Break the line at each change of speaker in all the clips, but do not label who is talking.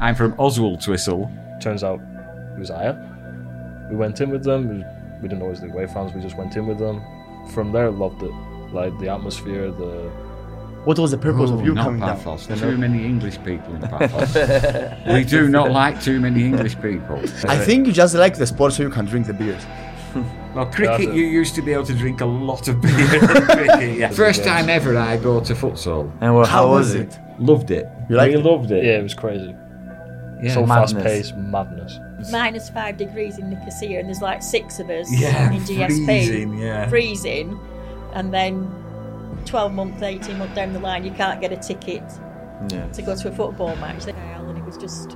I'm from Oswaldtwistle.
Turns out it was Aya. We went in with them. We, we didn't always do wave fans. We just went in with them. From there, loved it. Like the atmosphere, the
What was the purpose of
Ooh,
you
not
coming down?
Paphos. Too many English people in Paphos. we do not like too many English people.
I think you just like the sport so you can drink the beers.
Well, cricket,
That's it.
you used to be able to drink a lot of beer. in cricket, yeah. First time ever I go to futsal.
And well, how, was it?
Loved it.
You like
we
it?
loved it. Yeah, it was crazy.
Yeah.
so
madness.
fast paced, madness.
Minus five degrees in Nicosia, and there's like six of us
yeah,
in GSP.
freezing, yeah.
freezing, and then 12 months, 18 months down the line, you can't get a ticket
Yeah.
to go to a football match. And it was just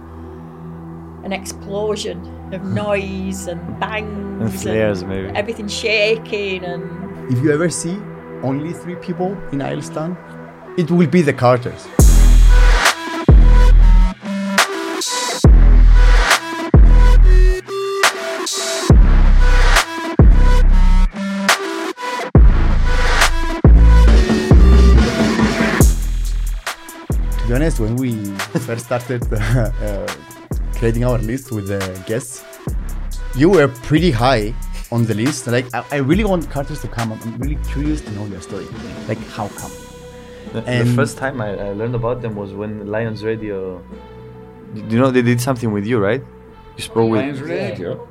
an explosion of
Hmm.
noise and bangs
And flares, maybe.
everything shaking and
If you ever see only three people in Islestown, it will be the Carters. To be honest, when we first started uh, creating our list with the guests, you were pretty high on the list. Like, I, I really want Carters to come. I'm, I'm really curious to know your story. Like, how come?
The, the
And-
first time I, I learned about them was when Lions Radio. You you know they did something with you, right? You spoke with.
Lions Radio.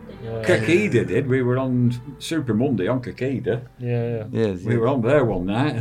Kakeda did. We were on Super Monday on Kakeda.
Yeah, yeah.
Yes.
We
yes.
were on there one night.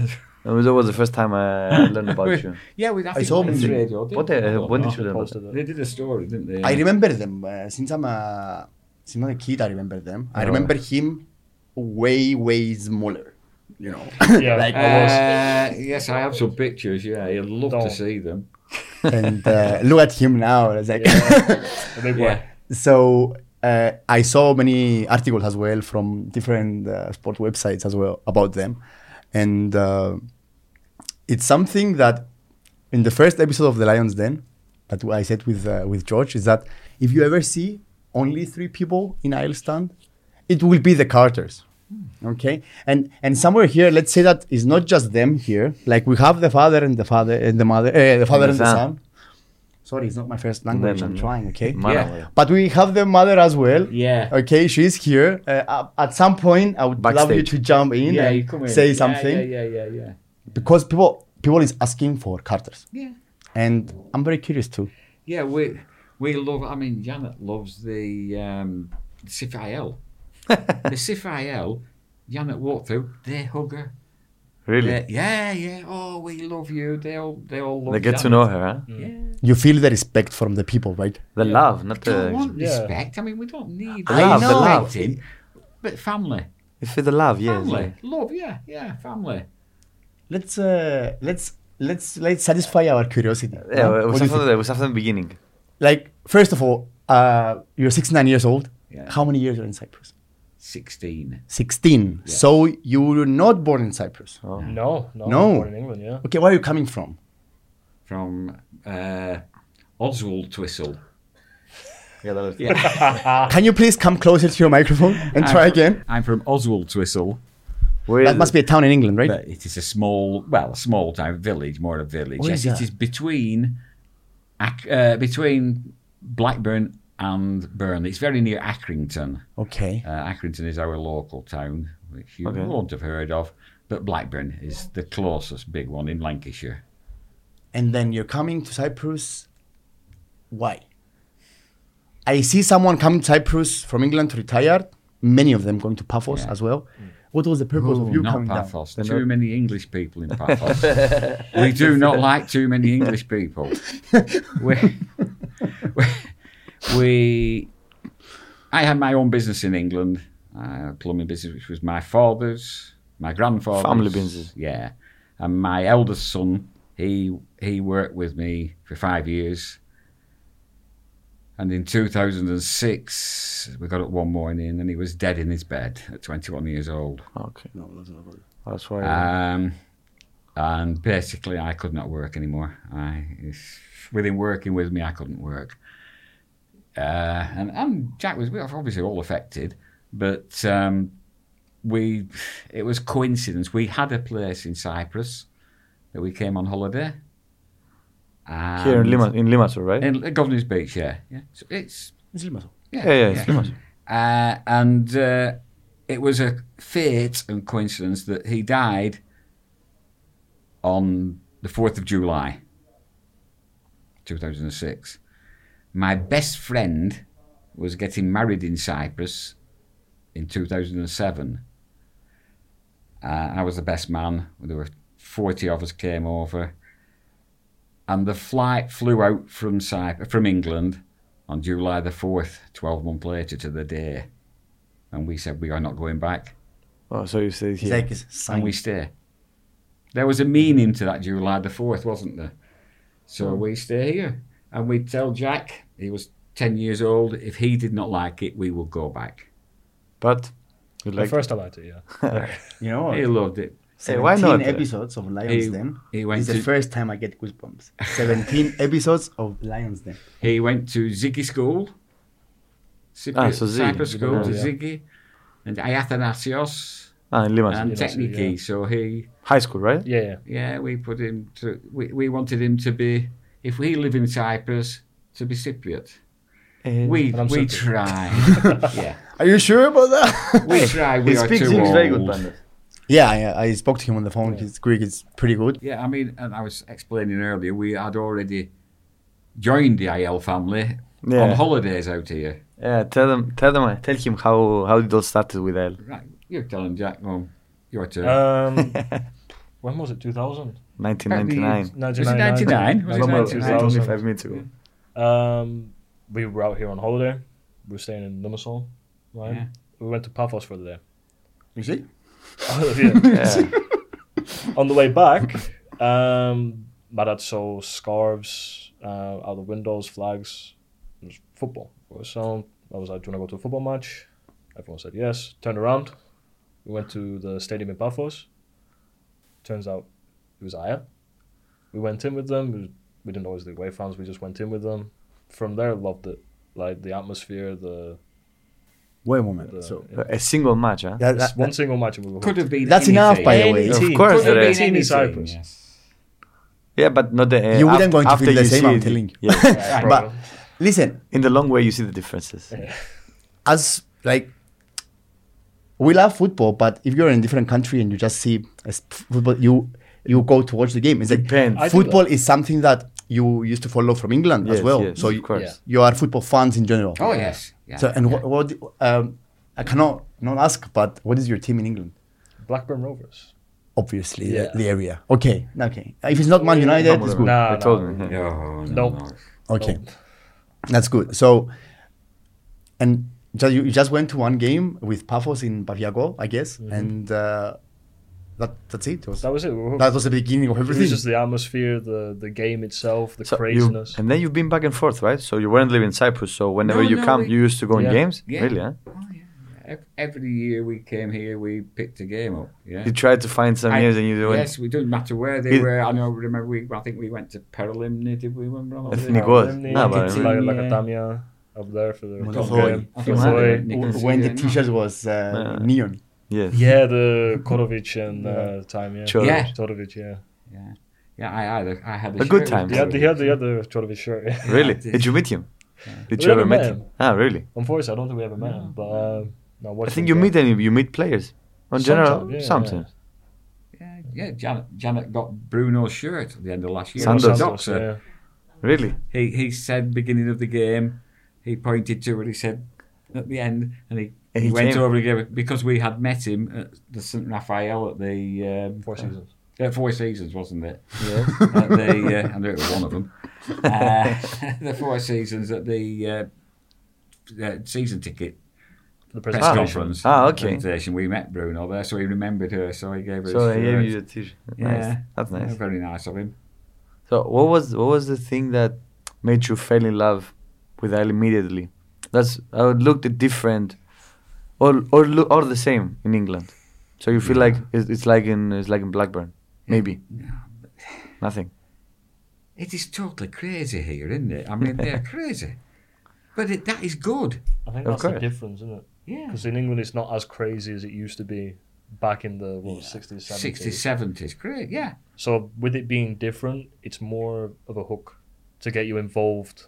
That was- that was the first time I learned about you.
yeah, we. I think
saw
Lions
them.
Radio. Did.
What the-
I don't
when did
know.
you learn about
Posted it.
They did a story, didn't they?
I remember them uh, since I'm a since I'm a kid. I remember them. I
Oh.
remember him way way smaller. You know,
Yeah,
Like-
I was.
Uh, yes, I have some pictures. Yeah, you'd love to
Don't.
see them.
and uh, look at him now. It's like
a big
Yeah.
one.
so. Uh, I saw many articles as well from different uh, sport websites as well about them, and uh, it's something that in the first episode of the Lions Den that I said with uh, with George is that if you ever see only three people in Ireland, it will be the Carters.
Hmm.
Okay, and and somewhere here, let's say that it's not just them here. Like we have the father and the father and the mother, uh, the father and the,
son.
son. Sorry, it's not my first language.
no,
I'm
no.
trying. Okay,
Mother.
Yeah.
but we have the mother as well.
Yeah.
Oh,
Okay, she's here. Uh, at- at some point, I would love you
Backstage.
to jump in
yeah, you
and
come in.
say
Yeah,
something
Yeah, yeah, yeah, yeah.
because people people is asking for Carters,
Yeah.
and I'm very curious too.
Yeah, we we love. I mean, Janet loves the um, Sifil. the Sifil, Janet walked through. They hug her.
Really?
They- yeah, yeah. Oh, we love you. They all they all love.
They get to
Janet.
know her, huh?
Yeah.
You feel the respect from the people, right?
The love, not
We don't
the.
want
Yeah.
respect. I mean, we don't need
I love,
respect
the love.
in- But family,
If the love, yes.
family, love. Yeah, yeah, family.
Let's uh, let's let's let's satisfy our curiosity.
Yeah,
Huh?
it
What
was
do you
after
think?
the, it was after the beginning.
Like first of all, uh, you're 69 years old.
Yeah.
How many years are in Cyprus?
Sixteen.
16. So you were not born in Cyprus.
No, no.
No.
Born in England, yeah.
Okay, where are you coming from?
from uh, Oswald Twistle.
Yeah, that was.
Can you please come closer to your microphone and try again?
Uh, I'm from Oswald Twistle,
Where
That must be a town in England, right?
but it is a small, well, a small town, village, more a village.
Where
yes,
Oh, is
it
that?
is between Ac- uh, between Blackburn and Burnley. It's very near Accrington.
Okay.
Uh, Accrington is our local town, which you
Okay.
won't have heard of, but Blackburn is the closest big one in Lancashire.
and then you're coming to Cyprus. Why? I see someone coming to Cyprus from England to retire. Many of them going to Paphos
Yeah. Mm.
as well. What was the purpose of you
not
coming down?
Paphos. Too many English people in Paphos. we do not like too many English people. we, we, we- I had my own business in England, uh, plumbing business, which was my father's, my grandfather's
Family business.
Yeah, and my eldest son, he he worked with me for five years. And in 2006, we got up one morning and he was dead in his bed at 21 years old.
Okay. That's why.
Um, and basically, I could not work anymore. I, it's- with him working with me, I couldn't work. Uh, and, and Jack was we were obviously all affected, but um, we it was coincidence. We had a place in Cyprus that we came on holiday, And
Here in Lima, in Limassol, right?
In Governor's Beach, yeah. yeah. So it's yeah,
yeah, yeah, it's Limassol.
Uh, and uh, it was a fate and coincidence that he died on the 4th of July 2006. My best friend was getting married in Cyprus in 2007. Uh, I was the best man. There were 40 of us came over. And the flight flew out from Cyprus, from England on July the 4th, 12 months later to the day. And we said, we are not going back.
Oh, so you stayed here.
Take his sign.
And we stay. There was a meaning to that July the 4th, wasn't there? So we stay here. And we tell Jack, he was 10 years old, if he did not like it, we would go back.
But you
At
like Ah,
first, I liked it. Yeah.
You know,
He loved it.
Hey,
17
why not?
episodes of Lions
He-
Den.
he went
it's
to-
the first time I get goosebumps. 17 episodes of Lions Den.
He went to Ziggy School, Cypriot,
Ah, so Ziggy.
Cyprus School
Yeah,
to
yeah.
Ziggy, and Athanasios
ah, in Limassol.
and
Athanasios,
Techniki. So he
High school, right?
yeah, yeah.
Yeah, we put him to. We, we wanted him to be, if we live in Cyprus, to be Cypriot.
Eh,
We
And I'm
we
Cypriot.
try. yeah,
Are you sure about that?
we try. We
he
are
speaks
too
English
old.
very good, Panda.
yeah, I, I spoke to him on the phone. His Greek is pretty good.
Yeah, I mean, and I was explaining earlier, we had already joined the IL family on
Yeah.
holidays out here.
Yeah, tell them, tell them, tell him how how it all started with L.
Right, you tell him, Jack. Well, your turn.
Um, when was it? 2000?
1999.
was it 99? Was it
Remember,
November
it's
99?
2000.
only five minutes ago.
Um, we were out here on holiday. We were staying in Limassol, right?
Yeah.
We went to Paphos for the day.
You see?
yeah.
Yeah.
on the way back, um, my dad sold scarves uh, out the windows, flags. It was football. So I was like, "Do you want to go to a football match?" Everyone said yes. Turned around. We went to the stadium in Paphos. Turns out it was Aya. We went in with them. We, we didn't always the away fans. We just went in with them. From there, loved it. Like the atmosphere, the,
Wait a moment.
the
so
a single match, huh?
that,
It's
that,
one single match. And we were
Could have been.
that's enough, by the
anything.
way.
Of
Eighteen.
course,
Could have
there
been
is.
Team in
anything,
Cyprus.
yes.
Yeah, but not the. Uh,
You
aft-
wouldn't going to
after
feel the
you
same,
see
I'm
it-
telling you.
Yeah,
Yeah,
But-
bro.
Listen,
in the long way, you see the differences.
as like we love football, but if you're in a different country and you just see a s- football, you you go to watch the game. It's like
Depends.
I do
football
that.
is something that you used to follow from England as
Yes,
well.
yes,
so
of
you,
course.
Yeah.
you are football fans in general.
Oh yes. Yeah.
So and what, what um, I cannot not ask, but what is your team in England?
Blackburn Rovers.
Obviously,
Yeah.
the, the area. Okay, okay. If it's not Man United, it's good.
Nah,
I told
nah.
him. yeah.
Oh, no,
Nope.
no.
Okay,
Oh,
that's good. So, and just, you you just went to one game with Paphos in Paviago, I guess, and uh, that that's it. It was-
Mm-hmm. That was it. We were-
that was the beginning of
It
everything.
was just the atmosphere, the the game itself, the
So you,
craziness.
and then you've been back and forth, right? So you weren't living in Cyprus. So whenever
No,
you
no,
come,
we-
you used to go
Yeah.
in games.
Yeah.
Really? Huh?
Oh, yeah. Ev- Every year we came here, we picked a game up. Yeah.
You tried to find some
I-
years, and you don't.
Yes, we didn't matter where they
It-
were. I know. Remember, we I think we went to Perelimni, did we? Remember? all
I
of
think
it?
it was.
Lemni,
Nah, but I
it's
remember-
like, like a Damia up there for the
Montoy.
game.
I
Montoy.
think we had it.
W- when the T-shirt was uh,
Yeah.
neon.
Yes.
Yeah, the Korovic and uh, time. Yeah,
Chorovic.
Yeah.
Chorovic. Yeah,
Yeah, yeah. I had a, I had a,
A good
shirt
time.
with
he had, he
Chorovic.
had the other Chorovic shirt. yeah.
Really?
Yeah.
Did you meet him? Did
We
you ever
never
meet
met
him? Ah, really?
Unfortunately, I don't think we ever met him. But um, no,
I
watching
think
the
you
game-
meet any. You meet players. On general,
Sometimes, yeah, yeah.
sometimes.
Yeah, yeah. Janet, Janet got Bruno's shirt at the end of last year.
Sandoz.
The
Sandoz,
doctor.
Yeah.
Really?
He he said beginning of the game, he pointed to it. He said at the end, and he.
And
he
he
went
came.
over and gave it because we had met him at the St Raphael at the um,
Four seasons.
Yeah, Four Seasons, wasn't it?
Yeah.
at the, uh, I knew it was one of them. Uh, the Four Seasons at the uh, uh, season ticket
The
press
presentation.
conference.
Ah, okay.
Presentation. We met Bruno there, so he remembered her, so he gave her.
So
his
I gave
shirt.
you the T-shirt.
Yeah.
Nice. That's nice.
Yeah, very nice of him.
So what was what was the thing that made you fell in love with Al immediately? That's I would look at different, or or look or the same in England. So you feel like it's, it's like in it's like in Blackburn, maybe nothing.
It is totally crazy here, isn't it? I mean, they're crazy, but it, that is good.
I think
Of
that's the
course.
difference, isn't it?
Yeah.
Because in England, it's not as crazy as it used to be back in the what, 60s, 70s.
60s, 70s, great, yeah.
So with it being different, it's more of a hook to get you involved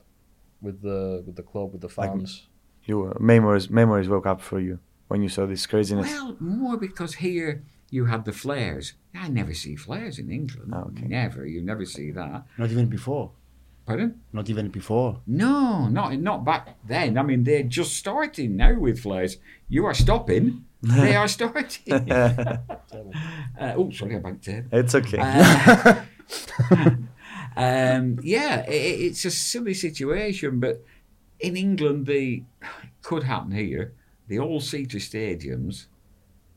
with the with the club with the
Like-
fans.
You uh, memories memories woke up for you when you saw this craziness.
Well, more because here you had the flares. I never see flares in England.
Oh, okay.
Never. You never see that.
Not even before.
Pardon?
Not even before.
No, not not back then. I mean, they're just starting now with flares. You are stopping. They are starting. uh, oh, sorry, I banked it.
it's okay.
Uh, um, yeah, i i- it's a silly situation, but in England, the it could happen here. The all-seater stadiums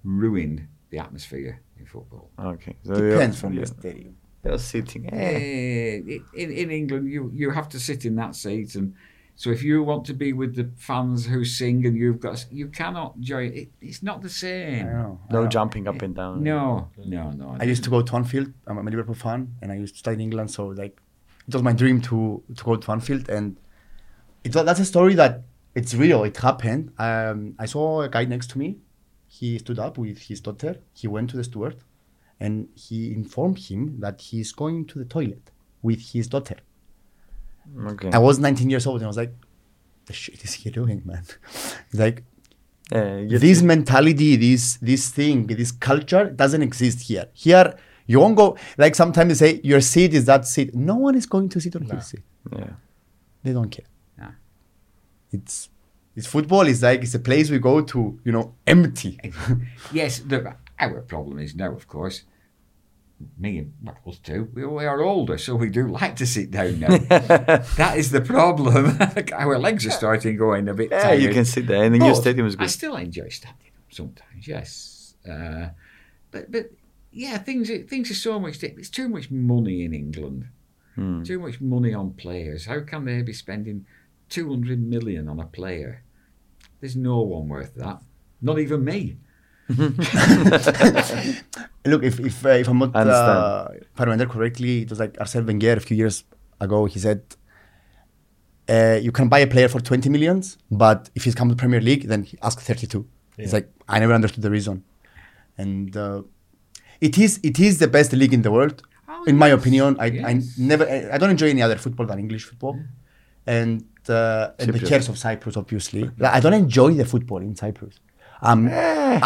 ruined the atmosphere in football.
okay. So
Depends
you're,
from the stadium.
you're sitting. Eh.
Eh, i- in in England, you you have to sit in that seat, and so if you want to be with the fans who sing, and you've got you cannot join. It, it's not the
I
same.
know. I
No
know.
jumping up and down.
No, no, no.
I used to go to Anfield. I'm a Liverpool fan, and I used to stay in England. So like, it was my dream to to go to Anfield, and it was, that's a story that it's real. It happened. Um, I saw a guy next to me. He stood up with his daughter. He went to the steward, and he informed him that he's going to the toilet with his daughter.
Okay.
I was 19 years old, and I was like, "The shit is he doing, man?" It's like
Eh, you-
this mentality, this this thing, this culture doesn't exist here. Here, you won't go like sometimes they say your seat is that seat. No one is going to sit on his seat.
yeah.
They don't care.
Nah.
It's it's football. It's like it's a place we go to, you know, empty.
Yes, the, our problem is now, of course, me and well, us two, we, we are older, so we do like to sit down now. that is the problem. our legs are starting going a bit
Yeah,
tired.
you can sit there, and the new
But
stadium is
I
good.
still enjoy standing up sometimes, yes. Uh, but but yeah, things are- things are so much. di- It's too much money in England.
Hmm.
Too much money on players. How can they be spending two hundred million on a player? There's no one worth that. Not even me.
Look, if if, uh, if I'm not uh,
Understand.
if I remember correctly, it was like Arsene Wenger a few years ago. He said, uh, "You can buy a player for 20 millions, but if he's come to Premier League, then he ask 32." It's
Yeah.
like I never understood the reason, and uh, it is it is the best league in the world,
Oh,
in my
yes.
opinion. I, I
Yes.
never I, I don't enjoy any other football than English football, and uh, and the
Cypriot.
cares of Cyprus obviously. Like, I don't enjoy the football in Cyprus. I'm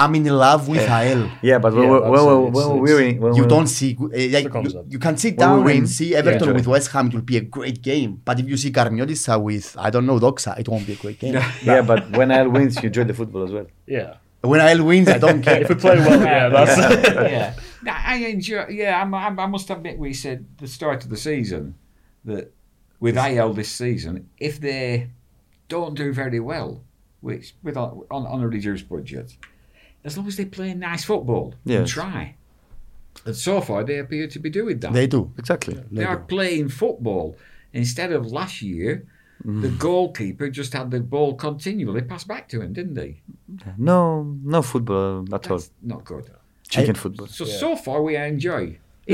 I'm in love with AEL
Eh. Yeah, but when,
Yeah,
we're,
but
when,
so
we're,
it's-
when we're
it's-
wearing, when
you
we're-
don't see go- eh, like,
a concept.
you, you can sit
When we
down
win,
and see Everton
yeah.
with West Ham. It will be a great game. But if you see Carmiodisa with I don't know Doxa, it won't be a great game.
Yeah, but when Al wins, you enjoy the football as well.
Yeah.
when I wins, I don't care.
If we play well, yeah, that's
yeah, No, I enjoy. Yeah, I'm, I'm, I must admit, we said the start of the season that with AL this season, if they don't do very well, which with a- on, on a reduced budget, as long as they play nice football and
Yes.
try, and so far they appear to be doing that.
they do.
Exactly.
They are playing football instead of last year. The goalkeeper just had the ball continually passed back to him, didn't he?
No, no football at all.
That's not good.
Chicken football.
So so far we enjoy,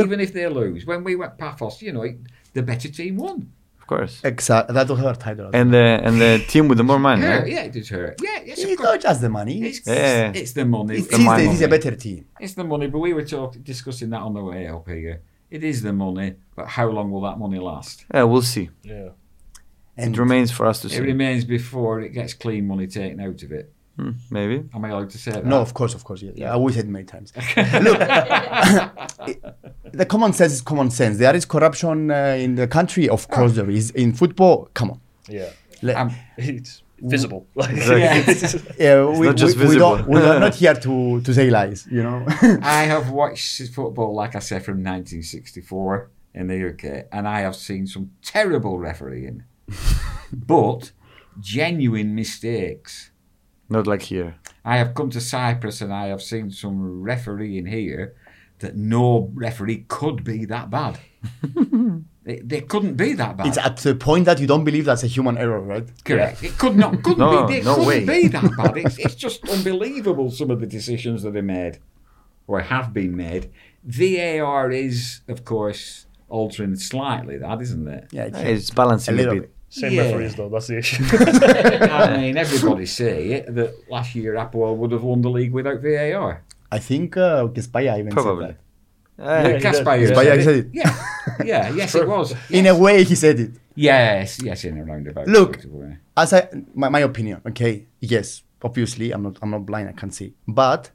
even if they lose. When we went Paphos, you know, it, the better team won.
Of course.
Exactly. That was her title.
And the and the team with the more money. eh?
Hurt,
right?
yeah, it did hurt. Yeah, yes, of
it's
course.
not just the money.
It's,
It's,
Yeah.
it's, the money.
it's,
It's,
the money.
it is a better team.
the money. But we were talk, discussing that on the way up here. It is the money, but how long will that money last?
Yeah, we'll see.
yeah.
And
It remains for us to
It
see.
remains before it gets clean money taken out of it.
Hmm, maybe.
Am I allowed to say that?
no, of course, of course. Yeah, yeah. I always said many times. Look, it- the common sense is common sense. There is corruption uh, in the country. Of course, there is in football. Come on.
Yeah.
Let-
Um,
It's visible. Like,
Yeah, we,
not just
we, we don't,
visible.
we are not here to, to say lies, you know.
I have watched football, like I said, from 1964 in the UK, and I have seen some terrible refereeing, but genuine mistakes.
Not like here.
I have come to Cyprus and I have seen some refereeing here that no referee could be that bad. they, they couldn't be that bad.
it's at the point that you don't believe that's a human error, right?
Correct. It could not couldn't
No,
be. It
no
couldn't
way.
be that bad. It's, it's just unbelievable some of the decisions that are made, or have been made. VAR is, of course, altering slightly that, isn't it?
Yeah,
Yeah, it's balancing
A
a,
little
bit.
bit.
Same
Yeah.
referees though. That's the issue.
I mean, everybody say it that last year Apoel would have won the league without VAR.
I think uh, Gaspaya even
Probably.
said
Eh,
Yeah, he does.
Kasper
Kasper
said
said it.
Yeah, yeah, yes, it was.
that. In a way, he said it.
Yes, yes, in a roundabout.
Look.
sort of way.
as I my, my opinion, okay, yes, obviously I'm not I'm not blind, I can see. But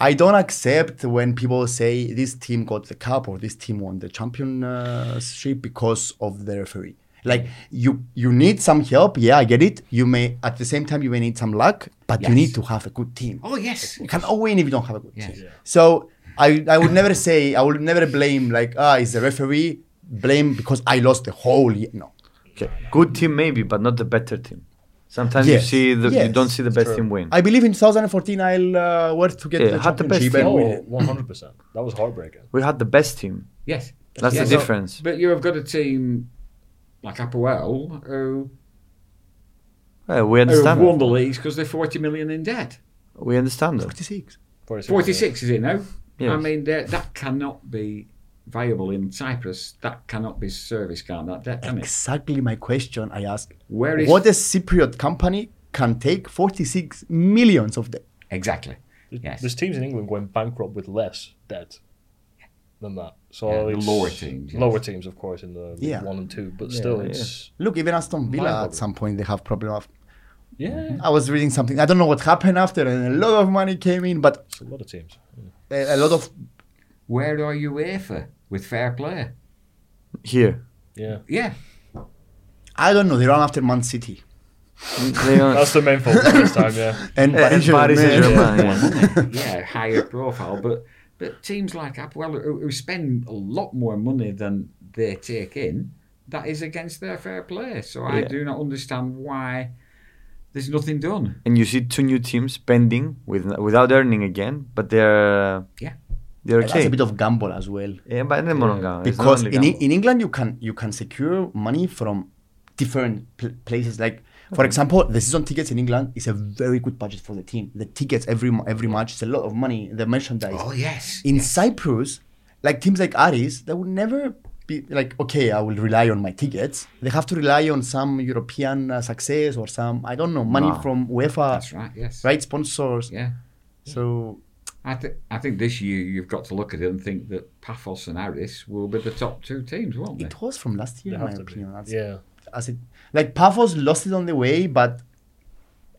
I don't accept when people say this team got the cup or this team won the championship because of the referee. Like you you need some help, yeah, I get it. You may at the same time you may need some luck, but you
Yes.
need to have a good team.
Oh yes,
You cannot win if you don't have a good
Yes.
team.
Yeah.
So I, I would never say I would never blame like ah it's the referee blame because I lost the whole year. No.
Okay. Good team maybe, but not the better team. Sometimes
Yes.
you see the you
Yes.
don't see the best
True.
team win.
I believe in 2014 I'll uh, work to get
Yeah,
the
had the best
championship
team.
and
Oh,
win it.
100%. That was heartbreaking.
we had the best team.
yes.
That's
Yeah,
the
so-
difference.
But you have got a team like Apoel who,
Yeah, we
who have
understand.
won
that.
the leagues because they're forty million in debt.
We understand that.
46.
46.
Forty-six is it now? I
Yes.
mean that that cannot be viable in Cyprus. That cannot be service can that debt can it?
Exactly my question I asked.
Where is-
what a Cypriot company can take 46 millions of them?
Exactly.
Th-
Yes.
There's teams in England going bankrupt with less debt than that. So
Yeah, the
it's
lower teams, yes.
Lower teams, of course, in the League
Yeah.
one and two, but still,
yeah.
it's
Look, even Aston Villa
Mind-boggling.
at some point they have problem. Of,
yeah,
I was reading something. I don't know what happened after, and a lot of money came in, but
it's a lot of teams.
a, a lot of
Where are you UEFA with fair play?
Here.
Yeah,
Yeah.
I don't know. They run after Man City
They are-
that's the main focus this time. Yeah,
and
Yeah, and
Paris
Paris
Saint-Germain.
Saint-Germain,
yeah,
yeah.
higher profile. But but teams like Apoel who, who spend a lot more money than they take in, that is against their fair play. So I
Yeah.
do not understand why there's nothing done.
and you see two new teams pending with without earning again, but they're
Yeah.
they're
And That's
okay.
a bit of gamble as well.
yeah, but they're Moronga. It's not
because
only
in, E-,
Gambo.
in England you can you can secure money from different pl- places. Like for example, the season tickets in England is a very good budget for the team. The tickets every mo- every match is a lot of money. The merchandise.
Oh yes.
In Cyprus, like teams like Aris, they would never be like, okay, I will rely on my tickets. They have to rely on some European uh, success or some I don't know money
Nah.
from UEFA,
That's right, yes.
right? Sponsors.
Yeah.
So
I, th- I think this year you've got to look at it and think that Paphos and Aris will be the top two teams, won't they?
it was from last year,
They
in my
have to be.
opinion. That's-
yeah.
as it like Paphos lost it on the way, but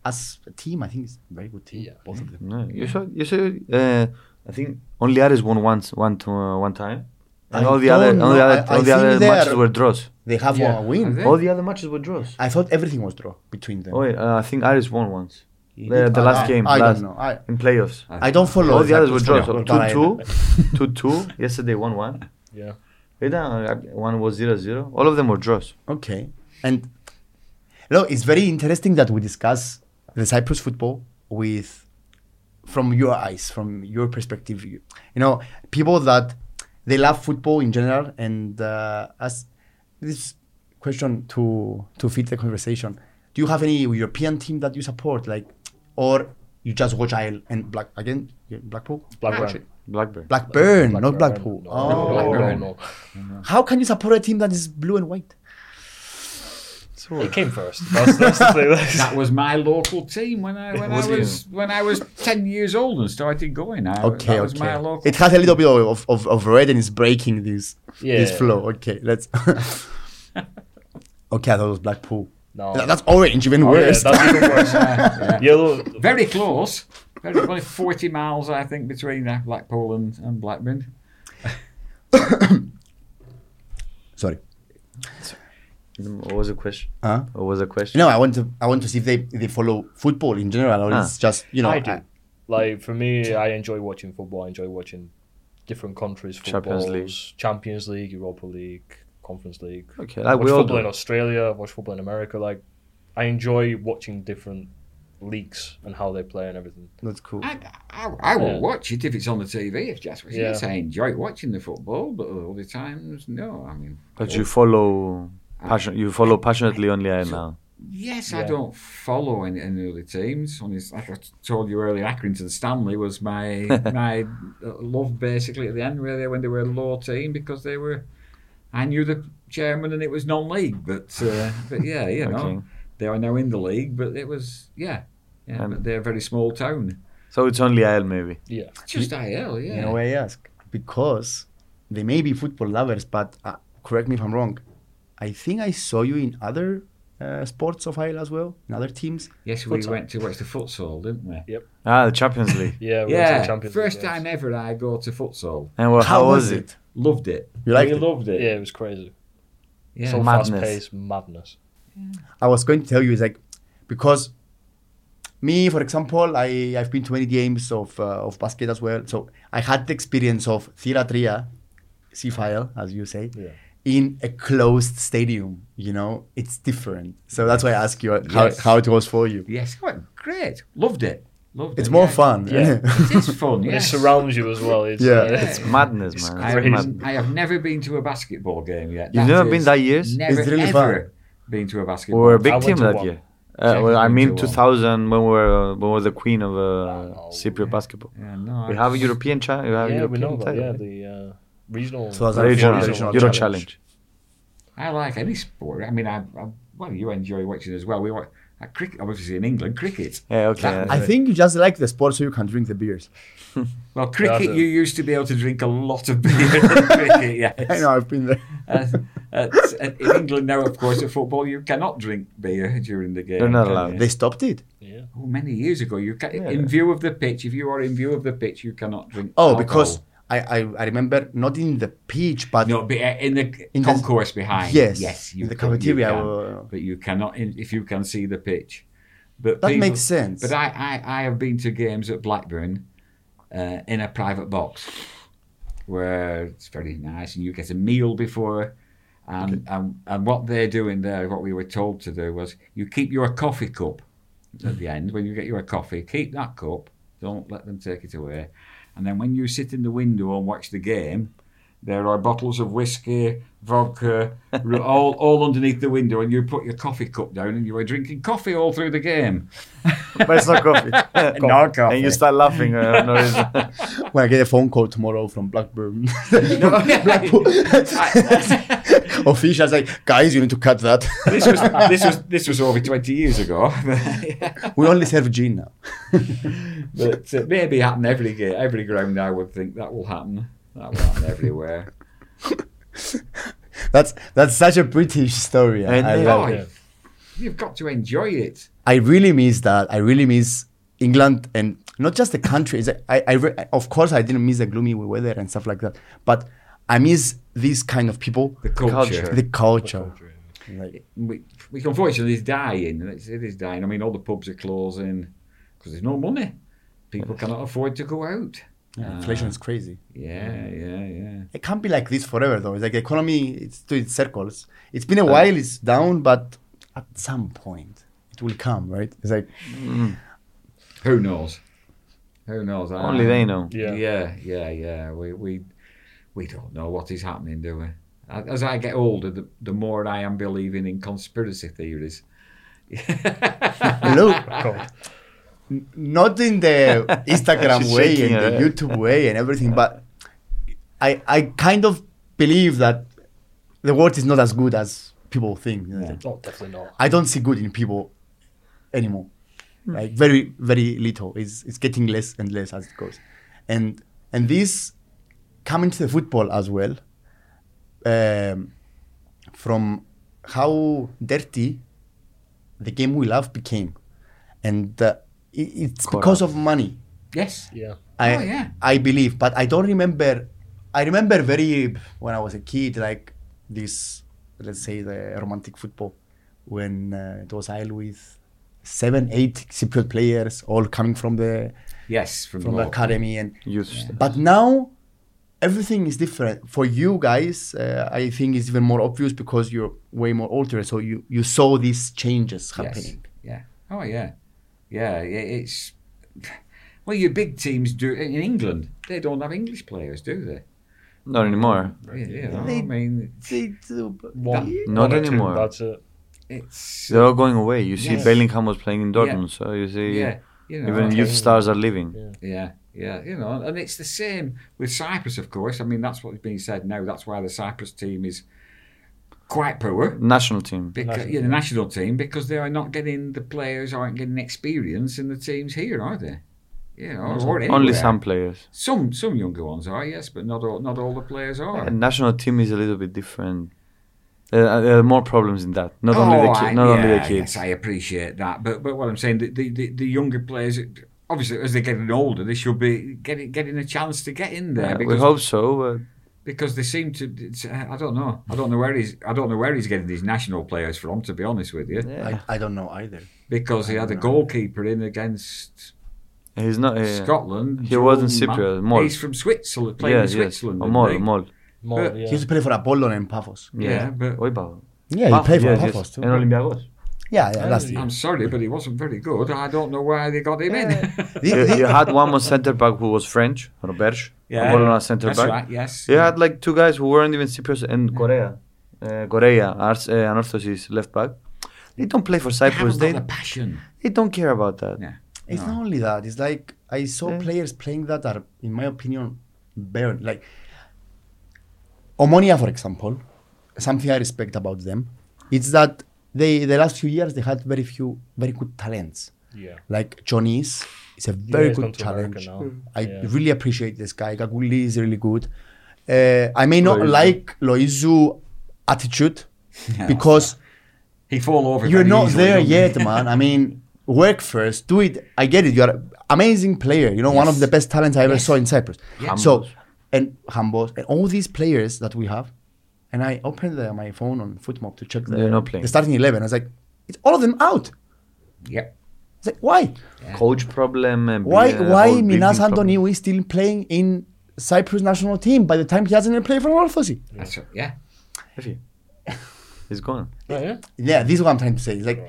as a team, I think it's a very good team.
Yeah.
Both of them.
No, you saw you saw. Uh, I think only Ares won once, one to uh, one time, and
I
all the other
don't
all the
know.
other,
I- I
all the
think
other
they
matches
are-
were draws.
They have
Yeah.
one win.
Yeah.
All the other matches were draws.
I thought everything was draw between them.
Oh, yeah, uh, I think Ares won once. The, the
I-
last
I-
game,
I
last
don't know. I,
in playoffs.
I don't follow.
all the others were
Cyprus
draws.
football,
Two
but I-
two, two two. Yesterday one one.
Yeah,
One was zero zero. All of them were draws.
Okay, and look, it's very interesting that we discuss the Cyprus football with from your eyes, from your perspective. You, you know, people that they love football in general, and uh, as this question to to fit the conversation, do you have any European team that you support, like, or you just watch Isle and Black again, yeah, Blackpool,
Blackburn.
Blackburn.
Blackburn, not Blackpool.
Blackburn.
oh,
No, no,
Blackburn.
no, no.
how can you support a team that is blue and white?
It came first. That's, that's the thing.
That was my local team when I when I
Was you?
was when I was ten years old and started going. I,
Okay,
that was
okay.
my local.
It has a little bit of, of, of red and it's breaking this this
Yeah.
flow. Okay, let's. okay, I thought it was Blackpool.
No.
That- that's orange, even
Oh, yeah,
worse.
that's even worse.
Yeah, yeah.
Yellow.
Very close. Very, only forty miles, I think, between uh, Blackpool and, and Blackburn.
Sorry.
What was the question?
Huh?
What was the question?
No, I want to I want to see if they if they follow football in general or
Ah.
it's just you know.
I do. Like for me, I enjoy watching football. I enjoy watching different countries'
Champions
footballs,
League.
Champions League, Europa League, Conference League.
Okay,
I
like
watch
we all
football in
do.
Australia. I watch football in America. Like, I enjoy watching different leagues and how they play and everything.
That's cool.
I, I, I will
Yeah.
watch it if it's on the TV. If just
Yeah.
yes, I enjoy watching the football, but other times no. I mean,
But you follow passion. You follow passionately only Ireland now.
Yes, I
Yeah.
don't follow any, any other teams. On his, like I t- told you earlier, Accrington Stanley was my my uh, love basically at the end where they, when they were a low team because they were. I knew the chairman and it was non-league, but uh, but yeah, you know
Okay.
they are now in the league, but it was yeah, yeah.
Um,
but they're a very small town.
So it's only Ireland maybe.
Yeah,
Just IL, yeah.
You know why I ask? Because they may be football lovers, but uh, correct me if I'm wrong. I think I saw you in other uh, sports of Isle as well, in other teams.
Yes, we
Futsal.
went to watch the futsal, didn't we?
Ah, the Champions League.
Yeah, we went to
yeah,
the Champions League
first
games.
time ever I go to futsal.
And well, how, was it?
Loved it.
You liked
we
it?
loved it.
Yeah, it was crazy.
Yeah.
So
Madness.
fast paced, madness.
I was going to tell you is like because me, for example, I I've been to many games of uh, of basket as well, so I had the experience of Thiratria, C file as you say,
Yeah.
in a closed stadium. You know, it's different. So that's why I ask you uh, how,
Yes.
how it was for you.
Yes, it went great. Loved it. Loved
It's
it.
more
yeah.
fun.
Yeah.
It is fun.
And
Yes.
It surrounds you as well. It's,
Yeah.
uh,
It's madness,
It's
man.
I
It's
have,
crazy.
mad.
I have never been to a basketball game yet.
You've never been that years?
Never,
It's really
ever been to a basketball.
We were a
I
big
went
team
to
that
one.
year. Uh, well,
Champions
I
League
mean,
to one.
2000 when we were uh, when we were the queen of uh,
no.
Cypriot basketball.
Yeah, no,
We
I-
have a European cha- we
yeah,
have
we
European
know that.
title,
Yeah,
right?
the uh, regional.
So that's our
Regional,
Regional
Euro
Challenge.
challenge.
I like any sport. I mean, I, I well, you enjoy watching as well. We watch uh, cricket, obviously in England, cricket.
Yeah, okay.
That-
I think you just like the sport so you can drink the beers.
Well, cricket,
Yeah,
you used to be able to drink a lot of beer. in cricket, yes.
I know I've been there.
Uh, at- at- in England now, of course, at football, you cannot drink beer during the game.
They're not
can
allowed.
you?
They stopped it.
Yeah.
Oh, many years ago, you can, in view of the pitch. If you are in view of the pitch, you cannot drink.
Oh,
alcohol.
because I, I I remember not in the pitch, but
no, be- uh, in the
In the-
concourse behind.
yes,
yes,
in the
can-
cafeteria.
can.
uh,
but you cannot in, if you can see the pitch. But
That
people-
makes sense.
But I, I, I have been to games at Blackburn uh, in a private box where it's very nice and you get a meal before. And, and, and what they're doing there, what we were told to do was you keep your coffee cup at the end. When you get your coffee, keep that cup. Don't let them take it away. And then when you sit in the window and watch the game, there are bottles of whiskey, vodka, r- all, all underneath the window, and you put your coffee cup down and you were drinking coffee all through the game.
but it's not coffee.
No coffee.
And you start laughing. Uh, no reason.
when I get a phone call tomorrow from Blackburn, officials like, guys, you need to cut that.
this, was, this, was, this was over 20 years ago.
we only serve gin now.
but uh, it may be happen every, ga- every ground, I would think. That will happen. That will happen everywhere.
That's that's such a British story. I,
And
I
they
love
Oh,
it.
yeah.
You've got to enjoy it.
I really miss that. I really miss England and not just the country. It's like- I, I re- of course, I didn't miss the gloomy weather and stuff like that, but I miss these kind of people,
The culture.
Culture.
the culture.
We, which unfortunately is dying. and It's, it is dying. I mean, all the pubs are closing because there's no money. People cannot afford to go out.
Ah.
Inflation is crazy.
Yeah, yeah, yeah.
It can't be like this forever, though. It's like the economy, it's doing circles. It's been a
Ah.
while, it's down, but at some point it will come, right? It's like
Who knows? Who knows? I-
Only they know.
Yeah.
yeah, yeah, yeah. We we we don't know what is happening, do we? A- As I get older, the, the more I am believing in conspiracy theories.
look,
God.
n- not in the Instagram
She's
way
shaking
and the
her head.
YouTube way and everything, but I I kind of believe that the world is not as good as people think.
Oh, definitely not.
I don't see good in people anymore. Like very, very little. It's it's getting less and less as it goes, and and this coming to the football as well, um, from how dirty the game we love became, and uh, it, it's
Correct.
because of money.
Yes.
Yeah.
I
Oh, yeah.
I believe, but I don't remember. I remember very when I was a kid, like this, let's say the romantic football, when uh, it was Isle with seven, eight Cypriot players all coming from the
Yes, from,
from the
Lord.
academy, and
Youth stuff.
but now everything is different for you guys. Uh, I think it's even more obvious because you're way more older, so you you saw these changes happening.
Yes. Yeah. Oh yeah. Yeah. i- It's well, your big teams do in England. They don't have English players, do they?
Not
Mm.
anymore.
You, you know,
They-
I mean,
They do, but-
One,
Not
one or two,
anymore.
That's it.
it's
They're all going away. You see,
Yes.
Bellingham was playing in Dortmund, so you see,
yeah. You know,
even youth stars are leaving.
Yeah.
Yeah, yeah, you know, and it's the same with Cyprus, of course. I mean, that's what's being said now. That's why the Cyprus team is quite poor,
National team.
because
National
yeah, the national team, because they are not getting the players aren't getting experience in the teams here, are they? You know, or
Only
anywhere.
some players.
Some some younger ones are, yes, but not all not all the players are.
And national team is a little bit different. There are, there are more problems in that. Not only the
Oh,
ki-
I-
not only the
yeah,
kids.
Yes, I appreciate that, but but what I'm saying, the the, the, the younger players, obviously, as they're getting older, they should be getting getting a chance to get in there
Yeah, we
because,
hope so.
because they seem to. It's, uh, I don't know. I don't know where he's. I don't know where he's getting these national players from. To be honest with you,
But yeah,
I, I don't know either.
because he had a goalkeeper in against
he's not. yeah.
Scotland.
He wasn't
Jerome Ma-
Cypriot, Mol.
He's from Switzerland. Playing
Yeah,
in
yes.
Switzerland.
Or
didn't
more,
he?
more.
More,
But-
He
yeah.
used to play for Apollo and Paphos.
Yeah, but
Oibao.
Yeah, he played for
yes,
Paphos
yes.
too.
And Olympiacos.
Yeah, yeah, last
Yeah.
year.
I'm sorry, but he wasn't very good. I don't know why they got him in.
you, you had one more centre back who was French, Roberge.
Yeah.
Bologna centre
That's
back.
right, yes.
You had like two guys who weren't even Cypriots and Korea. Uh, Korea, Ars, uh, Anorthosis, left back. They don't play for
They
Cyprus.
haven't
They,
got the passion.
they don't care about that.
Yeah.
It's
No.
not only that. It's like I saw
Yeah.
players playing that are, in my opinion, barren. Like Omonia, for example, something I respect about them, it's that they the last few years they had very few very good talents.
Yeah.
Like Johnny's, it's a very
he's gone
good
to America
challenge. Mm.
now.
I
Yeah.
really appreciate this guy. Gaguli is really good. Uh, I may not
Loizu.
like Loizu attitude because
He fall over.
you're
very
not
easily,
there
don't you?
yet, man. I mean, work first, do it. I get it. You're an amazing player. You know, one of the best talents I ever saw in Cyprus. So,
Hambos.
and Hambos and all these players that we have. And I opened the, my phone on Footmob to check the,
They're not playing.
the starting 11. I was like, it's all of them out.
Yep.
It's like, why?
Coach problem. And
Why
uh,
why
whole
Minas
building problem.
Antoniou is still playing in Cyprus national team by the time he hasn't even played for Orthosis?
That's it, yeah.
He's gone.
Oh, yeah.
Yeah, this is what I'm trying to say. It's like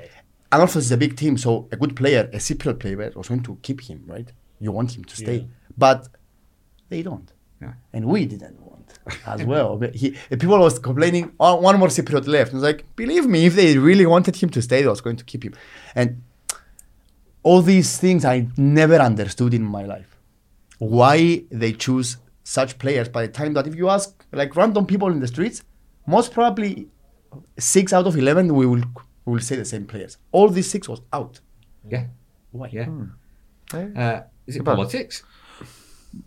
Adolfos is a big team, so a good player, a Cypriot player, was going to keep him, right? You want him to stay,
Yeah.
but they don't,
Yeah.
and we didn't want as well. But he, the people was complaining, oh, one more Cypriot left. And it's like, believe me, if they really wanted him to stay, they was going to keep him, and all these things I never understood in my life. Why they choose such players by the time that if you ask like random people in the streets, most probably six out of eleven we will we will say the same players. All these six was out.
Yeah.
Why?
Hmm.
Yeah.
Eh,
Uh, is it
But-
politics?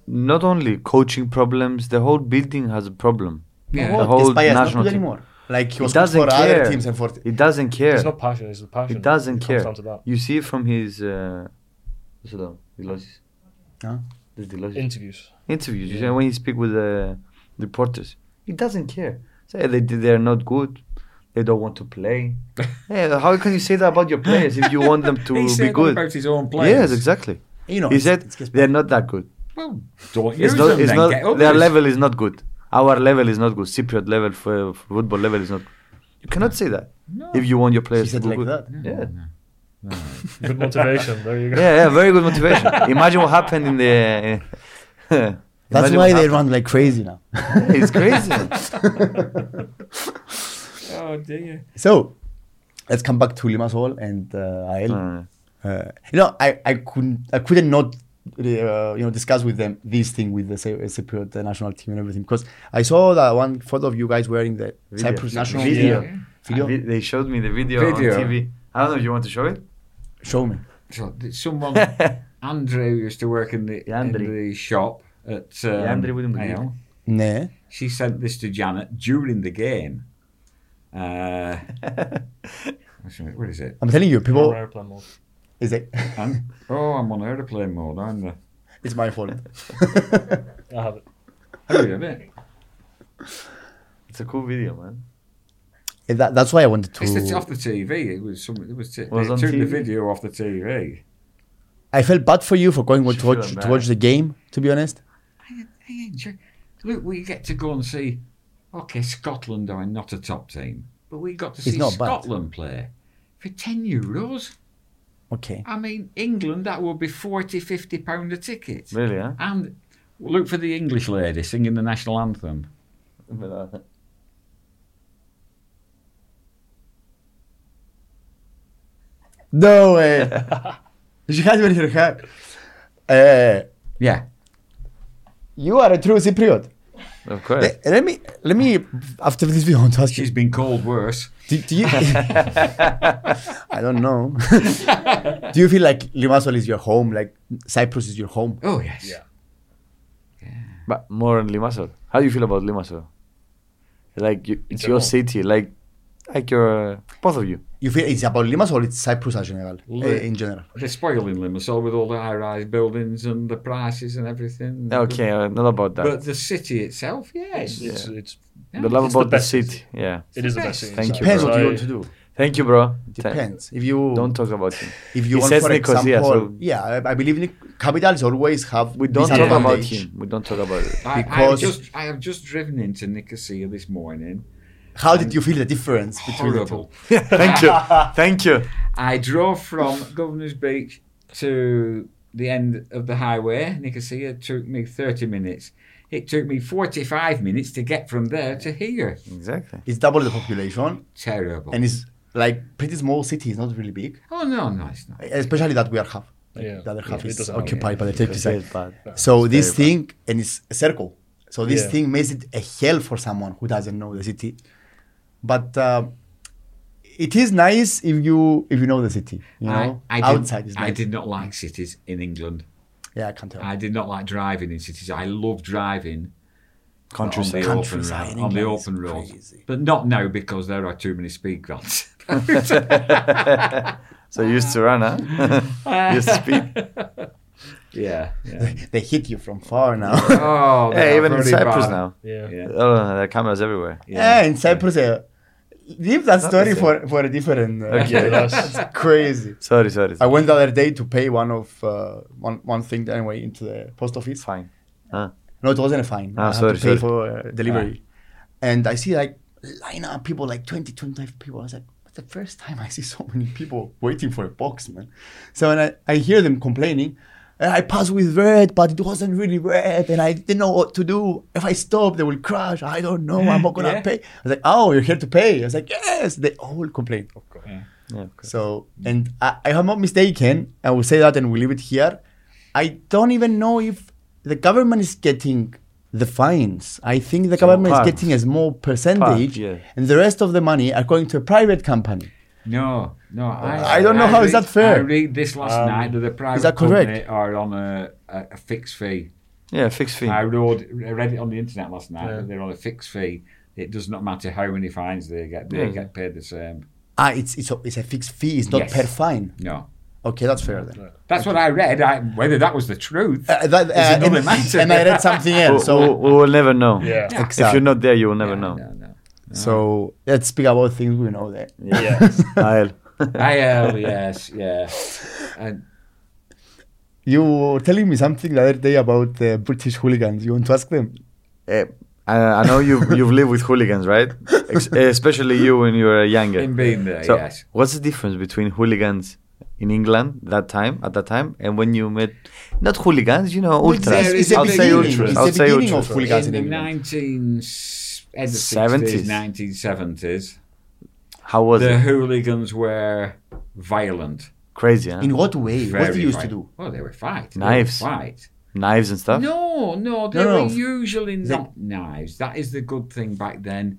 Not only coaching problems, the whole building has a problem.
Yeah.
The
What?
whole
Despaias not
national
good
team.
anymore. Like he
He
was good
doesn't
for
care.
other teams and for
He doesn't care.
It's not passion, it's the passion.
He doesn't
It comes
care.
down to that.
You see from his. Uh, what's it called? Δηλώσεις.
Huh?
These δηλώσεις.
Interviews.
interviews. You know, when he speak with the reporters, he doesn't care. Say they they're not good. They don't want to play. hey, how can you say that about your players if you want them to
he said
be
that
good?
about his own players.
Yes, exactly.
you know
he
it's-
said
it's just-
they're not that good.
Well, don't use
It's not.
them
It's
then.
not.
Get others.
Their level is not good. Our level is not good. Cypriot level for football level is not. good. You cannot say that if you want your players
said
to be
like
good.
that.
Yeah.
Good motivation. There you go.
yeah, yeah, very good motivation. Imagine what happened in the. uh,
that's
Imagine
why
what
they
happened.
run like crazy now.
It's crazy.
Oh dear.
So let's come back to Limassol and uh, AEL.
Uh,
Uh, you know, I, I couldn't I couldn't not uh, you know discuss with them this thing with the Cy- Cypriot the national team and everything because I saw that one photo of you guys wearing the
Video.
Cyprus national
Video.
team.
I
video.
vi- they showed me the video,
Video.
on TV. I don't know if you want to show it.
Show me.
So, th- someone, Andrew, used to work in the,
Yeah, Andrew.
in the shop at um,
Andrew wouldn't believe
AO.
Ναι.
She sent this to Janet during the game. Uh, what is it?
I'm telling you,
You're
people.
on airplane mode.
It's like
And, oh, I'm on airplane mode, aren't I?
it's my fault.
I have it.
Have you done it?
It's a cool video, man.
Eh, that, that's why I wanted to.
It's the, off the TV. It was some. It was. T-
Was
they
on
took the
TV?
video off the TV.
I felt bad for you for going to
Should feel
watch to watch the game. To be honest,
I, I enjoy. Look, we get to go and see. Okay, Scotland are not a top team, but we got to see
not bad.
Scotland play for ten euros.
okay.
I mean, England that would be 40, 50 pound a ticket.
Really, huh?
And look for the English lady singing the national anthem.
uh,
No way. she has been her hair. Eh,
Yeah.
you are a true Cypriot.
Of course.
Eh, let me let me after this video I want to ask you.
She's been called worse.
Do, do you? I don't know. do you feel like Limassol is your home? Like Cyprus is your home?
Oh yes.
Yeah.
But more on Limassol. How do you feel about Limassol? Like you, it's
a
your
home.
city. Like Like your uh, both of you.
You feel it's about Limassol, it's Cyprus as general,
Li-
eh, in general.
They're spoiling Limassol with all the high-rise buildings and the prices and everything.
Okay, uh, not about that.
But the city itself, yes.
It's, it's, it's,
Yeah.
the love
it's the
about the,
best
city.
city.
Yeah.
it is the best
Yes.
thing.
Thank you,
Depends
bro.
what you
I-
want to do.
Thank you, bro. Th-
Depends. If you
Don't talk about him.
if you
He
want,
says
for
Nicosia,
example,
so-
yeah, I, I believe Nic- capitals always have.
We don't talk about
disadvantage.
him. We don't talk about it.
I, I, have
Because-
just, I have just driven into Nicosia this morning.
How did you feel the difference between the two?
Horrible.
Thank you. Thank you.
I drove from Governor's Beach to the end of the highway, Nicosia. took me 30 minutes. It took me 45 minutes to get from there to here.
Exactly.
It's double the population,
Terrible.
and it's like pretty small city. It's not really big,
oh, no, no, it's not.
especially that we are half.
Yeah.
The other half
It
is
doesn't help.
occupied by the
It
Turkish
is
side.
bad.
So
It's
this
very
thing, and it's a circle. So this
Yeah.
thing makes it a hell for someone who doesn't know the city. But uh, it is nice if you if you know the city. You know,
I, I,
outside
did,
is
I
nice.
did not like cities in England.
Yeah, I can't tell.
I did not like driving in cities. I love driving
Countryside.
on the open
Countryside
road,
in
on the
England is
open road.
crazy.
But not now because there are too many speed grants.
So you used to run, huh? you used to speed.
yeah. yeah.
They hit you from far now.
Oh,
Yeah,
they are
even in
very
Cyprus
bad.
now.
Yeah.
Yeah.
Oh, there are cameras everywhere.
yeah, in Cyprus. Uh, leave that
Not
story
the
for, for a different. Uh,
Okay.
that's-
That's crazy.
Sorry, sorry.
I
sorry.
went the other day to pay one of uh, one one thing anyway into the post office.
Fine.
No, it wasn't a fine.
Ah,
I had
sorry,
to pay
sorry.
for uh, delivery. And I see like line up people, like 20, 25 people. I was like, that's the first time I see so many people waiting for a box, man. So when I, I hear them complaining, "Uh, I passed with red, but it wasn't really red, and I didn't know what to do. If I stop, they will crash. I don't know. I'm not gonna
Yeah.
pay. I was like, oh, you're here to pay. I was like, yes. They all complain.
Yeah, okay.
So, and I, I am not mistaken, I will say that and we leave it here. I don't even know if the government is getting the fines. I think the government
part.
is getting a small percentage,
yeah.
and the rest of the money are going to a private company.
No, no. I,
I don't know how is
read-
that fair.
I read this last
Um,
night that the private
that correct?
company are on a, a, a fixed fee.
yeah fixed fee.
I read, read it on the internet last night
Yeah.
that they're on a fixed fee. It does not matter how many fines they get; they
Yeah.
Hmm.
get paid the same.
Ah, it's it's a, it's a fixed fee. It's not
Yes.
per fine.
No,
Okay, that's fair then.
that's what I read. I, whether that was the truth,
Uh, that,
is
uh,
another
and,
matter.
and I read something
We-
else.
we,
So,
we will never know.
Yeah.
Yeah.
If
Exactly.
you're not there, you will never
Yeah,
know.
No, no.
so let's speak about things we know there.
Yes.
I'll-
I, uh, yes, yeah. And
You were telling me something the other day about the British hooligans. You want to ask them?
Eh, I, I know you you've lived with hooligans, right? Ex- especially you when you were younger.
in being there,
So,
yes.
what's the difference between hooligans in England that time at that time and when you met not hooligans, you know, ultras?
there
It's,
is
the
I'll
big
say
beginning.
difference.
ultras.
It's
I'll
the
say
beginning
ultras.
of hooligans
in
in
the
England.
nineteen end of
70s.
sixties, nineteen seventies,
How was
the
it?
hooligans were violent.
Crazy, huh?
In what way?
Very
what do you used to
violent.
do?
Well, they were fight.
Knives.
They were fight.
Knives and stuff?
No, no, they
No, no.
were usually not knives. That is the good thing back then.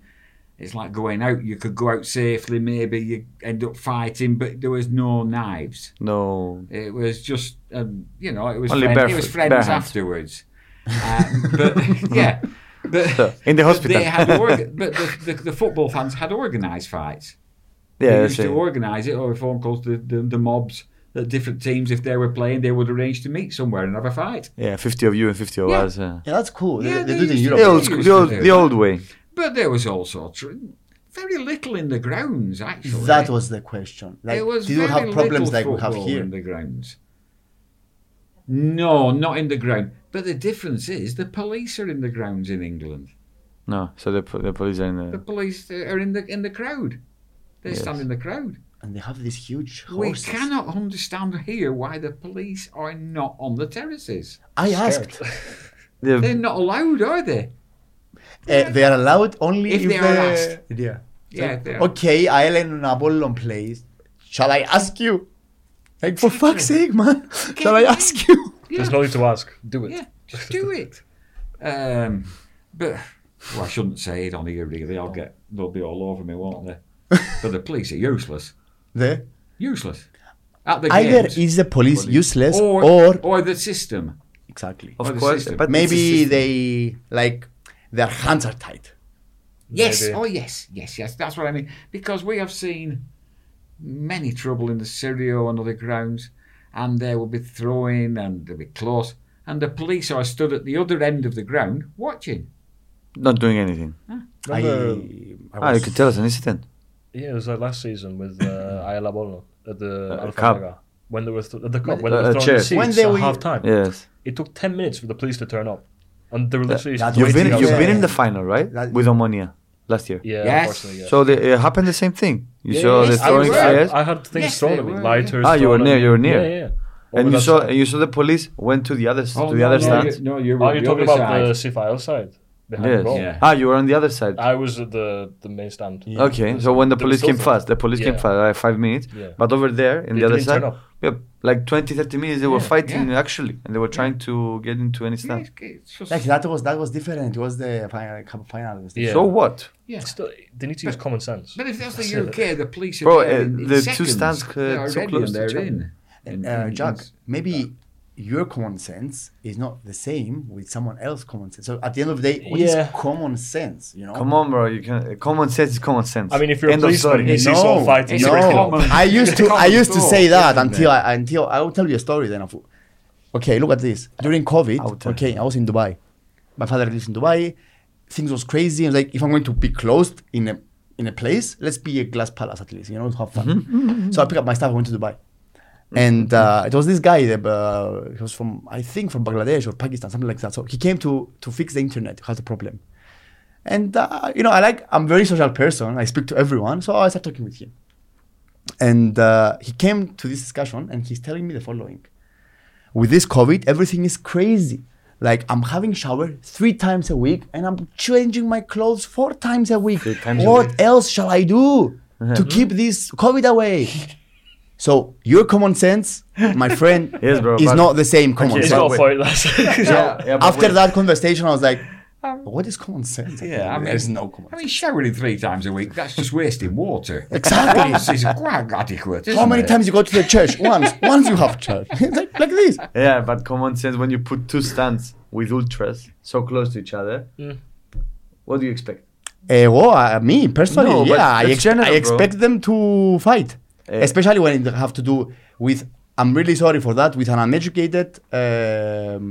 It's like going out. You could go out safely. Maybe you end up fighting, but there was no knives.
No.
It was just, um, you know, it was
Only
friend, it
barefoot-
was friends
bare hands.
afterwards. Uh, but yeah, but
In the
but
hospital.
they had org- but the, the, the football fans had organised fights.
Yeah,
they
that's
used to
it.
organise it, or if one calls the, the the mobs that different teams, if they were playing, they would arrange to meet somewhere and have a fight.
Yeah, 50 of you and 50 of
Yeah.
us. Yeah.
Yeah, that's cool.
Yeah,
they, they
they
do it in
used to
The
Europe.
old,
They
sc-
used
the
to
old,
do
the
that.
old way.
But there was all sorts. of- Very little in the grounds, actually.
That was the question. Like,
There was
did you
very
have problems
little
like we have
football
here?
in the grounds. No, not in the ground. But the difference is the police are in the grounds in England.
No, so the, po- the police are in
The
the.
police are in the in the crowd. They
Yes.
stand in the crowd.
And they have these huge
We
horses.
cannot understand here why the police are not on the terraces.
I
Scared.
asked.
the
They're not allowed, are they?
Uh, they are allowed only
If
if,
they are asked.
Yeah. Oh,
Yeah. They are.
Okay, Ireland and Apollon plays. Shall I ask you? Like for fuck's sake, man! Shall I ask you?
There's
Yeah.
no need to ask. Do it.
Yeah, just do it. Um, but well, I shouldn't say it on here, really. I'll get they'll be all over me, won't they? but the police are useless,
The,
useless at the
either
games,
is the police, useless
or,
or,
or the system.
exactly.
Or
Of
the
course.
system.
But it's a
Maybe
system.
they like their hands are tied.
Yes.
Maybe.
Oh, yes. Yes, yes. That's what I mean. Because we have seen many trouble in the Sirio and other grounds, and there will be throwing and they'll be close. And the police are stood at the other end of the ground watching.
Not doing anything.
I,
Remember-
I
Ah, you
was,
can tell us an incident.
yeah, it was like last season with uh, Ayala Bolo at the
Uh,
Alfa
cup.
Omega. when they were th- at the cup, when
Uh,
they
uh,
were throwing
chair.
the seats
When they
at
were-
half time.
Yes.
It took ten minutes for the police to turn up, and they were literally
that
You've been
waiting
you've been in
outside.
the final, right?
That-
With Omonia last year.
yeah,
Yes.
unfortunately, yeah.
So the, it happened the same thing. You saw
yes,
the
I
throwing
was-
flares,
I, I had things
Yes,
thrown
they
at me,
were,
lighters.
Ah, you were
thrown at
near,
me.
you were near.
Yeah, yeah. Over
and you
that
saw
side.
you saw the police went to the other s-
Oh,
to the
no,
other
no,
stand.
You, no, you were
Oh,
on
you're
the
talking
other
about
side.
the C5 side behind the
Yes.
goal.
Yeah.
Ah, you were on the other side.
I was at the the main stand.
Yeah.
Okay, so when the
There was
police came
also-
fast, the police came
Yeah.
fast, like five minutes.
Yeah.
But over there, in
They
the other
didn't turn
side,
up.
yep, like 20, 30 minutes, they were
Yeah,
fighting actually, and they were trying to get into any
Yeah,
stand.
it's, it's just,
like that was that was different. It was the final cup final. it was
Yeah.
So what,
yeah.
Still, they need to use common sense.
But if that's
That's
the
it.
UK, the police are
bro?
there
Uh,
in, in
the two
seconds.
stands uh,
They're
so
already
close
and
to each
they're
other.
in. In-
Uh,
in-
Jack,
in-
maybe your common sense is not the same with someone else's common sense. So at the end of the day, what is
Yeah.
common sense? You know.
Come on, bro. You can. uh, Common sense is common sense.
I mean, if you're a
End of
policeman,
story.
you see someone fighting.
It's
you
a
reckon-
common-
I used to I used to say that until
I.
I until I will tell you a story then. Of, okay, look at this. During COVID,
I'll tell
okay, I was in Dubai. My father lives in Dubai. Things was crazy. I was like, if I'm going to be closed in a in a place, let's be a glass palace at least. You know, to have fun. So I picked up my stuff. I went to Dubai. And uh, it was this guy. Uh, he was from, I think, from Bangladesh or Pakistan, something like that. So he came to to fix the internet. He has a problem, and uh, you know, I like. I'm a very social person. I speak to everyone, so I started talking with him and uh, he came to this discussion and he's telling me the following with this covid everything is crazy like i'm having shower three times a week and i'm changing my clothes four times a week
times a
what else shall i do to keep this covid away so your common sense my friend
Yes, bro,
is
but-
not the same common
Okay,
It's
so-
sense
not for it. That's
yeah, yeah, but
after
wait.
that conversation i was like what is common sense
Yeah, I mean,
Um, there's no common
I
sense
mean, showering three times a week, that's just wasting water.
Exactly.
Once is quite adequate. Isn't
how many
it?
times you go to the church once once you have church like, like this
Yeah, but common sense when you put two stands with ultras so close to each other,
Mm.
what do you expect?
Eh, well, uh, me personally,
No, but
yeah, I,
that's
ex-
general,
I
bro.
expect them to fight,
Eh.
especially when it have to do with. I'm really sorry for that. With an uneducated um,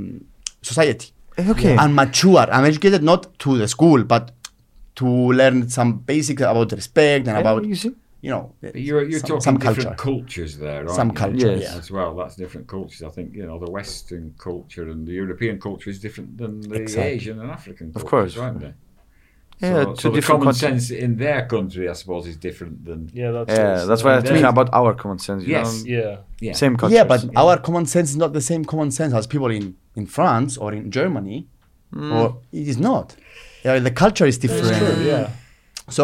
society,
Eh, Okay.
unmature, uneducated, not to the school, but to learn some basics about respect and about
Eh, you see?
you know
But You're, you're
some,
talking
some culture.
different cultures there, aren't
Some
you?
culture,
Yes. yeah.
As well, that's different cultures. I think, you know, the Western culture and the European culture is different than the
Exactly.
Asian and African cultures,
course.
aren't they?
Yeah,
so,
two
so the
different
common
countries.
sense in their country, I suppose, is different than.
yeah, that's
Yeah, that's why I'm
Then-
thinking about our common sense. You
Yes.
know?
Yeah,
Yeah.
Same culture.
yeah, but our common sense is not the same common sense as people in, in France or in Germany, or it is not. Yeah, the culture is different.
yeah.
So,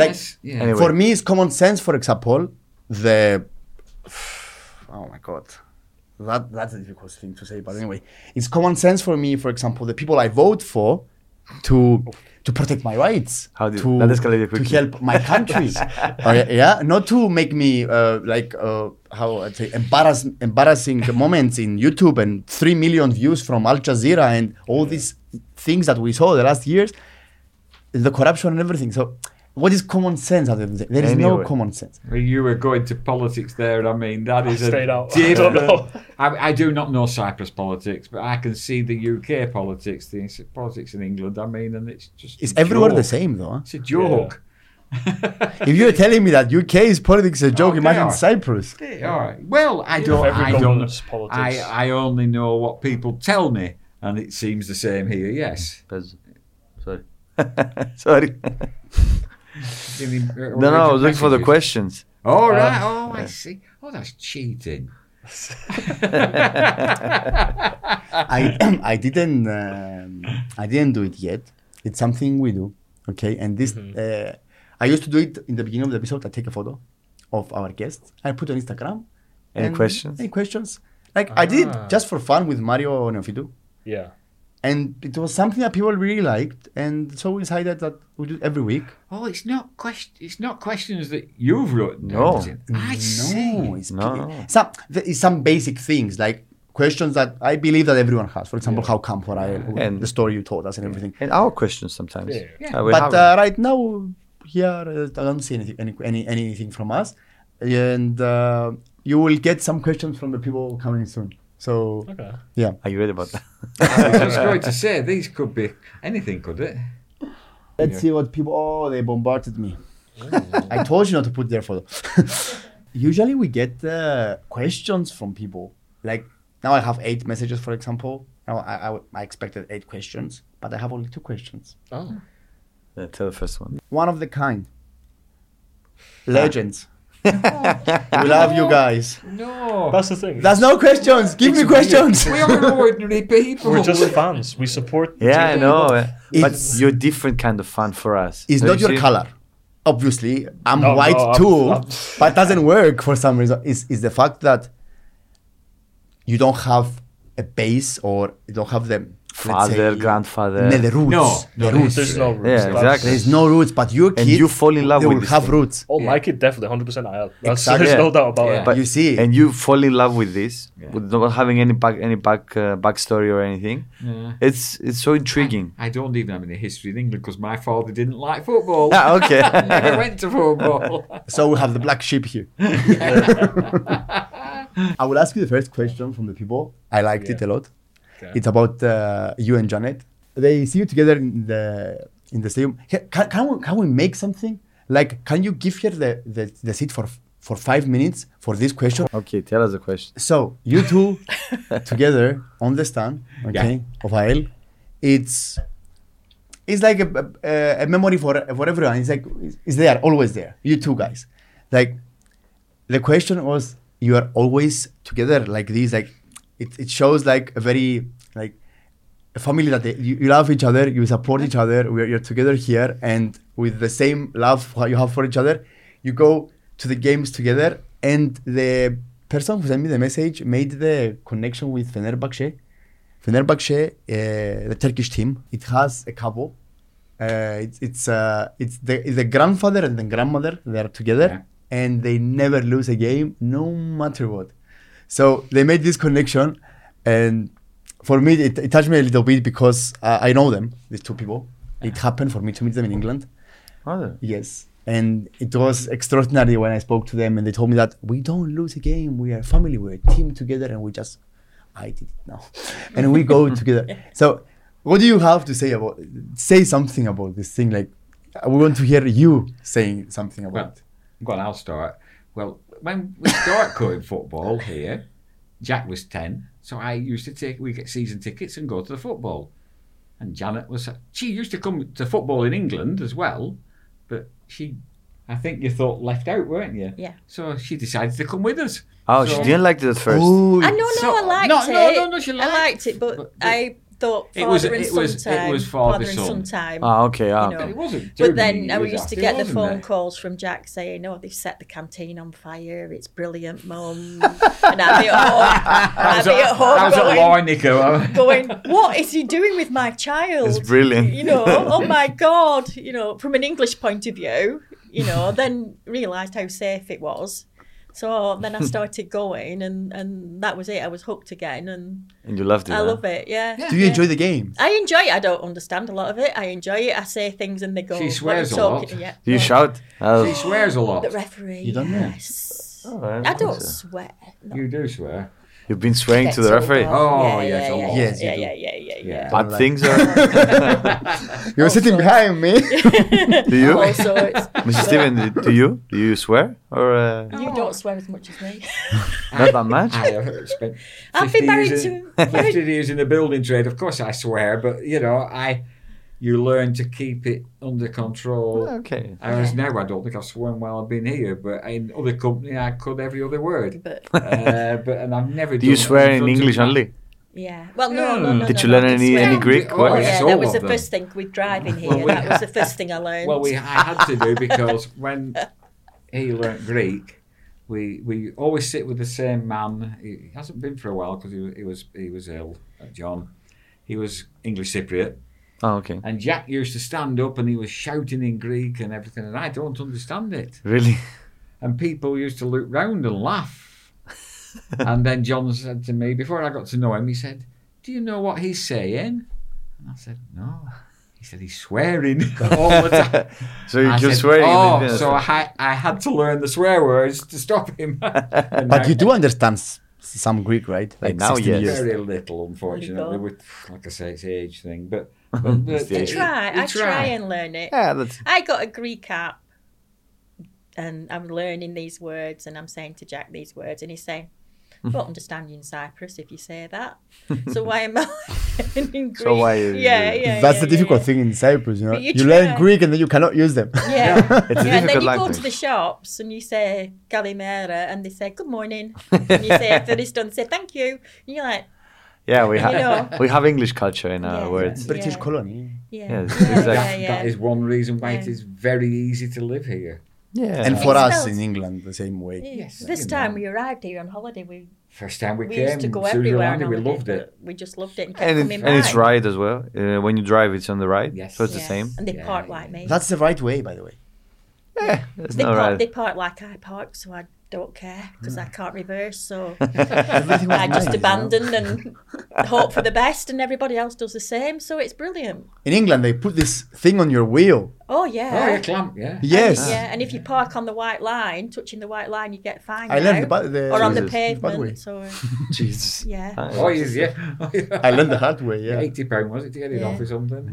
like,
Yes. yeah.
Anyway.
For me, it's common sense. For example, the oh my god, that that's a difficult thing to say. But anyway, it's common sense for me. For example, the people I vote for to to protect my rights,
How do you-
to
that escalated
to
quickly.
help my country, Okay, yeah, not to make me uh, like uh, how I say embarrass embarrassing moments in YouTube and three million views from Al Jazeera and all these things that we saw the last years the corruption and everything. So, what is common sense? at the end of the day? There is no
Anyway.
common sense.
Well, You were going to politics there. I mean, that is
Straight
a
out. I
different-
don't know.
I, I do not know Cyprus politics, but I can see the UK politics, the ins- politics in England. I mean, and it's just
It's
a
everywhere the
joke.
same, though.
It's a joke.
If you're telling me that UK's politics is a joke,
they
imagine
are.
Cyprus.
All right. Well, I don't.
every
I don't.
government's politics.
I, I only know what people tell me, and it seems the same here. Yes.
Pez- Sorry. Sorry. no, no, I was looking for the questions.
All right.
Um,
oh, I see. Oh, that's cheating.
I I didn't um, I didn't do it yet. It's something we do, okay. And this
Mm-hmm.
uh, I used to do it in the beginning of the episode. I take a photo of our guests. I put on Instagram.
Any
and-
questions? Ah.
Any questions? Like I did it just for fun with Mario Neofitu.
yeah.
And it was something that people really liked, and so we decided that we do it every week.
Oh, it's not question. It's not questions that you've written.
No.
is it? I see.
Mm, No, it's
No,
pe-
no.
some th- it's some basic things like questions that I believe that everyone has. For example, how come for I,
And-
the story you told us and everything.
And our questions sometimes.
Yeah.
Uh, we
but
have-
uh, right now, here uh, I don't see anything, any, any anything from us, and uh, you will get some questions from the people coming soon. So
Okay.
yeah,
are you ready about that?
I was just going to say these could be anything, could it?
let's see what people. Oh, they bombarded me. I told you not to put their photo. Usually, we get uh, questions from people. Like now, I have eight messages, for example. Now I, I, I expected eight questions, but I have only two questions.
Oh.
Uh, tell the first one.
One of the kind.
Ah.
Legends. we love you guys.
No.
That's the thing.
That's no questions. Give me questions.
we are ordinary people.
We're just fans. We support.
Yeah, I know. uh, But
It's-
you're different kind of fan for us.
It's
Don't
not
you
your
see?
color. Obviously, I'm
No,
white
no, I'm-
too,
I'm-
but it doesn't work for some reason. It's, it's the fact that you don't have a base or you don't have the let's
Father,
say,
grandfather.
no, the roots.
No,
the
no,
roots.
There's no roots.
Yeah,
That's-
exactly.
There's no roots, but your kids
And you fall in love
they
with
will
this
have
thing.
roots.
Oh,
Yeah.
my kid definitely 100% I have. That's,
Exactly.
There's no
Yeah.
doubt about
Yeah.
it.
But
You see.
and you fall in love with this,
Yeah.
with not having any back, any back, uh, backstory or anything.
Yeah.
It's it's so intriguing.
I don't even have any history in England because my father didn't like football.
Ah, okay.
Never went to football.
So we have the black sheep here. I will ask you the first question from the people. I liked it a lot.
Okay.
It's about uh, you and Janet. They see you together in the in the stadium. Hey, Can, can, we, can we make something? Like, can you give her the, the, the seat for for five minutes for this question?
Okay, tell us the question.
So you two together on the stand, okay, of AL, it's it's like a, a, a memory for for everyone. It's like it's there, always there. You two guys, like the question was, you are always together like this. Like it, it shows like a very like a family that they, you, you love each other, you support each other. We're, you're together here, and with the same love what you have for each other, you go to the games together. And the person who sent me the message made the connection with Fenerbahce. Fenerbahce, uh, the Turkish team, it has a couple. Uh, it's it's uh, it's the the grandfather and the grandmother. They are together, and they never lose a game, no matter what. So they made this connection, and for me, it, it touched me a little bit because uh, I know them, these two people. It happened for me to meet them in England.
Mother.
Yes. And it was extraordinary when I spoke to them and they told me that we don't lose a game. We are family. We're a team together and we just, I did it now. And we go together. So, what do you have to say about, say something about this thing? Like, we want to hear you saying something about
Well,
it.
well, I'll start. Well, when we start cutting football here, Jack was 10, so I used to take, we get season tickets and go to the football. And Janet was, she used to come to football in England as well, but she, I think you thought left out, weren't you?
Yeah.
So she decided to come with us.
Oh, she
So-
didn't like it at first.
Oh,
I know, no,
So-
I liked
No,
it.
no, no, no, she liked
I liked it, but,
but-
I thought
It
father
was-
and
it was-
son time.
it was father
and
son.
son time.
Ah, okay. Ah,
You know.
It wasn't. too
but
many
then I
years
used to
after,
get
wasn't
the phone
it?
calls from Jack saying, "Oh, they've set the canteen on fire. It's brilliant, mum." and I'd be at home,
I
I'd
was
be at
at, I
home
was at
going,
Larnaca.
going, "What is he doing with my child?"
It's brilliant.
You know, oh my god. You know, from an English point of view, you know, then realised how safe it was. So then I started going, and and that was it. I was hooked again, and
And you loved it.
I
huh?
love it. Yeah.
Do you enjoy the game?
I enjoy it. I don't understand a lot of it. I enjoy it. I say things and they go.
She
"What are you
swears a
talking-"
lot.
Yeah.
Do you
no.
shout?
She
Oh,
swears a lot.
The referee.
You don't know?
yes.
Oh, I
I
don't
don't
think so.
swear.
You do swear.
you've been swearing to
Gets
the
old
referee.
now.
Oh, yes,
yeah,
a
yeah,
lot.
Yes,
yeah,
you
yeah, yeah, yeah, yeah,
Yeah.
Bad
Don't like-
things are.
You're sitting
Also-
behind me.
Do you?
Also, it's,
Mrs. Steven, do- do you? Do you swear? Or uh,
you don't swear as much as me.
not that much?
I have spent
I've
50
been married
years in,
to married
50 years in the building trade. Of course, I swear, but you know, I you learn to keep it under control.
Okay.
Whereas now, I don't think I've sworn while I've been here, but in other company, I could every other word.
but
Uh, but and I've never.
Do you
done it
swear in
front of
English
my-
only?
yeah. Well, no,
Yeah.
no, no.
Did
no,
you
no, I
learn
can
any
swear.
any
Yeah.
Greek?
Oh,
Or
Oh, yeah,
all
that was
of
the
them.
first thing with driving here.
Well, we-
that was the first thing I learned.
Well, we I had to do because when he learnt Greek, we we always sit with the same man. He hasn't been for a while because he, wa- he was he was ill. uh, John, he was English Cypriot,
Oh, okay.
and Jack used to stand up and he was shouting in Greek and everything, and I don't understand it.
Really?
And people used to look round and laugh. and then John said to me, before I got to know him, he said, Do you know what he's saying? And I said, No. He said, He's swearing all the time.
So you
Oh, I
keep
said,
swearing. and
Oh,
then-
so I, ha- I had to learn the swear words to stop him.
But you do understand s- some Greek, right?
now,
16
yes.
years.
Very little, unfortunately.
Legal.
With, like I say, it's age thing, but. but- but
It's the
you-
age.
I try.
you
I try and learn it.
yeah, that's
I got a Greek app and I'm learning these words and I'm saying to Jack these words and he's saying,
Mm-hmm.
I don't understand you in Cyprus if you say that. So why am I learning Greek?
So why you-
yeah, yeah,
That's
yeah,
the
yeah,
difficult
yeah.
thing in Cyprus, you know.
But you
You, learn
try.
Greek and then you cannot use them.
Yeah.
It's a
yeah, and then
difficult
you go
language.
to the shops and you say Galimera and they say good morning. and you say Thurston and say thank you. And you're like,
yeah. We have
know.
we have English culture in our
Yeah.
words.
British
Yeah.
colony.
Yes,
yeah. yeah,
exactly.
yeah,
That,
yeah.
that is one reason why it
Yeah.
is very easy to live here.
Yeah,
And for
It
us
smells-
in England, the same way.
Yes,
this
you
time
know.
we arrived here on holiday, we
First time we,
we
came,
used to go
Susan
everywhere on
Landy, we
holiday,
loved it.
but We just loved it and kept
and, it,
coming
and it's
back.
right as well. Uh, when you drive, it's on the right.
Yes.
So it's the
Yeah.
same.
And they
Yeah,
park
yeah,
like me.
That's the right way, by the way. Eh,
Yeah, it's
they,
not
park,
right.
they park like I park, so I don't care because
Hmm.
I can't reverse. So
Everything was
I
nice,
just
you know.
abandon and hope for the best, and everybody else does the same. So it's brilliant.
In England, they put this thing on your wheel.
Oh
Oh,
yeah.
yeah, clamp, yeah.
Yes.
Yeah, and if you park on the white line, touching the white line, you get fined.
I learned
now.
about the
or on the
Jesus.
Badway.
pavement. So
Jesus.
yeah,
Oh, yes, yeah. Oh, yeah.
I learned the hard way, yeah.
Eighty pound was it to get it
Yeah.
off or something?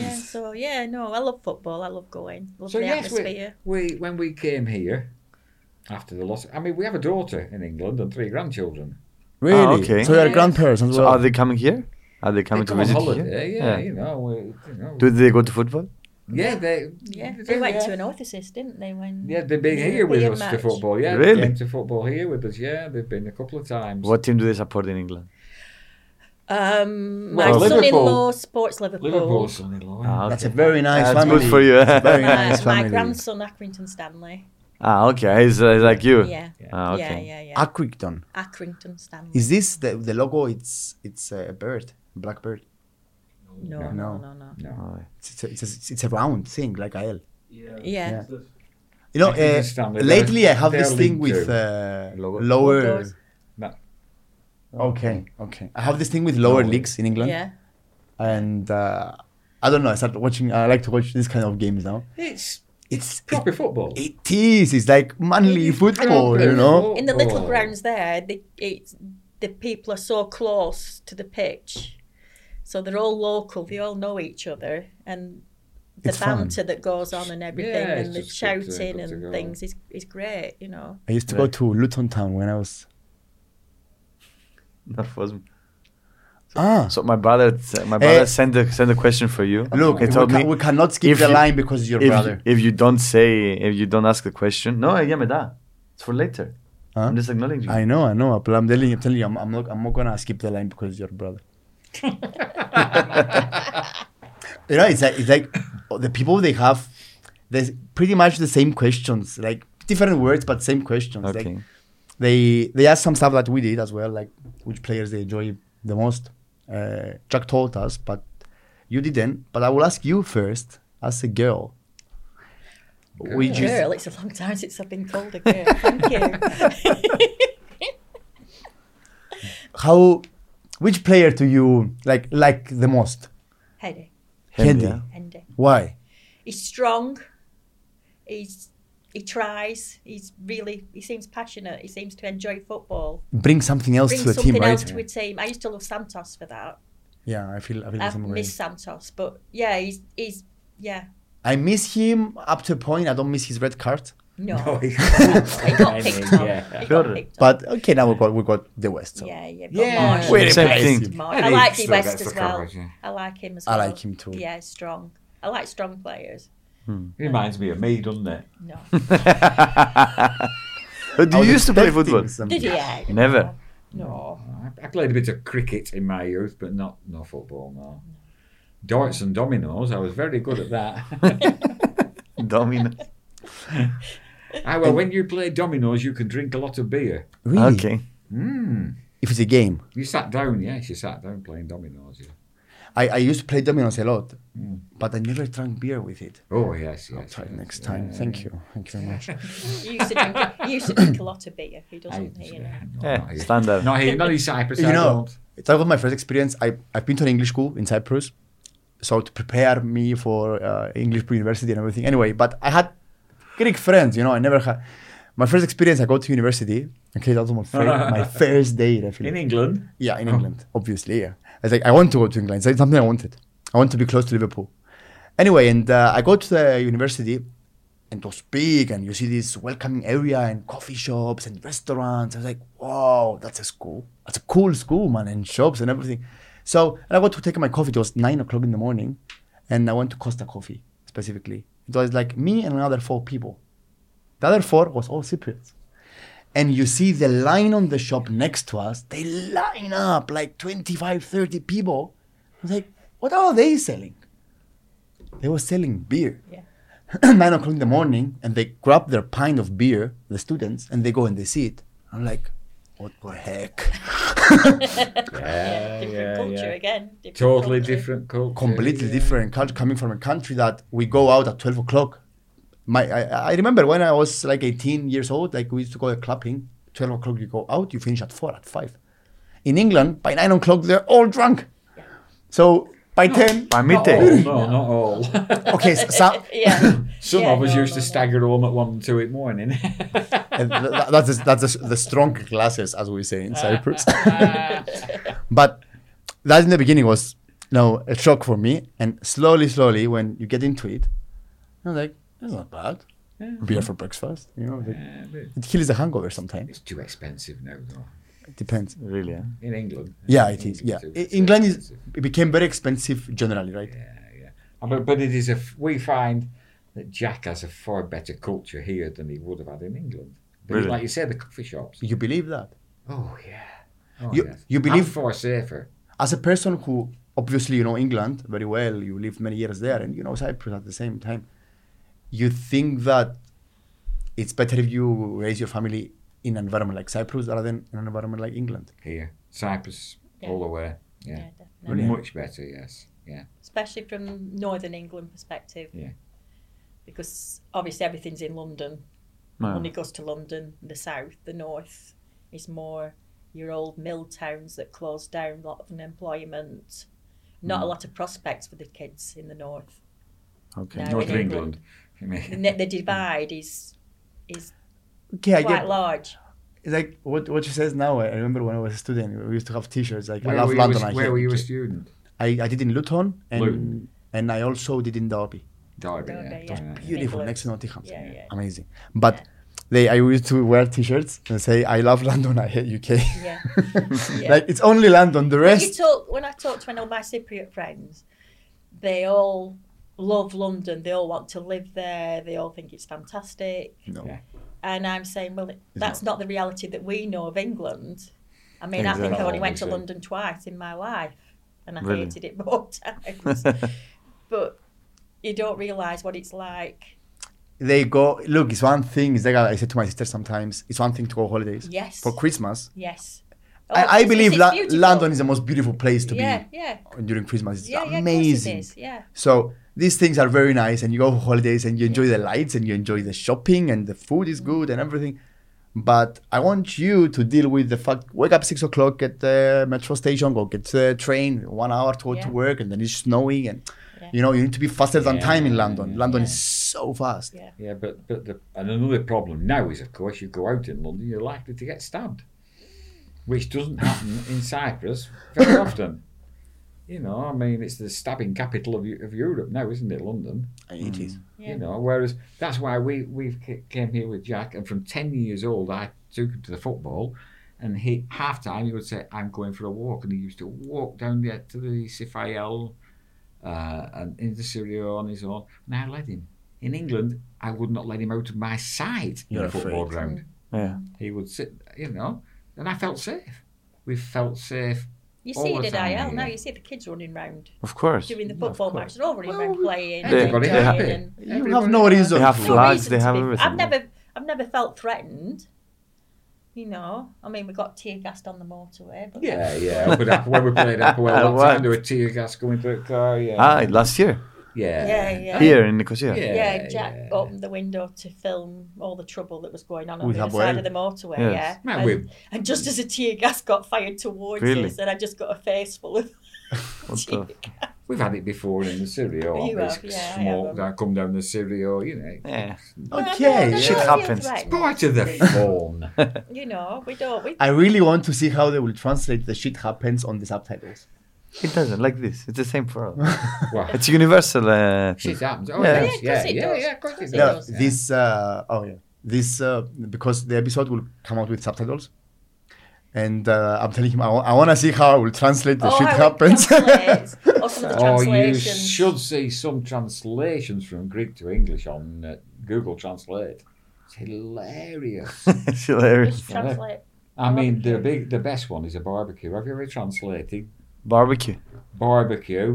yeah. So yeah, no, I love football. I love going. Love
So
the
yes, we,
atmosphere.
we when we came here after the loss, I mean we have a daughter in England and three grandchildren.
Really?
okay.
So you are
Ah, Yeah.
grandparents as
So are
well.
they coming here? Are they coming
they
to
come on
visit
holiday,
here?
yeah, you know, we, you know
Do they go to football?
yeah, they
Yeah,
do,
they went
yeah.
to an orthosist, didn't they? When
yeah, they've been
the
here with
European
us to
match?
football. Yeah,
Really?
they came to football here with us. Yeah, they've been a couple of times.
What team do they support in England?
Um, my
Well,
son-in-law
Liverpool-
sports Liverpool.
Liverpool son-in-law.
Ah,
That's a
okay.
very nice
That's
family.
good for you.
Very
My,
nice
my
family.
grandson Accrington Stanley.
ah, okay. He's uh, like you.
Yeah.
Ah,
Yeah,
okay.
yeah, yeah.
Accrington.
Accrington Stanley.
Is this the, the logo? It's it's a bird, black bird.
no,
No.
no, no, no,
No.
Alright.
It's a, it's, a, it's a round thing like a L.
Yeah.
You know,
I can
uh,
understand it.
lately I have
They're
this thing
linked
with
to
uh,
Logo.
lower.
Logos.
No.
Okay, okay. I have this thing with lower
Lower.
leagues in
yeah,
England, and uh, I don't know. I started watching. I like to watch this kind of games now.
It's
It's
proper football.
It, it is. It's like manly
It's
football,
proper
you know.
In the little
football.
grounds there, the it's, the people are so close to the pitch, so they're all local. They all know each other, and the
It's fun.
banter that goes on and everything,
Yeah, it's
and the
just good to-
shouting
good to
and
go.
things is is great. You know.
I used to go to Luton Town when I was
That was-
ah.
So my brother, uh, my brother sent a sent a question for you.
Eh. Look,
he
we,
told
ca-
me
we cannot skip
if
the
you-
line because you're
if
brother.
if you don't say if you don't ask the question, no, yeah, me da. It's for later.
Huh?
I'm just acknowledging.
I know, I know. But I'm telling you, I'm telling you, I'm, I'm not, I'm not gonna skip the line because you're brother. you know, it's like it's like the people they have, there's pretty much the same questions, like different words but same questions.
Okay.
Like they they asked some stuff that we did as well, like which players they enjoy the most. Uh, Jack told us, but you didn't. But I will ask you first, as a girl. Which is
Girl, it's a long time since I've been called a girl. Thank you.
how which player do you like like the most
Hendy,
Hendy.
yeah.
Hendy.
why
uh, He's strong. He's he tries. He's really. He seems passionate. He seems to enjoy football.
bring something else
Bring
to the
something
team right
else to a team. I used to love Santos for that.
yeah i feel i feel the
I've
same way
missed Santos, but yeah, he's he's yeah.
i miss him up to a point i don't miss his red card
No,
No,
he
he-
got picked up. He
Sure.
got picked up.
but okay now we got we got the west so
Yeah, yeah,
Yeah.
yeah.
Wait,
Marsh.
Same
Marsh.
thing.
Marsh.
And
I
he
like the
still
West
gets the
as well.
coverage, yeah.
I like him as
I
well.
like him too.
Yeah, he's strong. I like strong players.
It reminds me of me, doesn't it?
No,
But
I
do
was
you used to play football?
expecting some-
did he? Yeah.
Never.
No.
I, I played a bit of cricket in my youth, but not no football. No, darts and dominoes. I was very good at that.
Domino.
ah, well, when you play dominoes, you can drink a lot of beer.
really
Okay.
Mm.
if it's a game
You sat down, yes, you sat down playing dominoes. Yeah.
I, I used to play dominoes a lot,
Mm.
but I never drank beer with it.
Oh yes, yes.
I'll try
yes.
next time. Thank you. Thank you very much.
He used to drink, he used to drink a lot of beer. He
I-
doesn't, he, you know.
no,
Yeah,
not here.
standard.
Not here, not in Cyprus.
you
I
know,
don't.
that was my first experience. I, I've been to an English school in Cyprus, so to prepare me for uh, English pre-university and everything. Anyway, but I had Greek friends, you know, I never had... My first experience, I go to university. Okay, that was my, fir- my first day, definitely.
In England,
Yeah, in England, obviously. Yeah, I was like, I want to go to England. It's like something I wanted. I want to be close to Liverpool. Anyway, and uh, I go to the university, and it was big, and you see this welcoming area and coffee shops and restaurants. I was like, wow, that's a school. That's a cool school, man, and shops and everything. So and I went to take my coffee. It was nine o'clock in the morning, and I went to Costa Coffee specifically. It was like me and another four people. The other four was all Cypriots. And you see the line on the shop next to us, they line up like 25, 30 people. I was like, what are they selling? They were selling beer.
Yeah.
Nine o'clock in the morning, and they grab their pint of beer, the students, and they go and they see it. I'm like, what the heck?
Yeah, different
yeah,
culture
yeah.
again. Different
Totally
culture.
different culture.
completely different culture coming from a country that we go out at 12 o'clock my I, I remember when i was like 18 years old like we used to go clubbing 12 o'clock you go out you finish at 4 at 5 in england by 9 o'clock they're all drunk so by 10
By
Not all,
midday.
no, not all.
okay so, so-
yeah.
Some
Yeah,
of us
no,
used
no,
to
no.
stagger home at one and two in the morning.
and th- th- that's the- that's the, the strong classes as we say in
Uh,
cyprus but that in the beginning was you know, a shock for me and slowly slowly when you get into it i'm like that's not bad beer for breakfast you know like,
Yeah, but
It kills the hangover sometimes.
it's too expensive now, though.
It depends.
Really, yeah.
In England.
Yeah, it is.
England's
Yeah,
too-
E-
it's
England is.
expensive.
It became very expensive generally, right?
Yeah, yeah. Uh, But, but it is a. f- We find that Jack has a far better culture here than he would have had in England. But it's
Really?
like you say, the coffee shops.
You believe that
Oh yeah. Oh,
You-
yes.
you believe-
I'm far safer.
as a person who obviously you know England very well. You lived many years there, and you know Cyprus at the same time. You think that it's better if you raise your family in an environment like Cyprus rather than an environment like England.
here, Cyprus,
Yeah.
all the way.
Yeah,
Yeah,
definitely.
Brilliant.
much better. Yes, yeah.
Especially from Northern England perspective.
Yeah.
Because obviously everything's in London. Only
Man.
goes to London, the south, the north is more your old mill towns that closed down, a lot of unemployment. Not a lot of prospects for the kids in the north.
Okay.
Yeah,
North
in
of England. I mean,
The, ne- the divide is is
Okay, I
quite
get
large.
it's like what what you says now. I remember when I was a student, we used to have T-shirts like
where
"I love
were you
London."
a-
I
where
hate
were you a
Egypt."
student?
I, I did in Luton and
Luton.
and I also did in Derby.
Derby.
Derby,
yeah,
yeah.
yeah.
beautiful
England.
next to Nottingham.
Yeah, yeah.
Amazing. But they I used to wear t-shirts and say I love London, I hate UK.
Yeah.
like it's only London, the
When you
rest
talk when I talk to my, my Cypriot friends, they all love London. They all want to live there. They all think it's fantastic.
no.
Yeah.
And I'm saying, well, that's not the reality that we know of England. I mean, I think I
Exactly.
only went to
Obviously.
London twice in my life, and I
Really?
hated it both times. but you don't realise what it's like.
They go look, it's one thing, it's like I said to my sister sometimes, it's one thing to go holidays.
Yes. Oh,
For Christmas.
Yes.
I, I believe La- London is the most beautiful place to
yeah,
be
yeah,
during Christmas. It's
yeah, yeah. of course
amazing.
It is. Yeah,
So these things are very nice, and you go for holidays and you enjoy the lights and you enjoy the shopping and the food is good and everything. But I want you to deal with the fact: wake up six o'clock, get the metro station, go get the train, one hour to go
Yeah.
to work, and then it's snowing, and
Yeah.
you know you need to be faster than
Yeah,
time in
yeah,
London.
yeah.
London
Yeah.
is so fast.
yeah.
Yeah, but but the, and another problem now is, of course, you go out in London, you're likely to get stabbed, which doesn't happen in Cyprus very often. You know, I mean, it's the stabbing capital of Eu- of Europe now, isn't it, London?
It is.
Yeah.
You know, whereas that's why we we came here with Jack, and from ten years old, I took him to the football, and he half time he would say, "I'm going for a walk," and he used to walk down there to the Sifael, uh, and into Syria on his own, and I led him. In England, I would not let him out of my sight in
You're
the football
afraid.
ground.
Yeah.
He would sit, you know, and I felt safe. We felt safe.
You
All
see it
the
at
time,
IL now.
yeah.
You see the kids running round
Of course.
doing the
Yeah, of
football
course.
match. They're all running
Well,
round playing. and
Everybody
enjoying
happy.
and-
You have no
Everybody-
reason.
They have
to-
No
flags,
reason
they
to
have
be-
everything,
I've
yeah.
never, I've never felt threatened You know, I mean, we got tear gassed on the motorway. But
Yeah, yeah. Up at Applewell, when we played Applewell, that
What?
time there were tear gas going through the car. Yeah.
Ah, last year
yeah.
yeah, yeah.
here in Nicosia.
Yeah.
Yeah, Jack
yeah.
opened the window to film all the trouble that was going on on
With
the other
Abuel.
side of the motorway.
Yes.
Yeah,
Man,
and,
we've-
and just as a tear gas got fired towards
Really?
us, and I just got a face full of
What
tear
the-
gas.
We've had it before in the Cereal.
You
It's
have, yeah, I
smoke
have.
that come down the Cereal, you know.
Yeah.
No, no, no,
Okay.
no,
Shit
you're
happens.
right.
Part of the fun.
You know, we don't. We,
I really want to see how they will translate the shit happens on the subtitles.
It doesn't like this. It's the same for all.
well,
it's universal. Uh,
shit happens. Oh,
Yeah.
yes,
Yeah,
yeah,
of course it
yeah,
does.
yeah, of course it
Of course it
No,
does.
does.
yeah.
this uh, oh yeah this uh, because the episode will come out with subtitles and uh, i'm telling him i, want to see how i will translate the
oh,
shit
how it
happens
translates, or some of the
Oh, you
translations.
should see some translations from Greek to English on uh, Google Translate. It's hilarious.
it's hilarious.
Which translate?
I mean, the big, the best one is a barbecue. Have you ever translated
Barbecue.
barbecue?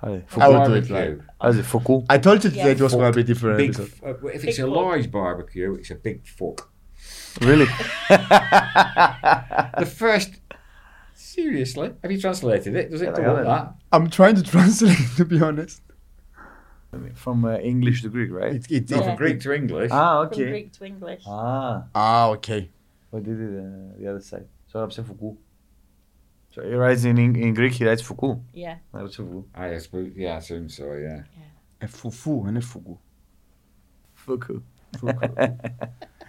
How is it?
I
Fuku?
would do it
Barbecue.
How is it? Fuku?
i told you that it
Yeah.
was going to be different
Big,
episode.
f- uh, if it's
Big
a
fuck.
large barbecue, it's a big fuck.
Really?
The first, seriously, have you translated it? Does it
Yeah,
come
I
up
have.
that?
i'm trying to translate to be honest
From uh, English to Greek, right?
it, it,
No,
Yeah.
from Greek to English.
Ah,
From
okay.
Greek to English.
Ah,
ah okay
what did it, uh, the other side? So I'm saying Fuku. So he writes in, in Greek, he writes Fuku.
Yeah.
I was Fuku.
I suppose, yeah, I assume so, yeah.
a fufu and a fugu
Fuku.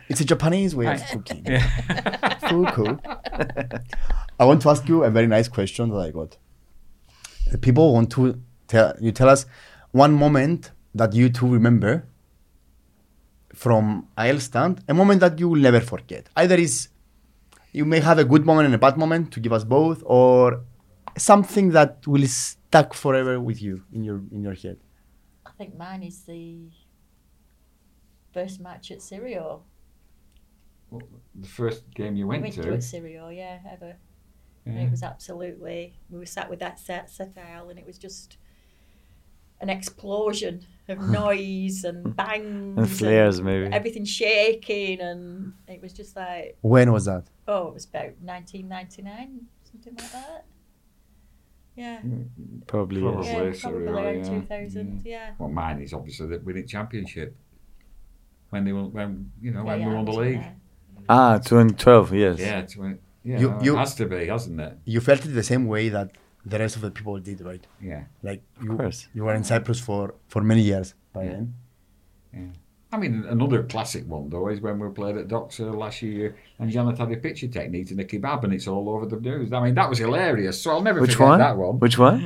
it's a japanese way of
Right.
cooking fuku i want to ask you a very nice question that i got the people want to tell you tell us one moment that you two remember from aisle stand, a moment that you will never forget. Either is you may have a good moment and a bad moment to give us both, or something that will stuck forever with you in your in your head.
I think mine is the first match at Sirio.
The first game you
We
went,
went to
to.
at Sirio, yeah, ever. And
yeah.
it was absolutely, we were sat with that set, set aisle and it was just an explosion of noise and bangs.
And flares, maybe.
Everything shaking and it was just like,
When was that?
oh, it was about 1999, something like that. Yeah.
Probably,
Probably.
yes.
Yeah,
Lovely, Sirio,
probably around
yeah.
2000, yeah.
Well, mine is obviously that winning championship when they were when you know
Yeah,
when
yeah,
we
I
won the
wasn't
league.
there.
Ah, 2012, yes.
Yeah, it's when, yeah,
You- you-
it has to be, hasn't it?
You felt it the same way that the rest of the people did, right?
Yeah.
Like
Of
you,
course.
you were in Cyprus for for many years by
Yeah.
then.
I mean, another classic one though is when we played at Doxa last year, and Janet had a picture technique and a kebab, and it's all over the news. I mean, that was hilarious. So I'll never
Which
forget
one?
that one.
Which one?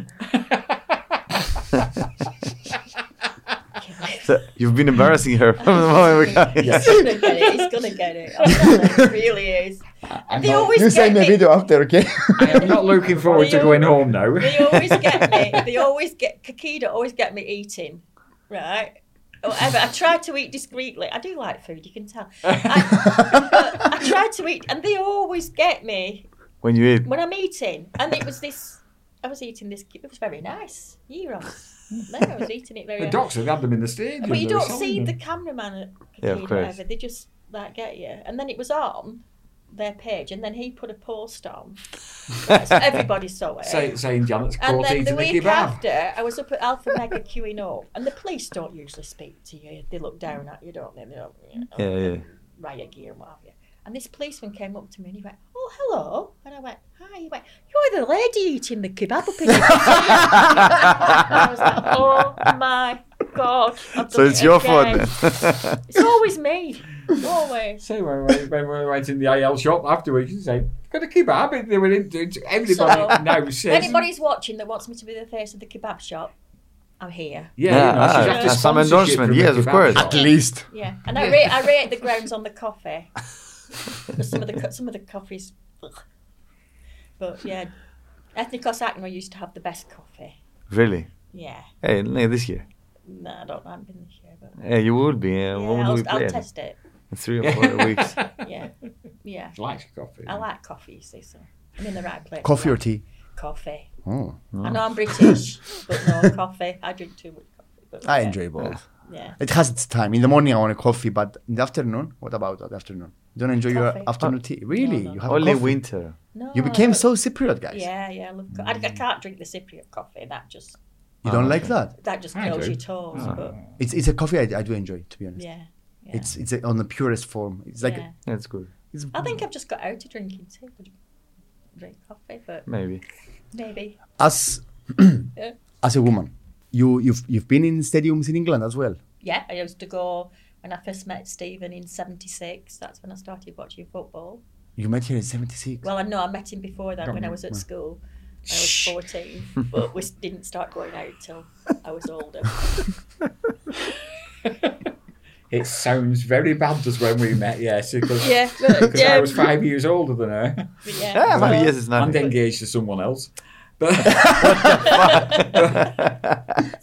so you've been embarrassing her from the moment we got here.
He's gonna get it. He's gonna get it. I'm telling you, He really is.
I'm
They
not-
always
you
get
send me a
me.
video after, okay?
I am not looking forward to
They
going
al-
home now.
They always get me. They always get Kakida. Always get me eating, right? Whatever. I try to eat discreetly. I do like food. You can tell. I, but I try to eat, and they always get me
When you ate.
when I'm eating. And it was this. I was eating this. It was very nice. Euros. There, I was eating it very.
The
nice.
doctor they had them in the stadium.
But you
they were
don't
selling
see
them.
the cameraman at
Yeah, of
Kikini,
course.
whatever. They just like get you. And then it was on their page, and then he put a post on. so everybody saw it.
Say, saying Janet's
and
caught
then
eating
the
a
week
kebab.
after, I was up at Alpha Mega queuing up, and the police don't usually speak to you. They look down at you, don't they? They don't, you know,
Yeah, yeah.
riot gear and what have you. And this policeman came up to me and he went, "Oh, hello," and I went, "Hi." He went, "You're the lady eating the kebab up in your-" I was like, "Oh my god!" I've
So
done
it's
it
your fault
again."
then.
It's always me. Always.
So when we, when we went in the AL shop afterwards, you said, got a kebab. And They were into everybody
So,
now says,
Anybody's watching that wants me to be the face of the kebab shop, I'm here.
yeah,
Yeah, uh,
you know, she's
ah,
after
some
sponsorship
endorsement,
from the
yes, of
kebab
course.
shop.
At least.
Yeah, and I rate I rate the grounds on the coffee. 'Cause some of the co- some of the coffees, ugh. but yeah, Ethnicos Acne used to have the best coffee.
really?
Yeah,
Hey, no, this year.
no, I don't. I haven't been this year, but
Hey, you would be. Uh,
yeah,
when would
I'll,
we play?
I'll
it?
test it.
In three or four weeks.
Yeah, yeah.
She likes coffee.
I like coffee, you see, so I'm in the right place.
Coffee or tea?
coffee?
Oh,
I know I'm British, but no coffee. I drink too much coffee. But
I
yeah.
enjoy both.
Yeah.
It has its time. In the morning, I want a coffee, but in the afternoon, what about the afternoon? You don't enjoy
Coffee.
your afternoon tea. Really?
no.
You have a
Only
coffee.
winter.
No.
You became so Cypriot, guys.
Yeah, yeah. I, love co- I, I
Mm.
can't drink the Cypriot coffee. That just
You don't
Ah,
like
okay.
that.
that just
I
kills
do. Ah.
your toes. But
It's it's a coffee I, I do enjoy, to be honest.
yeah. yeah.
It's it's on the purest form. It's like
yeah.
That's good.
it's,
I think I've just got out of drinking tea. Would you drink coffee? But
Maybe.
maybe.
as
Yeah.
as a woman, you you've you've been in stadiums in England as well.
Yeah, I used to go when I first met Stephen in '76. That's when I started watching football.
You met here in '76.
Well, I know I met him before that when I was at school. I was 14, but we s- didn't start going out till I was older.
It sounds very bad as when we met, yes, because
Yeah, but-
because
yeah.
I was five years older than her
But yeah,
Ah,
Yeah,
so-
five years is
and
nothing.
engaged to someone else. But,
It's a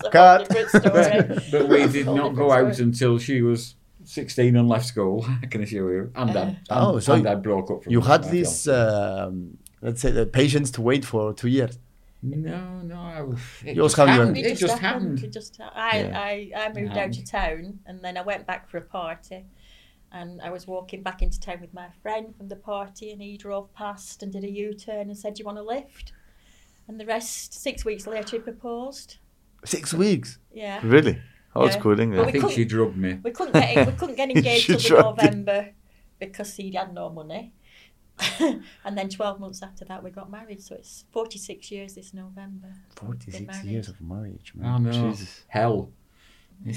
whole
Cut.
different story.
but, but we did
Whole
not
different
go out
story.
until she was 16 and left school, I can assure you. And
Uh.
Dad,
Oh, so
and Dad broke up from
you had
my
this,
fiancée.
um, let's say, the patience to wait for two years.
No, no. I- It
You
just
also have your-
happened.
It
It just happened.
It just ha- I,
Yeah.
I, I moved out
happened.
of town and then I went back for a party. And I was walking back into town with my friend from the party, and he drove past and did a U turn and said, Do you want a lift? And the rest, six weeks later, he proposed.
Six weeks.
Yeah.
Really? Old
Yeah.
school
I
we
England.
think
couldn't-
she drugged me.
We couldn't get we couldn't get engaged
You
till the
tried it.
November because he had no money. and then twelve months after that, we got married. So it's forty six years this November. we've been
Forty-six
married.
years of marriage, man.
Oh, no.
Jesus.
Hell.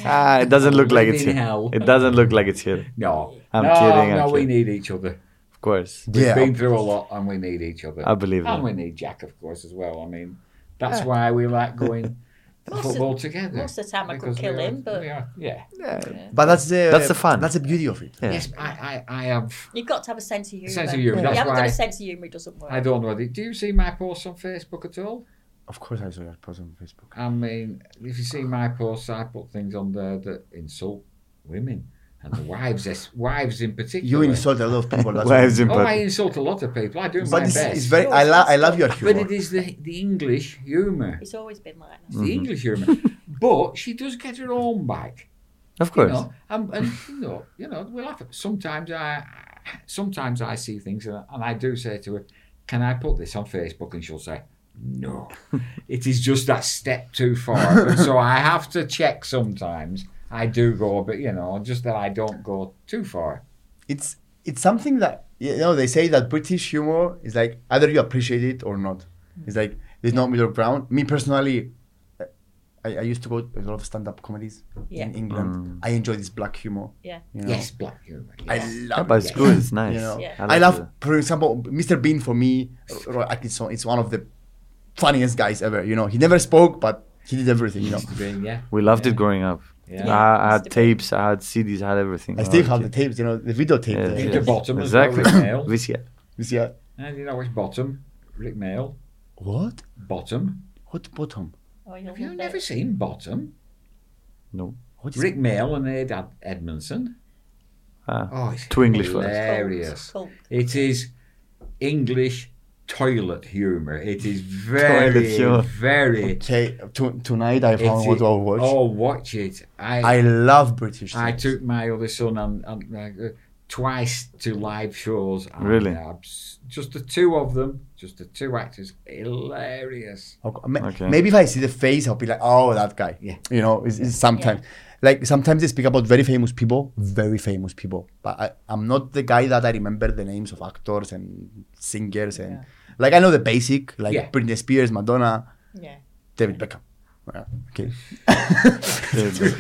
Ah, it doesn't look like it's
Living
here.
hell.
It doesn't look like it's here.
No.
I'm
no,
kidding, I'm
no, we
kidding.
need each other.
Of course.
We've
Yeah.
been through a lot and we need each other.
I believe that.
And we need Jack, of course, as well. I mean, that's why we like going
Uh. Most
football
of-
together.
most of the time I could
because we
kill
are-
him, but-
we are- yeah.
But that's the
That's the fun.
That's the beauty of it.
Yeah.
Yes, I, I, I have
You've got to have a sense of humour.
sense of humour.
If you
That's
haven't got
why
a sense of humour, it doesn't work.
I don't know. Do you see my posts on Facebook at all?
Of course, I saw that post on Facebook.
I mean, if you see my posts, I put things on there that insult women and the wives, es- wives in particular.
You insult a lot of people. That's
Wives in
Oh, I
Britain.
insult a lot of people. I do my
But it's,
best.
it's very. I love. I love your
But
humor.
it is the the English humour.
It's always been like that.
It's
Mm-hmm.
the English humour. but she does get her own back.
Of course.
You know, and, and you know, you know, we laugh. at- Sometimes I, sometimes I see things, and I, and I do say to her, "Can I put this on Facebook?" And she'll say, "No, it is just that step too far." and so I have to check sometimes. I do go, but you know, just that I don't go too far.
It's it's something that you know they say that British humor is like either you appreciate it or not. It's like there's no middle ground. Me personally, I, I used to go to a lot of stand up comedies
Yeah.
in England.
Mm.
I enjoy this black humor.
Yeah.
you know?
Yes, black humour.
I
yes.
Yeah,
love
but it's
it.
good. It's nice.
You know,
Yeah.
I, love,
it.
for example, Mr. Bean for me, Roy Atkinson is one of the funniest guys ever. You know, he never spoke, but he did everything. You know,
Mr. Bean, yeah.
We loved
Yeah.
it growing up.
Yeah.
I, I
Mr.
had
Bean.
tapes, I had CDs, I had everything.
I
when
still
was a
have the
kid.
tapes. You know, the video tape.
Yeah,
that-
Into
yeah.
bottom
Exactly.
as well, Rick Mail.
This year.
You see, uh,
And you know which bottom? Rick Mail.
what?
Bottom.
What bottom?
Oh, you'll
Have you
love
never
it.
seen Bottom?
No.
What is
Rick Mail and Ed Ad- Edmondson.
Ah,
Oh, it's
two English words.
hilarious.
Cult.
It is English toilet humour. It is
Toilet
very,
humour.
very.
Okay, to, tonight I
it
found
is-
what I watch.
Oh, watch it.
I
I
love British.
I,
things.
took my other son and, and uh, twice to live shows. And,
Really?
uh, s- just the two of them, just the two actors. Hilarious.
Okay, ma-
Okay.
Maybe if I see the face, I'll be like, oh, that guy.
Yeah.
You know, it's, it's sometimes. Like sometimes they speak about very famous people, very famous people. But I, I'm not the guy that I remember the names of actors and singers and like I know the basic, like
Yeah.
Britney Spears, Madonna,
Yeah.
David Beckham. Well, okay.
Yeah,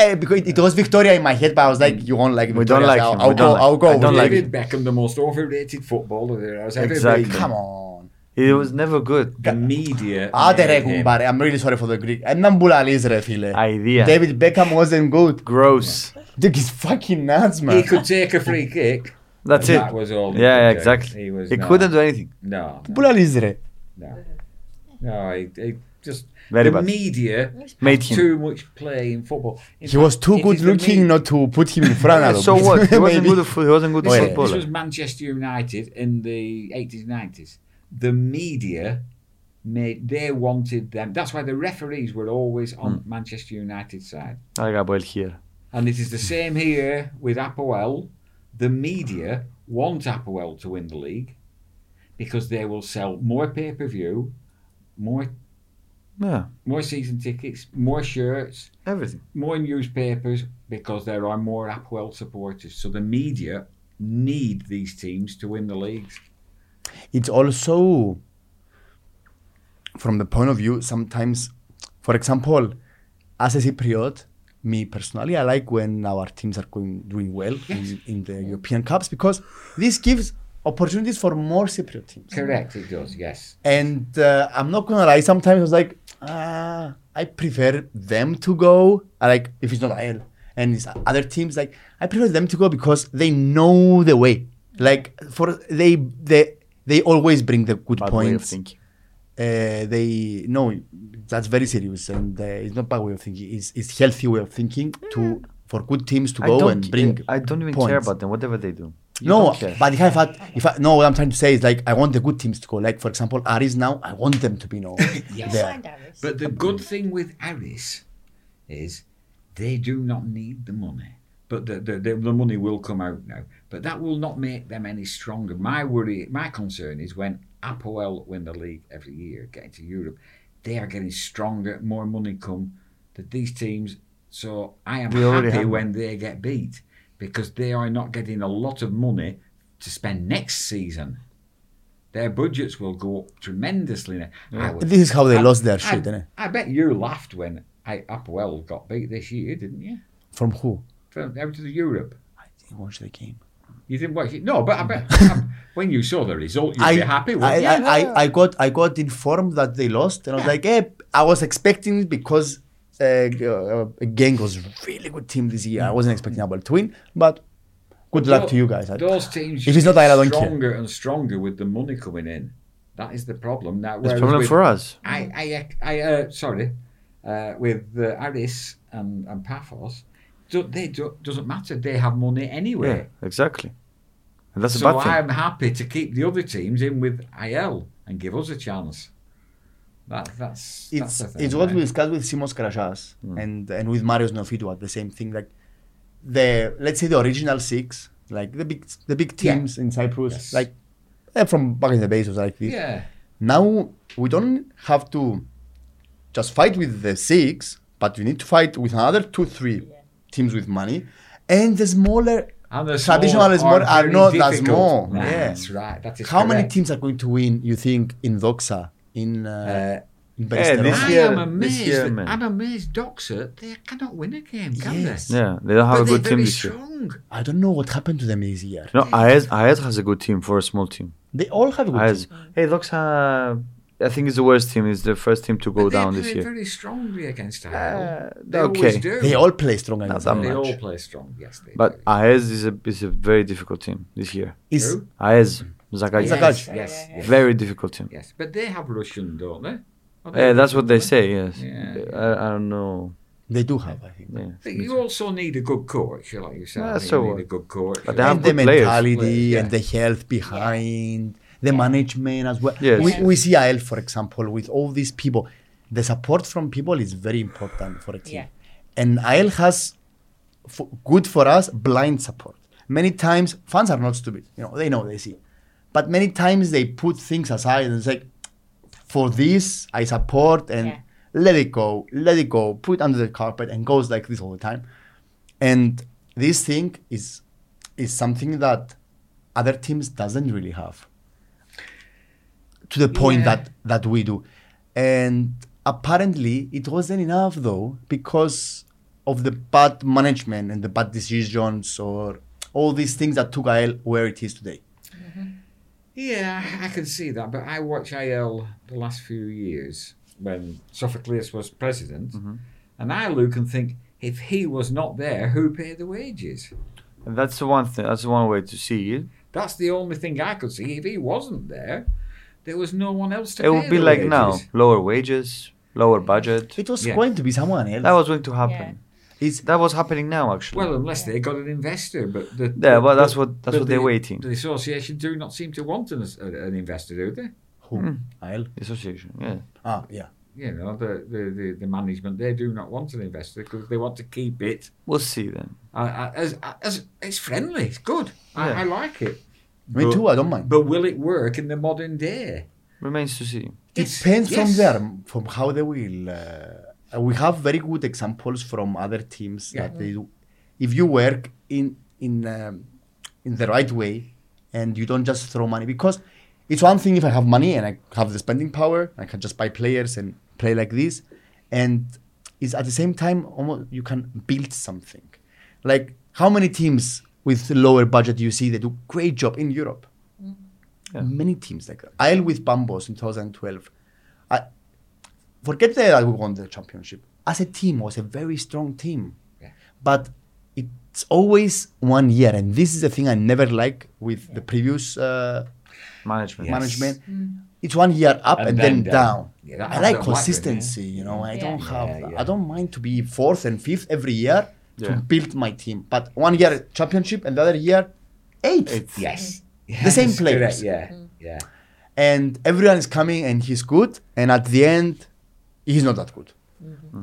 Eh, because it, it was Victoria in my head, but I was like, you won't like Victoria.
Mm. We don't like
so
him.
I'll,
We
I'll
don't
go.
like-
I'll go.
I
with
don't like
David.
David Beckham, the most overrated footballer there has ever
Exactly.
been.
Come on.
it was never good.
The media.
Άντε ρε
made him.
κουμπάρε, I'm really sorry for the Greek. Έναν μπουλαλείς ρε φίλε.
Idea.
David Beckham wasn't good.
Gross.
Dude, he's fucking nuts, man.
He could take a free kick.
That's
and
it.
That was all. he
yeah,
could
yeah,
do.
exactly.
He was.
He
no,
couldn't do anything.
No, no,
Μπουλαλείς ρε.
no. No, he, he just.
Very
the
bad.
media
Made
had
him.
too much play in football. In
He was
fact,
too
it
good
is the
looking
media-
not to put him in front of
So what? He wasn't
Maybe.
good. Food. He wasn't good
This is-
This was,
footballer.
Manchester United in the eighties, nineties. The media made they wanted them. That's why the referees were always on
Hmm.
Manchester United side.
I got well here.
And it is the same here with Apoel. The media want Apoel to win the league because they will sell more pay per view, more
Yeah,
more season tickets, more shirts,
everything.
more newspapers because there are more Apoel supporters. So the media need these teams to win the leagues.
it's also from the point of view sometimes for example as a cypriot me personally i like when our teams are going, doing well in, in the european cups because this gives opportunities for more cypriot teams
Correct, it does, yes.
and uh, i'm not gonna lie sometimes i was like ah, i prefer them to go I like if it's not IL and it's other teams like i prefer them to go because they know the way like for they they they always bring the good
Bad way of
points
thinking.
uh, they no that's very serious and uh, it's not bad way of thinking it's, it's healthy way of thinking to for good teams to
Mm. I
go
don't
and
ca-
bring
I don't even care
points.
about them. Whatever they do. You
no
don't care.
but if I had if I no what I'm trying to say is like I want the good teams to go like for example Aris now I want them to be no
Yes.
there
Find Harris.
But the good thing with Aris is they do not need the money. But the, the, the, the money will come out now. But that will not make them any stronger. My worry, my concern is when Apoel win the league every year, getting to Europe, they are getting stronger, more money come that these teams. So I am
We already
happy
have
when they get beat because they are not getting a lot of money to spend next season. Their budgets will go up tremendously. now. I would
this is how they
I-
lost their
I-
shit innit?
I bet you laughed when I Upwell got beat this year, didn't you?
from who
From out of Europe.
I didn't watch the game
You didn't watch it? No, but I bet I- when you saw the result, you'd
I,
be happy.
I,
wouldn't you?
I, I, I got I got informed that they lost and I was like eh I was expecting it because uh, uh, Genk was really good team this year I wasn't expecting Abel to win but good luck
Tho-
to you guys I-
Those teams
If it's not that, I don't care.
stronger and stronger with the money coming in. That is the problem. Now,
That's
whereas
a problem
with-
for us.
I, I, I uh, sorry, uh, with uh, Aris and, and Paphos, do, they do, doesn't matter. They have money anyway.
Yeah, exactly. And that's a
So
bad thing.
I'm happy to keep the other teams in with IL and give us a chance. That, that's
it's
that's the thing,
it's what
right? Hmm.
we discussed with Simos Karachas and and with Marios Neofitu the same thing like the let's say the original six like the big the big
Yeah.
teams in Cyprus
Yes.
like eh, from back in the days it was like this
yeah
now we don't have to just fight with the six but you need to fight with another two three teams with money and the smaller
and the
Traditional
small
is more- are
very
not as
difficult.
small.
Nah,
Yeah.
That's right. That is
how many
correct.
teams are going to win you think in Doxa in uh,
Uh,
in
eh,
Ballesteros?
this
I
year-
am
this
amazed.
year,
that-
man.
I'm amazed. Doxa, they cannot win a game, can
Yes.
they?
Yeah, they don't have
but
a good
they're
team
very
this year.
strong.
I don't know what happened to them this year
No, AES, AES has a good team for a small team.
they all have good
AES. Hey, Loxa, I think it's the worst team. It's the first team to go
But they
down
play
this year.
Very strongly against IL.
Uh,
they always
okay.
do.
They all play strong against
that
them.
They
much.
all play strong. Yes, they
But
do.
AES is a, is a very difficult team this year.
Is
Who?
AES, Zakaji.
Zagadou.
yes, yes, yes,
Very difficult team.
yes. But they have Russian, don't they? Are
Yeah, that's what they say, yes.
Yeah.
I, I don't know.
they do have, I think.
Yeah.
But you also need a good coach, like you said.
Yeah,
I mean,
so
you
what?
need a good coach.
But they have
and the
good players.
mentality
Players, yeah.
and the health behind the management as well.
Yes.
We, we see AL, for example, with all these people, the support from people is very important for a team.
Yeah.
And AL has f- good for us blind support. Many times fans are not stupid, you know, they know they see, but many times they put things aside and say, for this I support and
Yeah.
let it go, let it go, put under the carpet and goes like this all the time. And this thing is is something that other teams doesn't really have to the point
Yeah.
that that we do. And apparently it wasn't enough though because of the bad management and the bad decisions or all these things that took IL where it is today.
Yeah, I can see that. But I watch IL the last few years when Sophocles was president,
Mm-hmm.
and I look and think if he was not there, who paid the wages?
And that's the one thing. That's the one way to see it.
That's the only thing I could see. If he wasn't there, there was no one else to.
It
pay
would be
the
like
wages.
now lower wages, lower budget.
It was
Yeah.
going to be someone else.
That was going to happen.
It's-
That was happening now, actually.
Well, um, unless they got an investor, but the,
Yeah, well,
but-
that's what- that's
but
what they're
the-
waiting.
The association do not seem to want an, an investor, do they?
Who?
Hmm.
I'll.
Association, yeah.
Ah, yeah.
You know, the, the, the, the management, they do not want an investor because they want to keep it
We'll see then.
uh, uh, as, as it's friendly, it's good. I,
Yeah.
I like it.
Me
But-
too. I don't mind.
But will it work in the modern day?
Remains to see.
Yes,
Depends
yes.
from there, from how they will. Uh, we have very good examples from other teams
Yeah.
that they, do. if you work in in um, in the right way, and you don't just throw money because it's one thing if I have money and I have the spending power, I can just buy players and play like this, and it's at the same time almost you can build something. Like how many teams with lower budget you see they do great job in Europe.
Yeah.
Many teams like that. I'll with Bambos in 2012. I, forget that we won the championship. As a team, was a very strong team.
Yeah.
But it's always one year, and this is the thing I never like with the previous uh,
Management.
Yes.
management. It's one year up and,
And
then,
then
down.
down. Yeah, that-
I
I
like
don't like it,
consistency, you know. I
Yeah.
don't
Yeah,
have.
yeah.
I don't mind to be fourth and fifth every year to
Yeah.
build my team. But one year championship, and the other year eighth.
Eighth.
Yes.
The same
Yes,
players.
correct, Yeah, yeah.
and everyone is coming and he's good and at the end he's not that good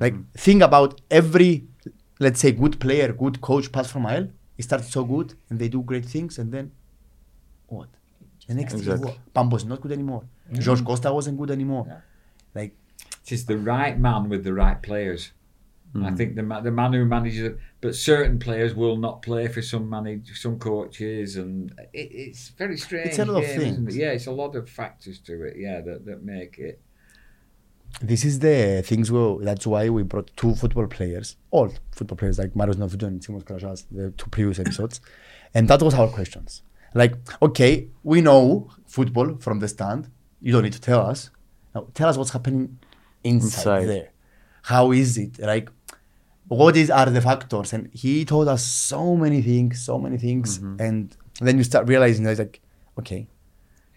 like think about every let's say good player good coach pass from Isle he started so good and they do great things and then what the next
Exactly.
year Pambo is not good anymore George Costa wasn't good anymore like
It is the right man with the right players. I
Mm.
think the ma- the man who manages it, but certain players will not play for some manage some coaches, and it, it's very strange.
a lot
game,
of
isn't it?
things.
Yeah, it's a lot of factors to it. Yeah, that, that make it.
this is the things we that's why we brought two football players all football players like Marius Novudon and Simon Krasas the two previous episodes and that was our questions like okay we know football from the stand you don't need to tell us now tell us what's happening inside,
Inside.
there how is it like what is are the factors and he told us so many things so many things
Mm-hmm.
and then you start realizing that it's like okay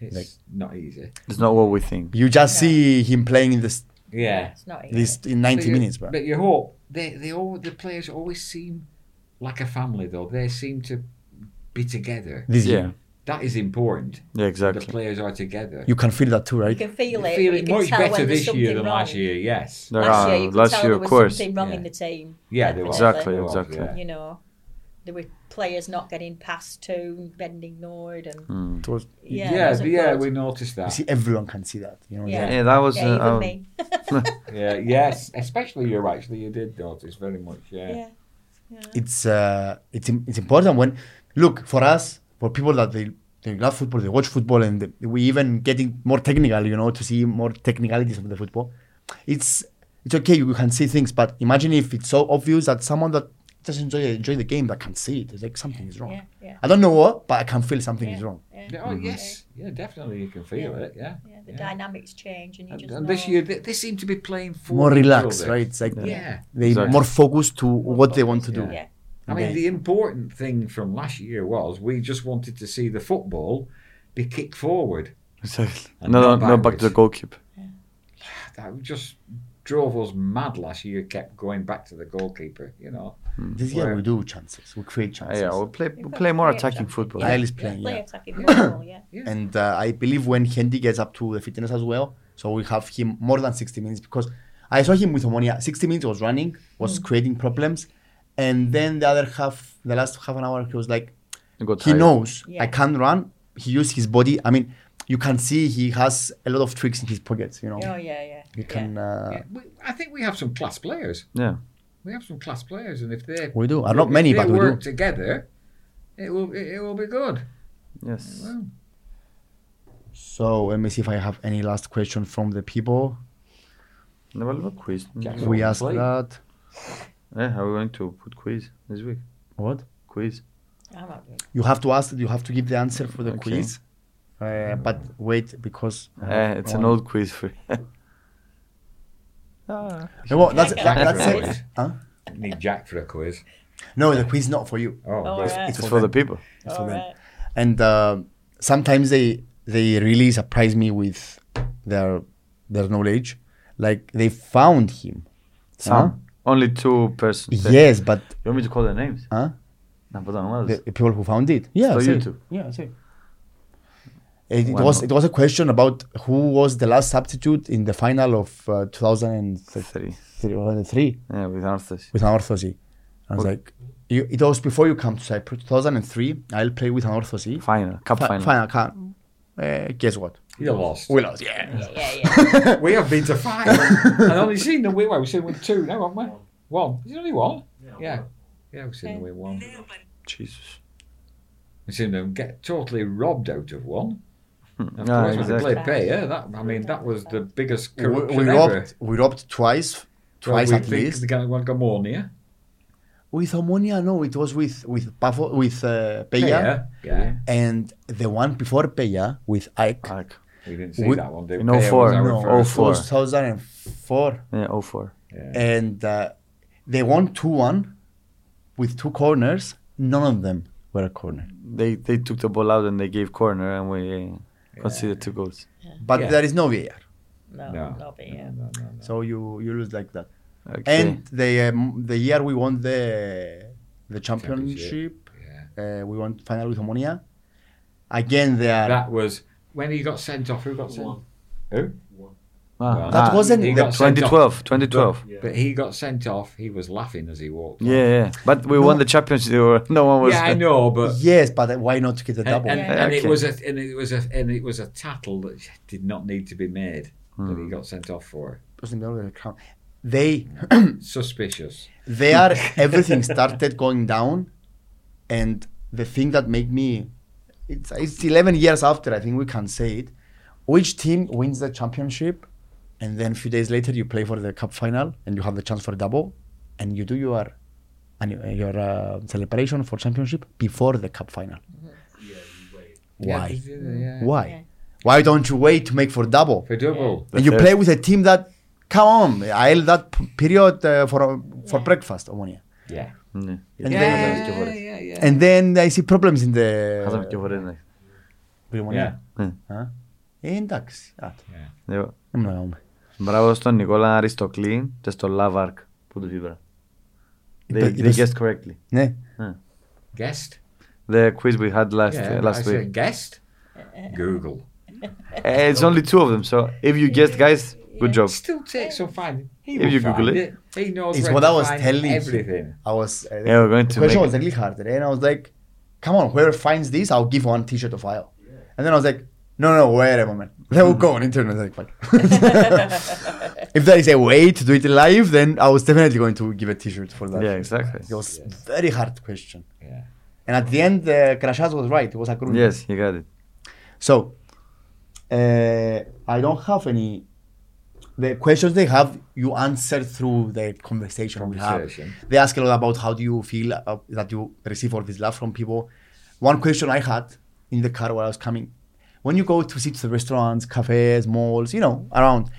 It's
Like-
not easy.
It's not what we think.
you just see him playing in this
Oh, Yeah,
It's not easy.
this in
But
90
you-
minutes but
But you hope they they all the players always seem like a family though. They seem to be together.
this year
Yeah.
That is important.
Yeah,
The
exactly.
players are together.
you can feel that too
You
right
can feel
You
it.
feel
you
it
can
much
tell
better
when there's
this
something
year than
wrong.
last year. Yes.
There
last
are-
year, you could
last
tell
year,
there
of
was
course.
something wrong
Yeah.
in the team.
Yeah, there was.
Exactly,
There was,
exactly.
yeah.
You know, there were players not getting past two, bending ignored, and
Mm.
it was
yeah,
yeah,
those are
yeah,
good.
we noticed
You
that.
see, everyone can see that. You know,
Yeah.
yeah.
Yeah, that was.
yeah, even
uh,
me.
Yeah, yes, especially you actually you did notice very much. Yeah,
Yeah.
it's uh, it's im- it's important when look for us for people that they they love football, they watch football, and they- we even getting more technical. You know, to see more technicalities of the football. It's it's okay. You can see things, but imagine if it's so obvious that someone that doesn't enjoy enjoy the game that can see it. It's like something is wrong.
Yeah, yeah.
I don't know what, but I can feel something is wrong.
Yeah,
Mm-hmm.
Oh yes, yeah, definitely you can feel it. Yeah,
Yeah, the dynamics change, and you
And,
just
and
know.
this year they, they seem to be playing for
More
each
relaxed,
other.
right? It's like
Yeah.
they
Exactly.
more focused to what they want to do.
Yeah,
I mean,
Okay.
the important thing from last year was we just wanted to see the football be kicked forward.
Exactly.
And
No, no,
not
no, back to the
backwards.
goalkeeper.
That just drove us mad last year. Kept going back to the goalkeeper. You know,
This year
Where-
we do chances, we create chances.
Ah, Yeah, we'll play,
You've
we'll
got
play more
players
attacking
that-
football.
Yeah.
Yeah.
Kyle is
yeah,
playing,
play
yeah.
attacking football, yeah.
Yeah.
And uh, I believe when Hendy gets up to the fitness as well, so we have him more than 60 minutes because I saw him with Omonia. 60 minutes was running,
Mm.
was creating problems. And then the other half, the last half an hour, he was like,
Got
he
tired.
knows
Yeah.
I can run. He used his body. I mean, you can see he has a lot of tricks in his pockets, you know.
Oh yeah, yeah.
You can. Uh,
Yeah, we, I think we have some class players.
Yeah.
We have some class players, and if they
We do. Are
if
not many,
they
but we do.
work together, it will it, it will be good.
Yes.
Well,
So let me see if I have any last question from the people.
Never leave a quiz. Yeah.
Yeah.
We
Don't
asked
play.
that.
Are we going to put quiz this week?
What?
Quiz.
yeah. I'm not good.
You have to ask. You have to give the answer for the
Okay.
quiz. Uh, but wait, because Oh. I
Eh,
have
it's an
Uh, one.
old quiz for. ah.
No, well, that's
Yeah,
that,
yeah.
that's
Yeah.
it. Huh?
Need Jack for a quiz.
No, the quiz not for you.
Oh,
All
good.
right.
It's
It's
for
for the
them.
people.
It's
All
for them.
right.
And uh, sometimes they they really surprise me with their their knowledge. Like they found him.
Some. Only two persons.
Huh? Yes, but
You want me to call their names?
huh?
No, but I don't know.
The, the people who found it. Yeah,
for
say
you
it.
two.
Yeah, say. it. It, it
Why
was
not?
it was a question about who was the last substitute in the final of uh, 2003
Three.
or three
Yeah, with Arthas.
with an orthosy. I was
What-
like, you, it was before you come to Cyprus, 2003. I'll play with an orthosy.
Final. Cup final.
final. can uh, guess what?
You lost.
We lost. Yeah.
Yeah, yeah.
We have been to five. and only seen the win. Well, we've seen with two now, haven't we? One. Is it only one? Yeah. Yeah, we've seen the win one.
Jesus.
We've seen them get totally robbed out of one. Of
Ah,
course, when they
exactly.
played Bayer, that, I mean, that was the biggest
We,
corruption
we
ever.
robbed. We robbed twice.
Well,
Twice
we
at
think
least.
The guy won Gamonia.
With ammonia, no, it was with with Pavo, with uh, Peya,
Yeah.
and the one before Peya with Ike.
Arc.
We didn't see
We-
Ah, that one, did
In
Peya was
04.
our
no,
first.
it
four.
was 2004,
Yeah, 04.
Yeah.
and uh, they won two one with two corners. None of them were a corner.
They they took the ball out and they gave corner and we uh, conceded two goals.
but
Yeah.
there is no VAR,
No,
No.
not being.
No, no, no.
so you you lose like that.
Okay.
And the um, the year we won the the championship,
Yeah.
uh, we won final with Ammonia. Again, they are
That was when he got sent off. Who got sent? Who?
Ah,
Well,
that
ah,
wasn't
he
the
got sent off.
2012. 2012.
But, but he got sent off. He was laughing as he walked.
Yeah, yeah. But we won the championship. Or no one was.
Yeah, I know, but
yes, but why not get the
and,
double?
and,
Yeah.
and it
Okay.
was a and it was a and it was a tattle that did not need to be made that he got sent off for.
Because in the other account, They
Suspicious.
they are everything started going down, and the thing that made me it's it's eleven years after I think we can say it. Which team wins the championship, and then a few days later you play for the cup final and you have the chance for double, and you do your anni- your uh, celebration for championship before the cup final. Why?
Yeah, yeah.
Why?
Yeah.
Why don't you wait to make for double?
For double.
and you
third-
play with a team that, come on, I had that p- period uh, for for breakfast, Omonia.
Yeah.
Mm.
And,
Yeah,
then,
yeah, yeah, yeah, yeah.
and then I see problems in the.
Χάσαμε και φορένε.
with Ομονία.
Yeah.
Ε, Eh, εντάξει. Α, το-
Ναι.
δεν μου νοιάζομαι.
Μπράβο στον Νικόλα Αριστοκλή και στον Λαβάρκ που του είπα. They,
Είπε-
they
είπες-
guessed correctly.
Ναι.
Guest.
The quiz we had last uh,
Yeah,
last
I said
week.
guest. Google.
Eh, it's only two of them, so if you guessed, guys, good job.
Still takes some finding. He
If
will
you Google
find
it.
He knows
It's
where
what
to
I was
find
telling you.
Everything.
I was. Uh,
Yeah, we're going to
the question
make-
was a little harder, eh, and I was like, "Come on, whoever finds this, I'll give one T-shirt of Isle." And then I was like, "No, no, wait a moment. They will go on internet." I was like, "Fuck." if there is a way to do it live, then I was definitely going to give a T-shirt for that.
Yeah, exactly.
It was very hard question,
Yeah.
and at the end, uh, Krashas was right. It was a group.
Yes, you got it.
So, uh, I don't have any. The questions they have, you answer through the conversation,
Conversation.
we have. They ask a lot about how do you feel uh, that you receive all this love from people. One question I had in the car while I was coming, when you go to sit to the restaurants, cafes, malls, you know, around,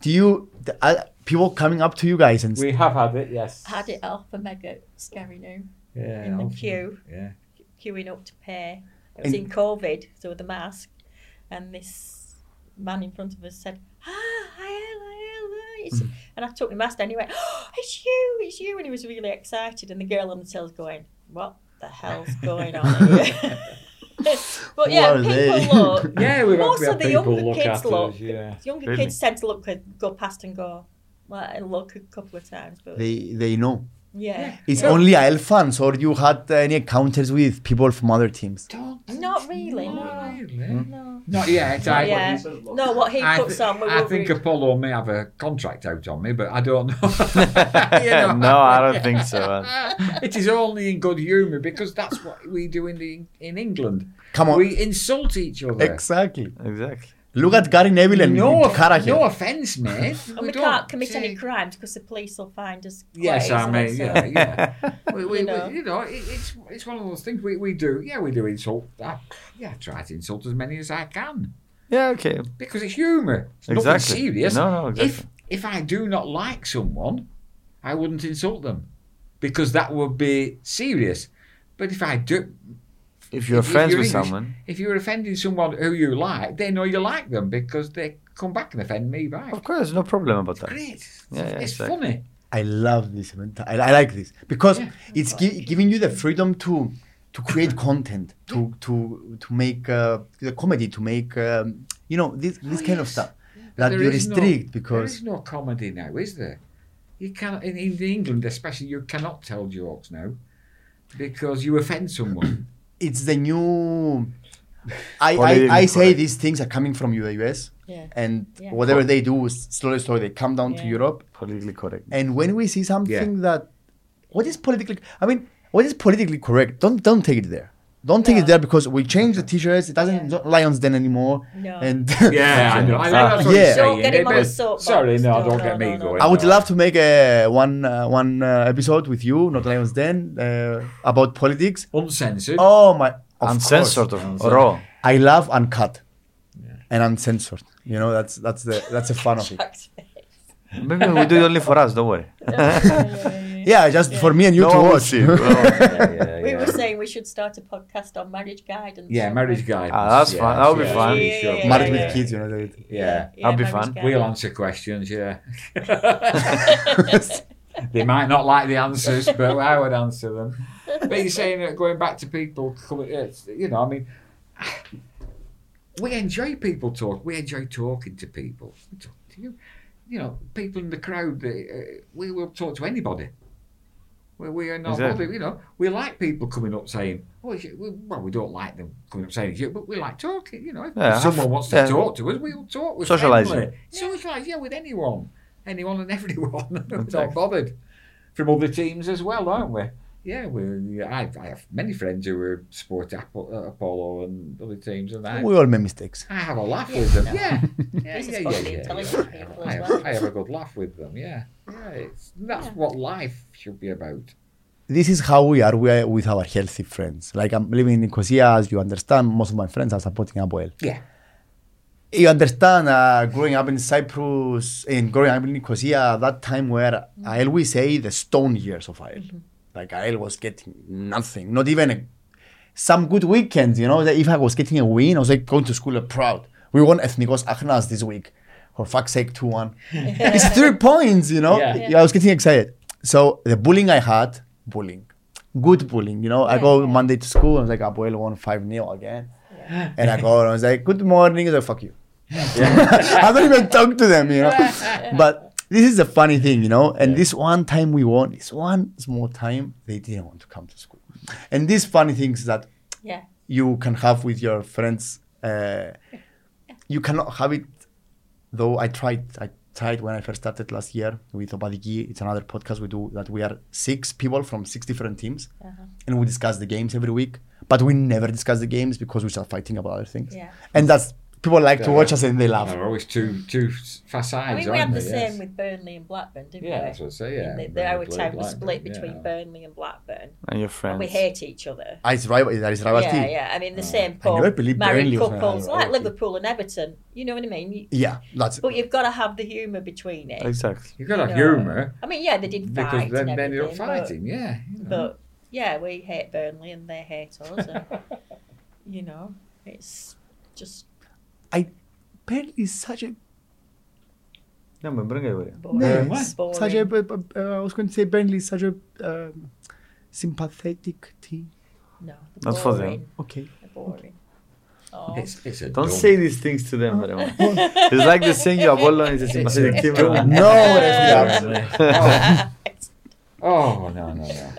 do you the, uh, people coming up to you guys and
We have had it, yes.
I had it at Alpha Mega Scary New
yeah,
in the
Alpha.
queue,
Yeah.
queuing up to pay. It was
And-
in COVID, so with the mask, and this man in front of us said, "Ah, hi, hello, hello." It's,
Mm.
and I took my mask down. He went, "Oh, it's you, it's you," and he was really excited. And the girl on the tell's going, "What the hell's going on?" here?" but
Who
yeah,
are
people
they?
look.
Yeah, we've had,
Most
we
of
had
the
people
younger
look
kids
after
look.
us. Yeah.
Younger
Really?
kids tend to look, go past and go, well, and look a couple of times, but
they they know?
yeah.
It's only IL fans, or you had uh, any encounters with people from other teams?
Don't
Not really,
Not
no.
really.
No.
Not yet. I,
yeah. No, what he
I,
puts
thi-
on, we
I
will
think
read.
Apollo may have a contract out on me, but I don't know.
no, I don't think so.
It is only in good humour because that's what we do in the in England.
Come on.
we insult each other.
Exactly.
Exactly.
Look at Gary Neville and
no,
no, Kara
off-
here.
no offence, mate.
And Oh, we
don't
can't commit
say-
any crimes because the police will find us. quite
Yes, I
easily,
mean,
so-
yeah, yeah. We, we,
You
you
know.
know, you know it, it's it's one of those things we, we do. Yeah, we do insult. I, yeah, I try to insult as many as I can
Yeah, okay.
because it's humour. It's nothing
Exactly.
serious.
No, no,
If
exactly.
if I do not like someone, I wouldn't insult them because that would be serious. But if I do,
If you're
if- if
friends with
English-
someone,
if you're offending someone who you like, they know you like them because they come back and offend me back.
of course, no problem about that.
Great.
Yeah, yeah,
it's
exactly.
funny.
I love this. event. I, I like this because
Yeah.
it's gi- giving you the freedom to to create content, to to to make uh, the comedy, to make um, you know this this kind of
Oh, yes.
stuff that
There
you
is no-
restrict
there
because
is no comedy now, is there? You cannot in, in England, especially, you cannot tell jokes now because you offend someone.
it's the new. I,
Politically
I, I say
correct.
these things are coming from the US,
Yeah.
and
Yeah.
whatever they do, s- slowly, slowly, they come down to
Yeah.
Europe.
Politically correct.
And when we see something that, what is politically? I mean, what is politically correct? Don't don't take it there. Don't take it
No.
there because we change the T-shirts. It doesn't
Yeah.
not Lions Den anymore.
No.
And
yeah, I know. I know that's what
Yeah.
you're
Don't
saying.
get him on
but-
a soapbox.
Sorry, no,
No,
don't
no,
get me
no, no.
going.
I would
no.
love to make a one uh, one uh, episode with you, not Lions Den, uh, about politics.
uncensored.
Oh my! Of
Uncensored,
course.
of raw.
I love uncut and uncensored. You know that's that's the that's the fun of it.
Facts.
Maybe we do it only for us. Don't worry.
Yeah, just for me and you
No
to
one will
watch.
see. Well,
Yeah, yeah,
We
yeah.
were saying we should start a podcast on marriage guidance.
Yeah, marriage guidance.
Ah, that's fun. That'll be
yeah,
fun.
yeah, yeah, yeah,
Married
yeah.
with kids, you know. that-
Yeah.
That'd be
marriage
fun.
We'll
guidance.
answer questions, yeah. they might not like the answers, but I would answer them. But you're saying that going back to people, coming, it's- you know, I mean, we enjoy people talk. We enjoy talking to people. We talk to you. You know, people in the crowd, they, uh, we will talk to anybody. We, we are not,
Exactly.
you know, we like people coming up saying, oh, is it- well, we don't like them coming up saying, is it, but we like talking, you know. If
Yeah,
someone
have-
wants to
yeah.
talk to us, we'll talk. We're
Socialising.
friendly. Socialise, yeah, with anyone. Anyone and everyone. We're
Exactly.
not bothered. From other teams as well, aren't we? Yeah, we. I, I have many friends who were sport Apollo, uh, Apollo and other teams, and I,
We all make mistakes.
I have a laugh with them. Yeah, yeah, yeah,
These are
yeah, yeah,
supposed to be
yeah,
intelligent
I have-
people
I,
as
have,
well.
I have a good laugh with them. Yeah, yeah. It's, that's what life should be about.
This is how we are. We are with our healthy friends. Like I'm living in Nicosia, as you understand. Most of my friends are supporting Apoel.
Yeah,
You understand, uh, growing up in Cyprus and growing up in Nicosia, that time where I always say the stone years of Ael. Like Ael was getting nothing, not even a, some good weekends, you know. That if I was getting a win, I was like going to school proud. We won Ethnikos Akhnas this week. For fuck's sake, 2 1. it's three points, you know.
Yeah.
I was getting excited. So the bullying I had, bullying, good bullying, you know. I go Monday to school, I was like, Abuelo won 5 0 again. And I go and I was like, good morning. I was like, fuck you. I don't even talk to them, you know. But this is a funny thing, you know. And this one time we won, this one small time, they didn't want to come to school. And these funny things that
Yeah.
you can have with your friends, uh, you cannot have it. Though I tried, I tried when I first started last year with Opadiki. It's another podcast we do that we are six people from six different teams, and we discuss the games every week. But we never discuss the games because we start fighting about other things.
Yeah.
And that's people like to
Yeah.
watch us and they laugh.
there are always two two facades.
I mean, we
aren't
had the
there?
same
Yes.
with Burnley and Blackburn, didn't
Yeah,
we?
that's what I say. Yeah,
In the,
Burnley
our
played
time was split
Blackburn,
between
yeah.
Burnley and Blackburn.
and your friends.
We hate each other.
Ah, it's rival, there is rivalry.
Yeah, yeah. I mean, the
Mm.
same
I
pub,
never believed Burnley
married
was
couples,
rival-
like Liverpool and Everton. You know what I mean? You-
Yeah, that's
But you've got to have the humour between it.
Exactly.
You've got to have
No.
humour
I mean, yeah, they did fight
because then
uh, and
they ended up
everything, but-
fighting. Yeah, you know.
But yeah, we hate Burnley and they hate us. and, you know, it's just
I Burnley is such a
No, me bring it with you.
boring.
Yeah,
it's boring.
such a b- b- uh, I was going to say Burnley is such a um, sympathetic team.
no, they're
That's for them.
boring,
Okay.
they're boring. Oh.
it's, it's a
Don't
dumb-
say these things to them very much. it's like the saying you Apollo is a sympathetic team.
No,
Yeah.
Refugee.
Oh no no no!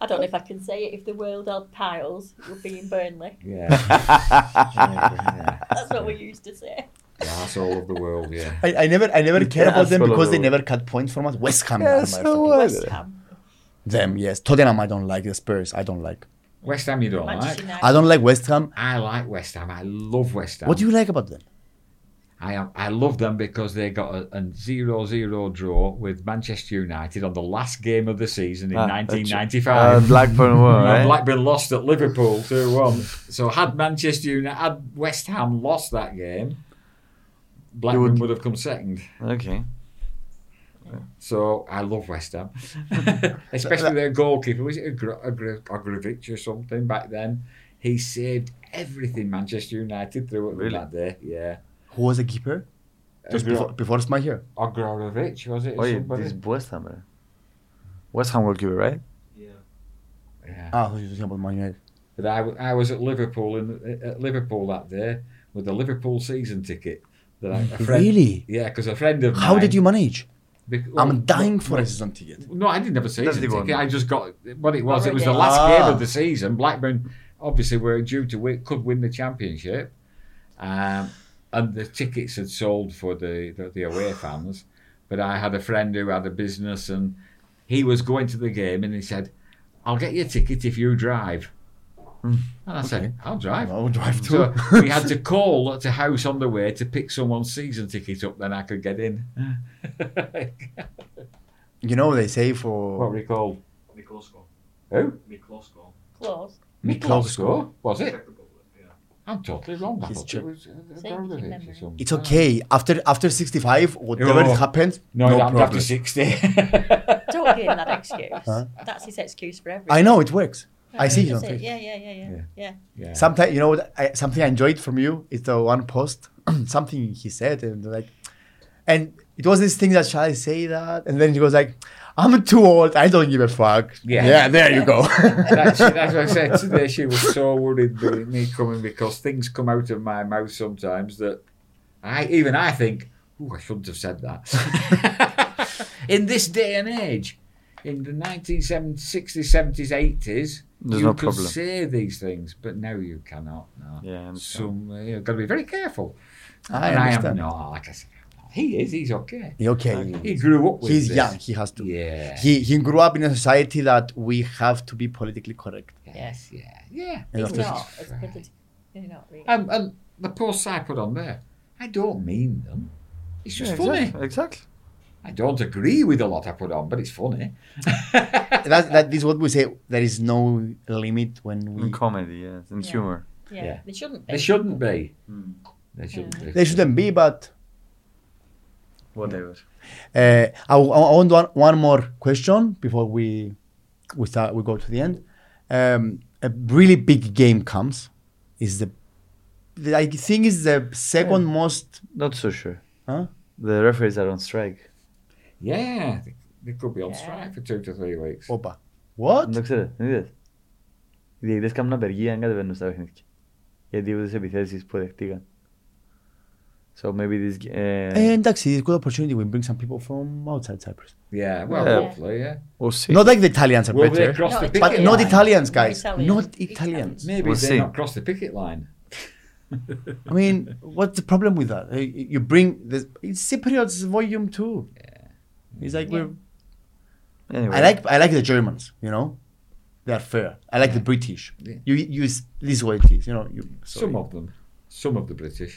I don't know if I can say it. If the world held piles, it would be in Burnley.
Yeah, yeah.
That's what we used to say.
the asshole of the world. Yeah,
I, I never I never care about them
asshole
because they
of the
never cut points from us. West Ham.
Yeah,
are my
so
fucking-
what?
West Ham.
Them, yes. Tottenham I don't like. The Spurs I don't like.
West Ham you don't like.
Manchester
I don't like West Ham.
I like West Ham. I love West Ham.
What do you like about them?
I am, I love them because they got a, a 0-0 draw with Manchester United on the last game United on the last game of the season in
Ah, that's-
1995.
Uh, Blackburn were,
And
right?
Blackburn lost at Liverpool 2 1. So, had Manchester United, had West Ham lost that game, Blackburn would,
would-
have come second.
Okay.
So, I love West Ham. Especially their goalkeeper. Was it Agr- Agr- Agrovic or something back then? He saved everything Manchester United threw at them
Really?
that day. Yeah.
Who was the keeper? Just
Agro-
before, before Smahier.
Agrarovic, was it? or
Wait,
somebody?
this is West Ham, right? West Ham goalkeeper, right?
Yeah.
Ah, who's talking about Man United?
But I, w- I was at Liverpool in, at Liverpool that day with a Liverpool season ticket. That I, a friend,
Really?
Yeah, because a friend of
How
mine.
did you manage?
bec- well,
I'm dying for a season ticket.
No, I didn't have a season
That's the
ticket.
one.
I just got what it was. It was the
Already.
last game
Ah.
of the season. Blackburn obviously were due to win, could win the championship, um, and the tickets had sold for the, the the away fans. But I had a friend who had a business, and he was going to the game, and he said, "I'll get you a ticket if you drive." And I said, "I'll drive."
Hmm. I would drive
So
too.
we had to call at a house on the way to pick someone's season ticket up, then I could get in.
you know they say for
what were you called?
Miklosko.
Who?
Miklosko.
Close.
Miklosko, was it?
Yeah.
I'm totally wrong. I
He's
thought
Czech.
it was
See,
uh,
you
Davidovich
remember.
or something.
it's okay after after 65 whatever
Oh.
happens.
No,
No,
no I'm
problem.
after 60.
Don't give him that excuse.
Huh?
That's his excuse for everything.
I know it works. I see you.
That's
on
it.
Facebook.
Yeah, yeah, yeah, yeah,
Yeah.
yeah.
yeah.
Sometimes you know what I, something I enjoyed from you is the one post, something he said and like, and it was this thing that shall I say that? And then he was like, "I'm too old. I don't give a fuck."
Yeah.
yeah. There you go.
that's, that's what I said today. She was so worried with me coming because things come out of my mouth sometimes that I even I think, oh, I shouldn't have said that. in this day and age, in the 1960s, 70s, 80s,
There's
you
no
could
problem.
say these things, but now you cannot. No.
Yeah, I understand.
Some, uh, you've got to be very careful.
I
and I am
understand.
not, like I said, I'm not. he is, he's okay.
okay.
He grew up with
He's
this.
young. He has to.
Yeah.
He he grew up in a society that we have to be politically correct.
yes, yeah, yeah.
And
It's
after-
not. It's pretty. You're not really.
And, and Um, the posts I put on there, I don't mean them. It's just
Yeah,
funny.
Exactly. exactly.
I don't agree with a lot I put on, but it's funny.
That that is what we say. There is no limit when we.
In comedy, yeah, in
Yeah.
humor.
Yeah.
Yeah.
They shouldn't be.
They shouldn't be.
Mm.
They shouldn't be.
They shouldn't be, but
Whatever.
Uh, I, I want one, one more question before we we start we go to the end. Um, a really big game comes. Is the, the I think is the second most.
Not so sure.
Huh?
The referees are on strike.
Yeah, they, they could be on
Yeah.
strike for two to three weeks.
Opa. What?
Δεν το ξέρω, δεν είδες. Οι διαιτητές κάνουν απεργία αν κατεβαίνουν στα παιχνίδια. Γιατί είδες τις επιθέσεις που δεχτήκαν. So maybe this... g-
Ε,
Uh,
Εντάξει, it's a good opportunity. We bring some people from outside Cyprus.
Yeah, well,
Yeah.
hopefully, yeah.
we'll see.
Not like the Italians are
Will they
better,
cross
No,
the
it's
picket
but
line?
not Italians,
No
guys.
Italians.
Not
Italians.
Italians.
Maybe
We'll
they
see.
not cross the picket line.
I mean, what's the problem with that? Uh, You bring this. It's Cypriots volume two. It's like we're
Anyway,
I like I like the Germans, you know, they are fair. I like the British.
Yeah.
You you s- this is what it is, you know. You, sorry.
Some of them. Some of the British.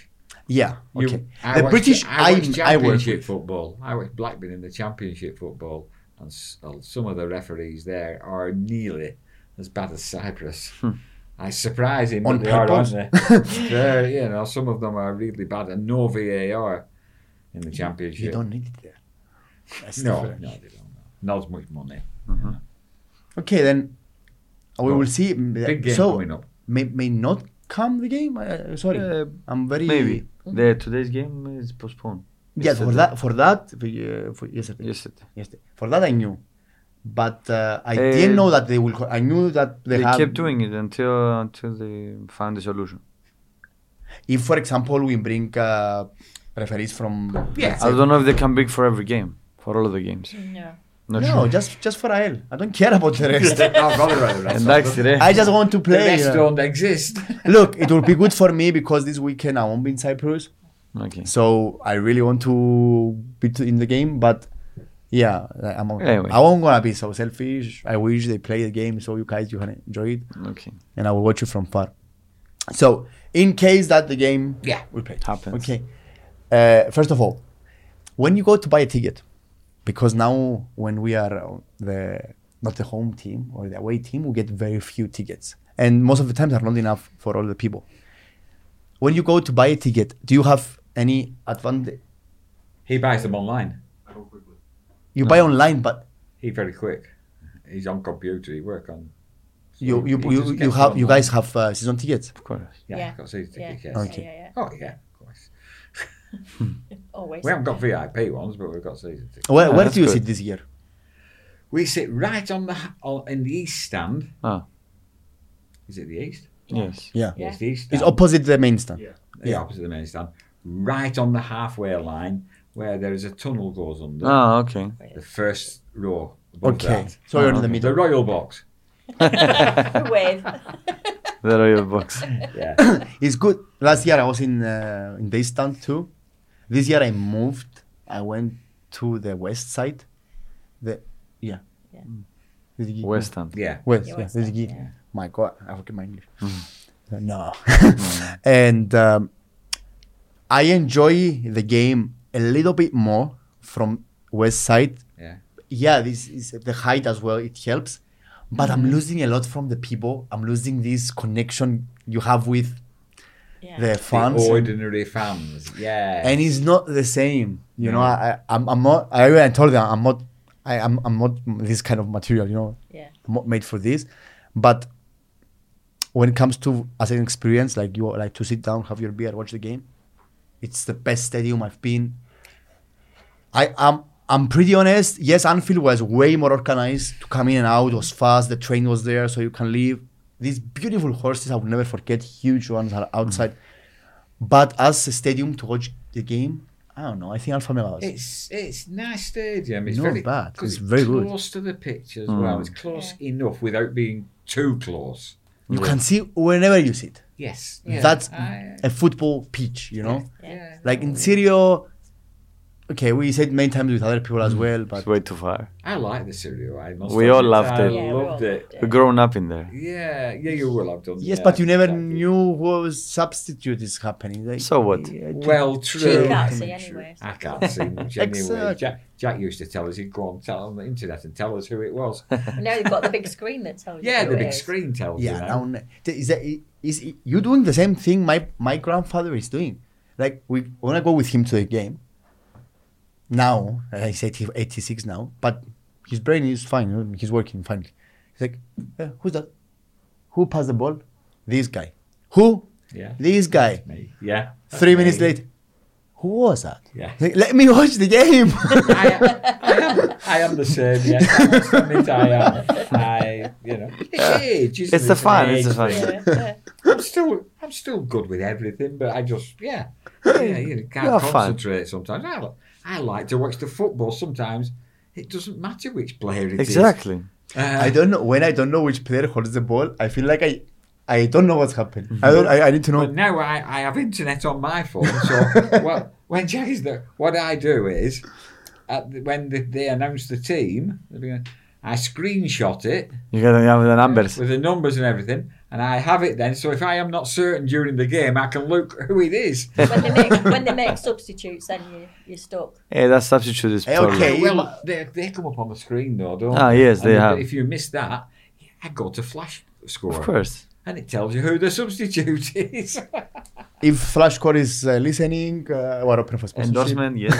yeah,
You- I
okay. the
watched-
British,
I watched
I I work.
championship
with.
football. I watched Blackburn in the championship football, and s- uh, some of the referees there are nearly as bad as Cyprus. I surprise him
Hmm. On
that they are,
purpose?
aren't they? They're, you know, some of them are really bad, and no VAR in the
You
championship.
don't need it there. That's
no,
different.
no, they don't. know. Not as much money.
Okay, then we
Well,
will see. mm,
Big game
so
coming up.
may may not come the game. I, I- sorry,
Uh,
I'm very
Maybe. The,
Mm.
today's game is postponed.
Yeah, for
Yesterday.
that for that the, uh, for yesterday.
Yesterday.
Yesterday. For that I knew, but uh, I
Uh,
didn't know that they will. co- I knew that they,
They,
have.
kept doing it until, until they found a solution.
If, for example, we bring uh, referees from
Yeah.
I don't know if they can bring for every game, for all of the games.
No.
Not
no,
sure.
just just for AL. I don't care about the rest.
I'd rather have the rest of
Εντάξει,
them.
ρε.
I just want to
The
play.
rest
uh,
don't exist.
Look, it will be good for me because this weekend I won't be in Cyprus,
Okay.
so I really want to be to- in the game. But yeah, like, I'm.
Anyway.
I won't gonna be so selfish. I wish they play the game so you guys you can enjoy it,
Okay.
and I will watch you from far. So in case that the game
Yeah.
we play
Happens.
Okay. Uh, first of all, when you go to buy a ticket, because now when we are uh, the not the home team or the away team, we get very few tickets, and most of the times are not enough for all the people. When you go to buy a ticket, do you have any advantage?
He buys them online.
I go quickly.
You buy online, but
He very quick. He's on computer. He work on.
you you
He
you,
just
you
gets
have
on
you
one.
guys have uh, season tickets.
Of course.
Yeah,
Yeah,
I've got season
Yeah.
ticket, yes.
Yeah,
Okay.
yeah, yeah.
Oh yeah, of course.
Always.
We haven't got VIP ones, but we've got season tickets.
Where, where
that's
do you
good.
sit this year?
We sit right on the h- on, in the east stand,
Ah.
Is it the east?
Yes.
Yeah.
Yeah.
It's the east.
It's
stand.
opposite the main stand.
Yeah.
the
yeah.
opposite the main stand, right on the halfway line where there is a tunnel goes under.
Ah, okay.
The first row. Above
Okay.
That.
So you're in the
The
middle.
royal box.
Wave.
The royal box.
Yeah.
It's good. Last year I was in uh, in this stand too. This year I moved. I went to the west side. The yeah.
Yeah.
Rizgi.
West Ham.
yeah.
West,
Yeah,
yeah.
west side,
Rizgi.
yeah.
My God, I forget my English. No. and um, I enjoy the game a little bit more from west side
Yeah.
yeah, this is the height as well. It helps, but I'm
Mm-hmm.
losing a lot from the people. I'm losing this connection you have with
Yeah.
the fans,
The ordinary fans. Yeah.
and it's not the same. You know,
Yeah.
I, I I'm, I'm not. I already told them I'm not. I, I'm I'm not this kind of material. You know,
Yeah.
I'm not made for this. But when it comes to as an experience, like you like to sit down, have your beer, watch the game, it's the best stadium I've been. I am. I'm pretty honest. Yes, Anfield was way more organized to come in and out. It was fast. The train was there, so you can leave. These beautiful horses I will never forget. Huge ones are outside. But as a stadium to watch the game, I don't know. I think Alpha Mega was.
It's it's nice stadium. It's
Not
very
bad.
'cause
It's very good. Hmm.
Close to the pitch as well. It's close enough without being too close.
You can see whenever you sit.
Yes. Yeah.
That's
I-
a football pitch, you know.
yeah.
Like in Sirio, okay, we said many times with other people as
Mm.
well, but
It's way too far.
I like the Sirio. I must
We all
admit,
loved
I
it.
Yeah, we all
loved it.
loved
We're grown up in there.
Yeah, yeah, you will have done.
yes,
yeah,
but you never
exactly.
knew what was substitute is happening. Like,
So what?
Well, true.
You can't see anyway.
I can't see much anyway.
Exactly.
Jack, Jack used to tell us he'd go on, tell on the internet and tell us who it was.
And now you've got the big screen that tells you.
yeah,
who
the
it
big
is.
screen tells
yeah,
you. now.
now ne- th- is that is it- you doing the same thing my my grandfather is doing? Like we when I go with him to the game. Now uh, he's 80, 86 now, but his brain is fine. you know, He's working fine. He's like, "Yeah, who's that? Who passed the ball? This guy. Who?
Yeah.
This guy.
Me. Yeah.
Three minutes
Me.
later, who was that?
Yeah.
Like, Let me watch the game.
I am, I am, I am the same. Yeah, I must admit I am. I, you know, it's age. isn't
It's the
it?
fun, it's
Age.
the fun.
Yeah, yeah.
I'm still, I'm still good with everything, but I just, yeah, yeah, you know, can't
You're fun.
concentrate sometimes. I, li- I like to watch the football sometimes. It doesn't matter which player it is.
Exactly.
Uh,
I don't know when I don't know which player holds the ball. I feel like I, I don't know what's happened. I don't. I, I need to
But
know.
now I, I have internet on my phone, so well, when Jack is there, what I do is at the, when the, they announce the team, they're going, I screenshot it
You gotta have the numbers.
with the numbers and everything, and I have it then. So if I am not certain during the game, I can look who it is.
When they make when they make substitutes, then you you're stuck.
Hey, that substitute is
Hey,
problem.
okay.
Well, they, they come up on the screen though, don't
Ah,
they?
yes,
And
they
if-
have.
If you miss that, I go to flash score,
Of course.
and it tells you who the substitute is.
If Flashcore is uh, listening, uh, we're open for sponsorship.
Endorsement, yes.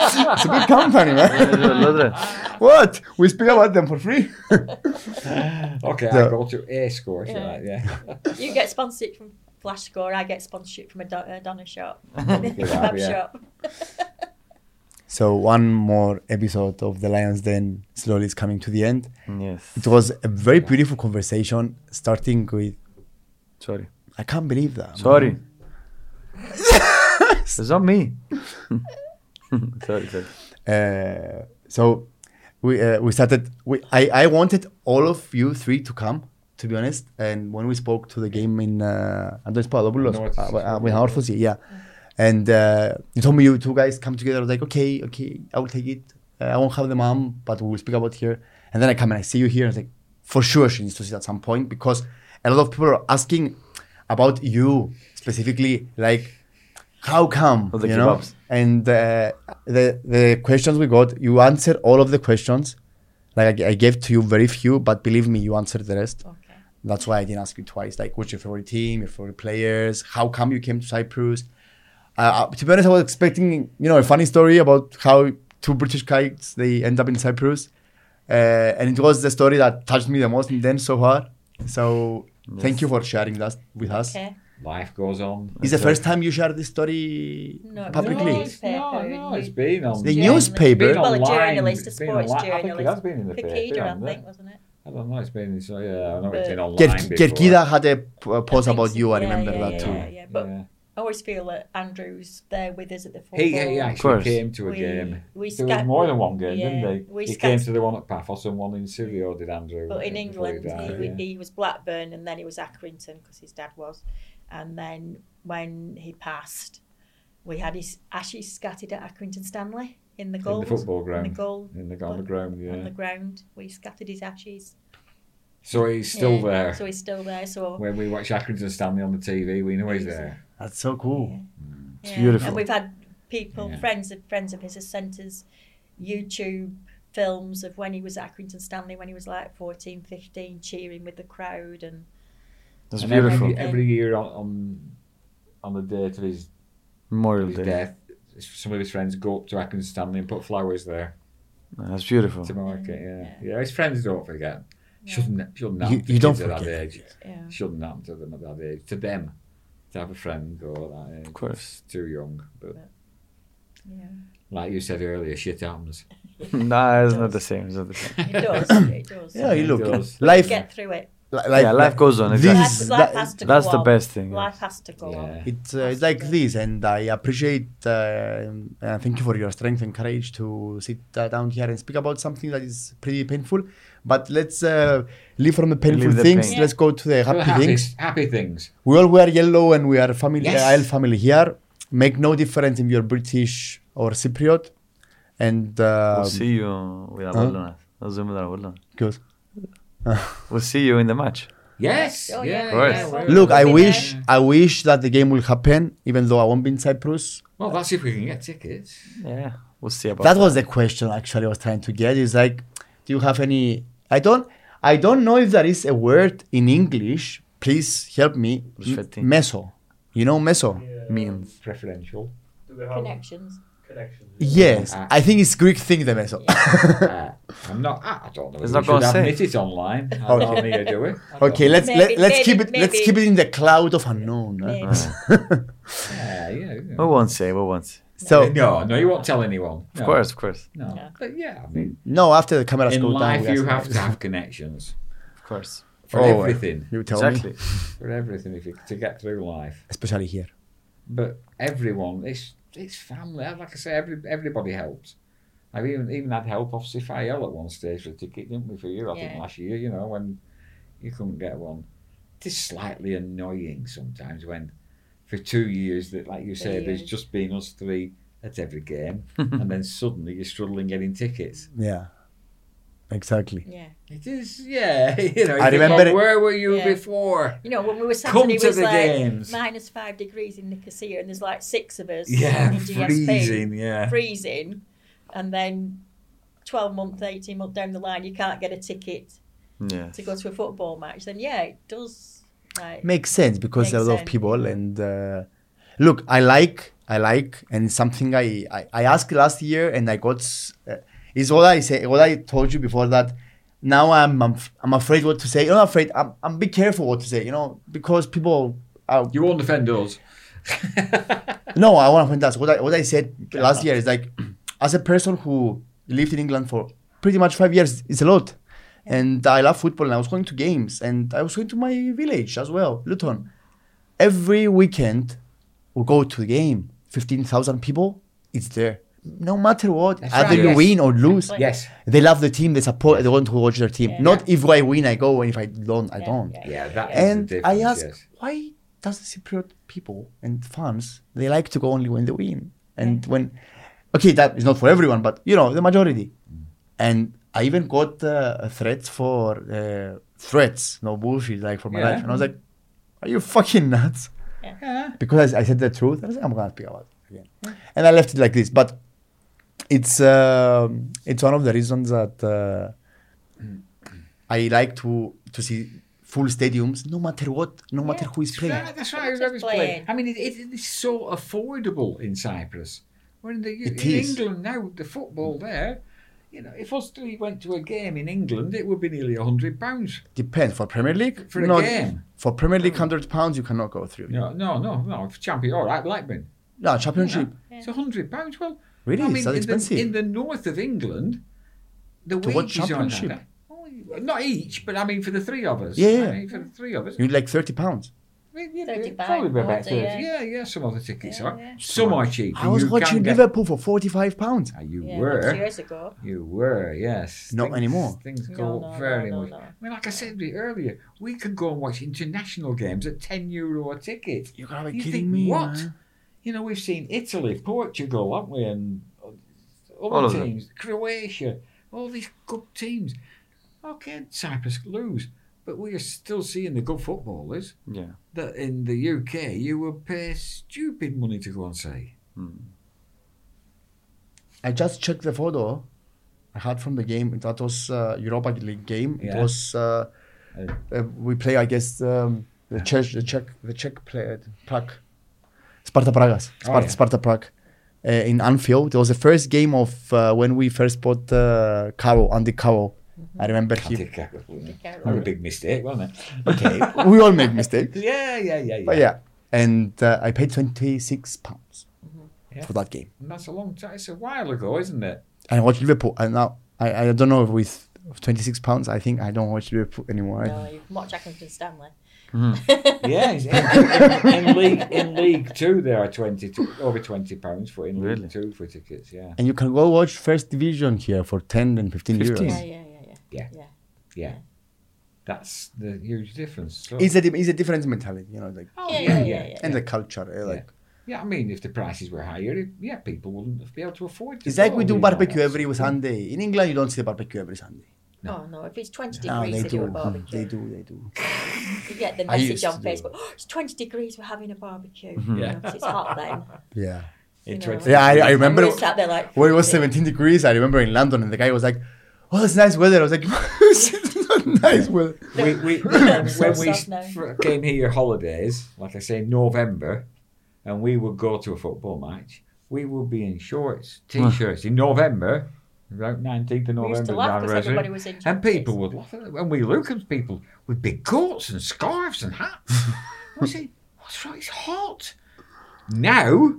it's a good company, man. what? We speak about them for free.
okay, I
So-
go to a score. if you like, Yeah.
You get sponsorship from Flash Score. I get sponsorship from a, Don- a Donna shop.
yeah.
Kebab shop.
so one more episode of the Lions Den slowly is coming to the end.
yes.
It was a very beautiful conversation, starting with
Sorry.
I can't believe that. man.
Sorry. it's not me. sorry, sorry.
Uh, so we uh, we started. We I, I wanted all of you three to come. To be honest, and when we spoke to the game in uh, Andres Papadopoulos
North-
uh, uh, with Orthosis, yeah, and uh, you told me you two guys come together. I was like, okay, okay, I will take it. Uh, I won't have the mom, but we will speak about here. And then I come and I see you here. And I was like, for sure, she needs to sit at some point because a lot of people are asking about you specifically, like how come
Of the
you know?
kebabs.
and uh, the the questions we got you answered all of the questions like I, I gave to you very few but believe me you answered the rest
Okay.
that's why i didn't ask you twice like what's your favorite team your favorite players how come you came to cyprus uh, uh, to be honest i was expecting you know a funny story about how two british guys they end up in cyprus uh, and it was the story that touched me the most and then so hard so thank you for sharing that with us
Okay.
Life goes on.
is the first time you share this story
No, it's
publicly
No, it's, no, no, it's been on
The
Journalist-
newspaper?
Well, a
Online,
journalist, a
been
sports
online. I think it
journalist.
has been in the paper,
Kakeda,
hasn't
I
it?
think, wasn't it?
I don't know. It's been so yeah. I know it's
But-
been online.
Ger-
before.
Gergida had a p- a post
I think
about
so.
you. I
Yeah,
remember
yeah,
that
yeah,
too.
Yeah, yeah. But
Yeah.
I always feel that Andrew's there with us at the football.
He, he actually
course.
came to a
We-
game.
we
there was
scat-
more than one game,
yeah,
didn't
we
they? He
scat-
came to the one at Paphos and one in Syria, did Andrew?
But in
uh, before
England,
died,
he,
yeah.
wa- he was Blackburn and then he was Accrington because his dad was. And then when he passed, we had his ashes scattered at Accrington Stanley in the goal.
football ground.
In the goal.
in the, on the ground.
On
Yeah.
the ground. We scattered his ashes.
So he's still
Yeah,
there.
So he's still there. So
when we watch Accrington Stanley on the TV, we know he's
He's-
there.
That's so cool.
It's
beautiful.
And we've had people,
Yeah.
friends of friends of his, has sent us YouTube films of when he was at Accrington Stanley when he was like 14, 15, cheering with the crowd and
That's
And every-
beautiful.
Every, year on, on on the date of his,
Memorial
his
Day.
death, some of his friends go up to Accrington Stanley and put flowers there
That's beautiful.
to mark it. Yeah, yeah. His friends don't forget.
Yeah.
Shouldn't shouldn't
You-
happen to
you don't
kids at that
forget.
age.
yeah.
Shouldn't happen to them at that age. To them, to have a friend go at that age.
Of course.
Too young, but
yeah.
like you said earlier, shit happens.
nah, it's not the same. It's not the
Um,
same.
It does. It does.
Yeah, you look.
Those-
Life,
Get through it.
li- life,
yeah, life goes on.
this-
Exactly.
Life, life
that-
has to
That's
go
the
on.
best thing.
Life has to go on.
Yeah.
It's, uh, it's like this, and I appreciate. Uh, uh, thank you for your strength and courage to sit uh, down here and speak about something that is pretty painful. But let's uh, leave from the painful
Leave the
things.
pain.
Let's go to the happy,
Well, happy
things.
happy things.
We all wear yellow, and we are family.
Yes.
I'll family here. Make no difference if you're British or Cypriot. And uh,
We'll see you with Apollon. I'll zoom with Apollon.
good.
We'll see you in the match.
Yes.
Oh,
yeah.
yeah.
Of
yeah,
course.
Look, I
Yeah.
wish I wish that the game will happen, even though I won't be in Cyprus.
Well, that's if we can get tickets.
Yeah, we'll see about
that was the question actually I was trying to get. Is like, do you have any? I don't. I don't know if there is a word in English. Please help me.
Perfetti.
Meso. You know meso.
means.
Preferential.
Do they have
Connections.
connections?
Yes,
Ah.
I think it's Greek thing. The meso.
Uh, I'm not. I I don't know.
It's
It's
not
not
gonna
going to
say.
admit it online. I don't need to do it. I don't
okay,
know.
let's let,
Maybe-
let's
maybe-
keep it. Let's
maybe.
keep it in the cloud of unknown. eh?
Maybe.
Yeah, yeah. yeah.
We won't say. We won't. Say.
so
no, no, you won't tell anyone.
Oh, Of course, of course,
No.
No.
But yeah, I mean,
no, after the cameras
in
go down,
life
we
you
ask-
have to have connections
of course.
for
Oh,
everything.
You tell
exactly.
me,
For everything, if you, to get through life.
especially here.
But everyone, it's it's family. Like I say, every everybody helps. I've even even had help off CFIL at one stage for a ticket, didn't we? For you, I think
Yeah.
last year, you know, when you couldn't get one. It is slightly annoying sometimes when, for two years, that like you say, there's
years.
just been us three at every game,
Hmm.
and then suddenly you're struggling getting tickets.
Yeah, exactly.
Yeah.
It is, yeah, you know. you
I
think,
remember
well,
it-
where were you
Yeah.
before?
You know, when we were sat
Come
and it
to
was
the
like
games.
minus five degrees in Nicosia and there's like six of us
Yeah,
in GSP.
freezing. Yeah,
freezing and then 12 month 18 month down the line you can't get a ticket
Yeah.
to go to a football match then yeah it does like
makes sense because
Makes
there are a lot
sense.
of people and uh, look i like i like and it's something i i, I asked last year and i got s- uh, is what i say what i told you before that now i'm i'm, f- I'm afraid what to say not afraid i'm i'm be careful what to say you know because people are
you won't offend us.
no i want to point out what i what i said last year is like as a person who lived in england for pretty much five years it's a lot and i love football and i was going to games and i was going to my village as well luton every weekend we go to the game 15,000 people it's there no matter what
That's
either
right,
you
yes.
win or lose
Exactly.
Yes.
they love the team they support they want to watch their team
Yeah.
not if I win I go and if I don't I
yeah,
don't
yeah,
Yeah, that is
and
the
I
difference.
ask
yes.
why does the Cypriot people and fans they like to go only when they win and when okay that is not for everyone but you know the majority
Mm.
and I even got uh, threats for uh, threats no bullshit like for my
Yeah.
life and I was like are you fucking nuts
Yeah.
because I, I said the truth, I was like, I'm gonna speak about it again. And I left it like this. But it's um it's one of the reasons that uh, I like to to see full stadiums, no matter what, no matter who is playing.
Right, that's right.
Just
Whoever's playing.
playing.
I mean, it, it, it's so affordable in Cyprus. When in, the,
It
in
is.
England now, the football there, you know, if us three went to a game in England, it would be nearly a hundred pounds.
Depends for Premier League.
For a
not-
game. Mm.
For Premier League, hundred pounds you cannot go through.
No, no, no, no. For champion, all right, Blackburn.
No, Championship.
It's a hundred pounds. Well,
Really?
I
It's
mean,
that
in the,
expensive?
in the north of England, the
To watch
wages aren't that
Championship.
bad. Oh Not each, but I mean for the three of us.
Yeah, yeah.
I mean, for the three of us.
You're like 30 pounds.
We- you know,
Thirty
yeah,
pound,
Probably about
forty, yeah.
yeah, some of the tickets
Yeah,
are.
yeah.
Some are cheap.
I was
you
watching
can get-
Liverpool for 45 pounds.
Ah, you
Yeah, that was
were.
years ago.
You were, yes.
Not anymore.
Things
No,
go up
no,
very
no, no,
much.
no.
I mean, like I said earlier, we could go and watch international games at ten euro a ticket.
You gotta be
You
kidding
think,
me.
what?
man.
You know, we've seen Italy, Portugal, haven't we, and uh, other
All of them.
teams, Croatia, all these good teams. Okay, Cyprus lose, but we are still seeing the good footballers
Yeah.
that in the UK you would pay stupid money to go and see.
I just checked the photo I had from the game. That was uh, Europa League game. It
Yeah.
was uh,
Uh,
uh, we play against um, the Czech, the Czech, the Czech player Prague, Oh, Sparta Praga, Sparta,
yeah.
Sparta Prague. Uh, in Anfield, it was the first game of uh, when we first bought uh, Caro, Andy Caro. I remember
I
him.
think that was that
Carol.
was a big mistake, wasn't it?
Okay, we all make mistakes,
Yeah, yeah, yeah, yeah.
but yeah. And uh, I paid twenty six pounds
Mm-hmm. Yeah.
for that game.
And that's a long time. It's a while ago, isn't it?
And I watched Liverpool, and now I, I don't know if with twenty six pounds, I think I don't watch Liverpool anymore. I-
No, you can watch Accrington Stanley.
Yeah, it's- in, Mm-hmm. in, in league in League Two there are twenty two, over twenty pounds for in
Really?
League Two for tickets. Yeah,
And you can go watch first division here for 10 and 15,
15.
Yeah,
euros.
yeah, yeah, yeah.
Yeah.
yeah.
yeah, that's the huge difference. So,
It's a, it's a different mentality, you know, like,
Oh,
Yeah,
yeah,
yeah,
yeah,
yeah, yeah.
and the culture. eh, Like,
yeah, I mean, if the prices were higher, it- yeah, people wouldn't be able to afford. To
It's like
go,
we do
you know,
barbecue
that's-
every Sunday. In England, you don't see barbecue every Sunday.
No.
Oh no, if it's twenty
No,
degrees,
they
they do a
do. Mm-hmm. They
barbecue.
do, they do.
You get the
I used
message
to
on
do.
Facebook. Oh, it's twenty degrees. We're having a barbecue.
Yeah.
Yeah, it's hot then.
Yeah.
In
No.
20
Mm-hmm. Yeah, I, I
And
remember
we're sat there like
when it was
freezing.
17 degrees, I remember in London, and the guy was like, Oh, it's nice weather. I was like, It's not nice weather.
we, we,
I'm
when
so
we
soft now.
fr- came here holidays, like I say, in November, and we would go to a football match, we would be in shorts, t-shirts in November, about nineteenth of
We
November.
used to laugh
down
because
at Reading,
everybody was in.
and
jackets.
people would laugh at it. And we look at people with big coats and scarves and hats. I say, what's wrong? It's hot. Now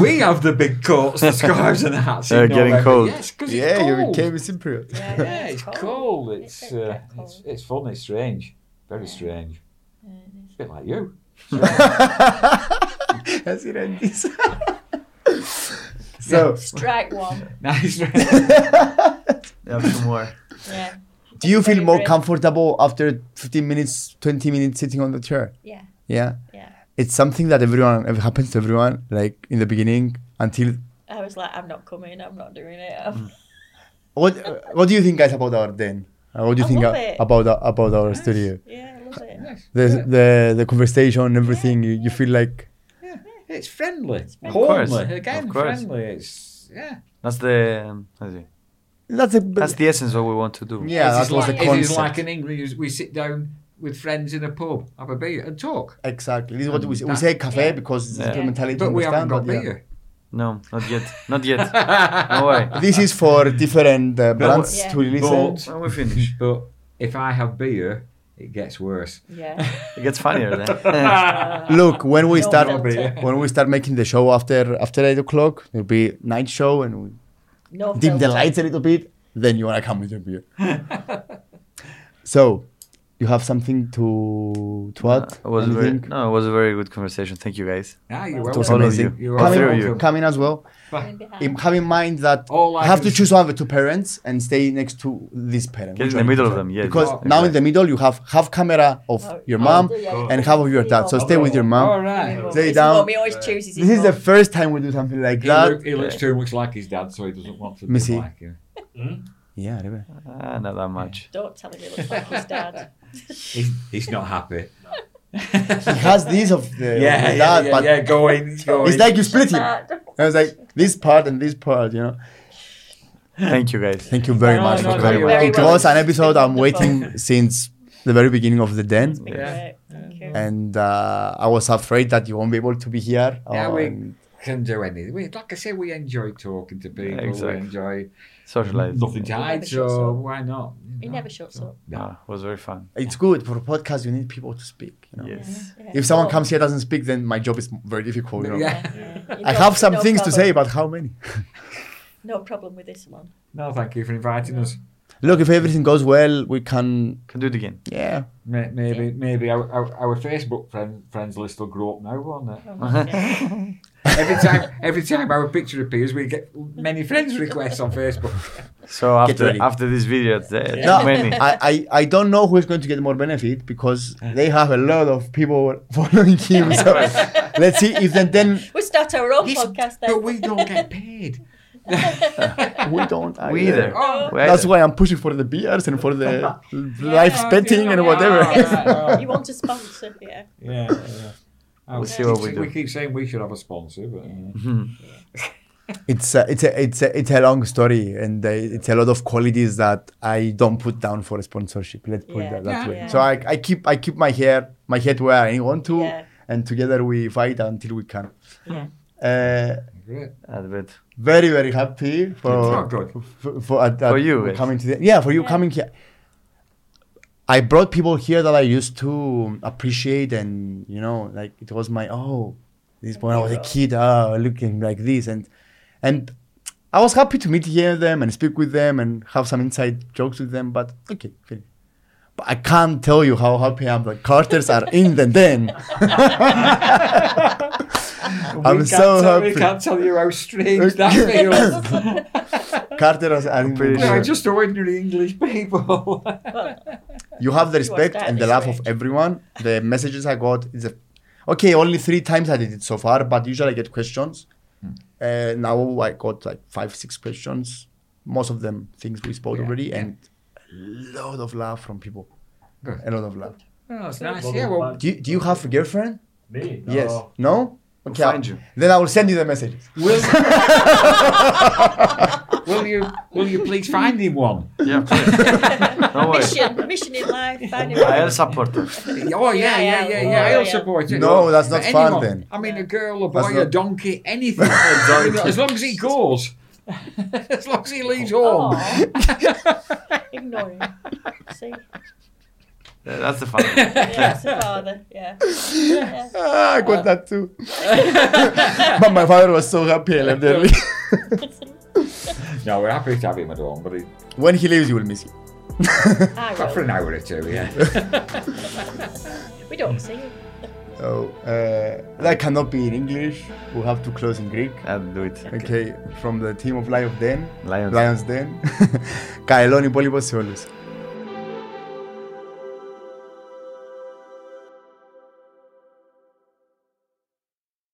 we have the big coats, the scarves, and the hats. in
They're getting
November.
cold.
Yes, because it's
Yeah, you
cold.
became a Cypriot.
Yeah,
Yeah, it's cold. It's
very
uh, it's,
cold.
it's fun. It's strange. Very strange.
Yeah, it is.
It's a bit like you.
As it ends. So,
Strike one.
Nice.
Yeah, some more.
Yeah,
do you feel more
Favorite.
comfortable after 15 minutes, 20 minutes sitting on the chair?
yeah,
Yeah.
yeah.
it's something that everyone it happens to everyone like in the beginning until
I was like, I'm not coming. I'm not doing it. I'm-
Mm. what what do you think guys about our den Uh, what do you
I
think
love
a-
it.
about our- about our studio
Yeah, I love it.
Yes.
the
Yeah.
the the conversation and everything you, you feel like
Yeah. It's friendly.
Of
course.
Homely. Again,
Of course.
friendly. It's yeah.
That's the um, how's it?
that's a
that's the essence of what we want to do.
yeah
It
that
is
was
like,
the
it is
concept
like in England. is We sit down with friends in a pub, have a beer, and talk.
exactly this is what we say, we
That-
say cafe
Yeah.
because it's
Yeah.
the mentality
But
to
we haven't
understand,
got
but yeah.
beer.
No, not yet. Not yet. No way.
this is for different uh, brands
Yeah.
to listen
But-
When we finish,
But if I have beer, it gets worse.
Yeah.
it gets funnier then.
look when we
No
start
filter.
when we start making the show after after eight o'clock there'll be night show and we
No.
dim the
filter.
lights a little bit, then you wanna come with your beer. so, you have something to to add?
It was a very,
Anything?
no, it was a very good conversation. Thank you guys.
Ah, you're
To
welcome.
It was
all of
amazing.
You're
All
Come,
three of
in,
welcome.
you.
come in as well.
Coming behind.
In- Have in mind that
All I
you have
can
to
s-
choose one of the two parents and stay next to this parent.
Get
Which
in the
one?
middle of them. Yeah.
Because
Oh,
now in the middle you have half camera of
Oh,
your
oh,
mom
yeah.
and half of your dad. So stay with your
All
mom.
right.
They
His
down-
mum, he always chooses. his
This is the
mum.
first time we do something like
He, look,
that.
he looks too much like his dad, so he doesn't want to
Missy.
look like him.
Hmm?
Yeah, remember.
Ah, not that much.
Don't tell him he looks like his dad.
He's, he's not happy.
he has this of the, of
yeah,
the
yeah,
dad,
yeah,
but
yeah, go in, go
it's
in.
like you split him.
Dad.
I was like this part and this part, you know.
Thank you guys.
Thank you very
No,
much
no,
for
no,
coming.
you're Very
it
welcome.
was an episode I'm
Wonderful.
waiting since the very beginning of the den,
Yeah.
Been great, Thank you.
and uh, I was afraid that you won't be able to be here.
Yeah,
Um,
we can do anything. We, like I say, we enjoy talking to people.
exactly.
We enjoy
Socialize.
nothing to
He
hide,
never shuts
so
up.
why not?
He never shuts up.
Ah, it was very fun.
it's good for a podcast. You need people to speak. You know,
Yes.
Yeah.
if someone
Well,
comes here doesn't speak, then my job is very difficult. You know?
Yeah.
yeah. You
I
don't-
have some
no
things to
problem-
say, but how many?
No problem with this one.
No, thank you for inviting us.
Look, if everything goes well, we can.
Can do it again.
Yeah.
May- Maybe maybe our, our, our Facebook friend, friends list will grow up now, won't it? Every time every time our picture appears, we get many friends requests on Facebook.
So after
ready.
after this video, the,
Yeah.
No,
many.
I, I, I don't know who's going to get more benefit because they have a lot of people following him. So let's see if then, then
we start our own
Yes,
podcast then.
but we don't get paid.
we don't either.
We either.
Oh.
We
That's
either.
why I'm pushing for the beers and for the live
Yeah,
spitting
yeah,
and whatever.
yeah.
you want a sponsor, yeah.
Yeah, yeah.
We'll
we
see
keep
what we
say-
do.
We keep saying we should have a sponsor, but uh,
It's a, it's a, it's a, it's a long story and uh, it's a lot of qualities that I don't put down for a sponsorship. Let's put
Yeah.
that that
Yeah.
way.
Yeah.
So I, I keep I keep my hair my head where I want to,
Yeah.
and together we fight until we can.
Yeah.
Uh,
great.
That's bit.
very very happy
Oh,
for
good.
for, for, at-
For
at-
you, it's-
coming to the, yeah for you
Yeah.
coming here i brought people here that i used to appreciate and you know like it was my oh this when i was a kid oh looking like this and and i was happy to meet here them and speak with them and have some inside jokes with them but okay fine. but i can't tell you how happy i'm that carters are in the den i'm
we can't
so
tell,
happy
We can't tell you how strange that
Okay.
feels.
carters are in
pretty
the
We
sure.
are just ordinary English people. Oh,
Well,
You have the
You are
respect
that
and the love of
strange.
everyone. The messages I got is a, okay. Only three times I did it so far, but usually I get questions. Uh, now I got like five, six questions. Most of them things we spoke
Yeah,
already,
yeah.
and a lot of love from people.
Good.
A lot of love.
oh, it's nice. Yeah, well,
Do you, do you have a girlfriend?
me? uh,
Yes.
No.
No. Okay.
find you.
Then I will send you the messages.
will, will you will you please find him one?
Yeah, of course. Don't worry.
mission, mission in life, finding
I'll support her.
Oh yeah, yeah, yeah, yeah.
yeah,
I'll
yeah.
support it.
No, that's not
Anyone.
fun then.
I mean, a girl, a
That's
boy, a
not-
donkey, anything. I mean, as long as he goes, as long as he leaves home.
Oh, ignore him. See?
Yeah, That's the fun. part.
Yeah, that's a father, yeah. yeah.
Ah, I got that too. but my father was so happy I left early.
No, we're happy to have him at home, but he,
when he leaves, you will miss him.
I
but for
will.
an hour or two, yeah.
We don't see him.
So uh, that cannot be in English. We have to close in Greek.
I'll do it.
Okay, from the team of Lion Den.
Lions.
Lions Den. Καλό υπόλοιπο σε όλους.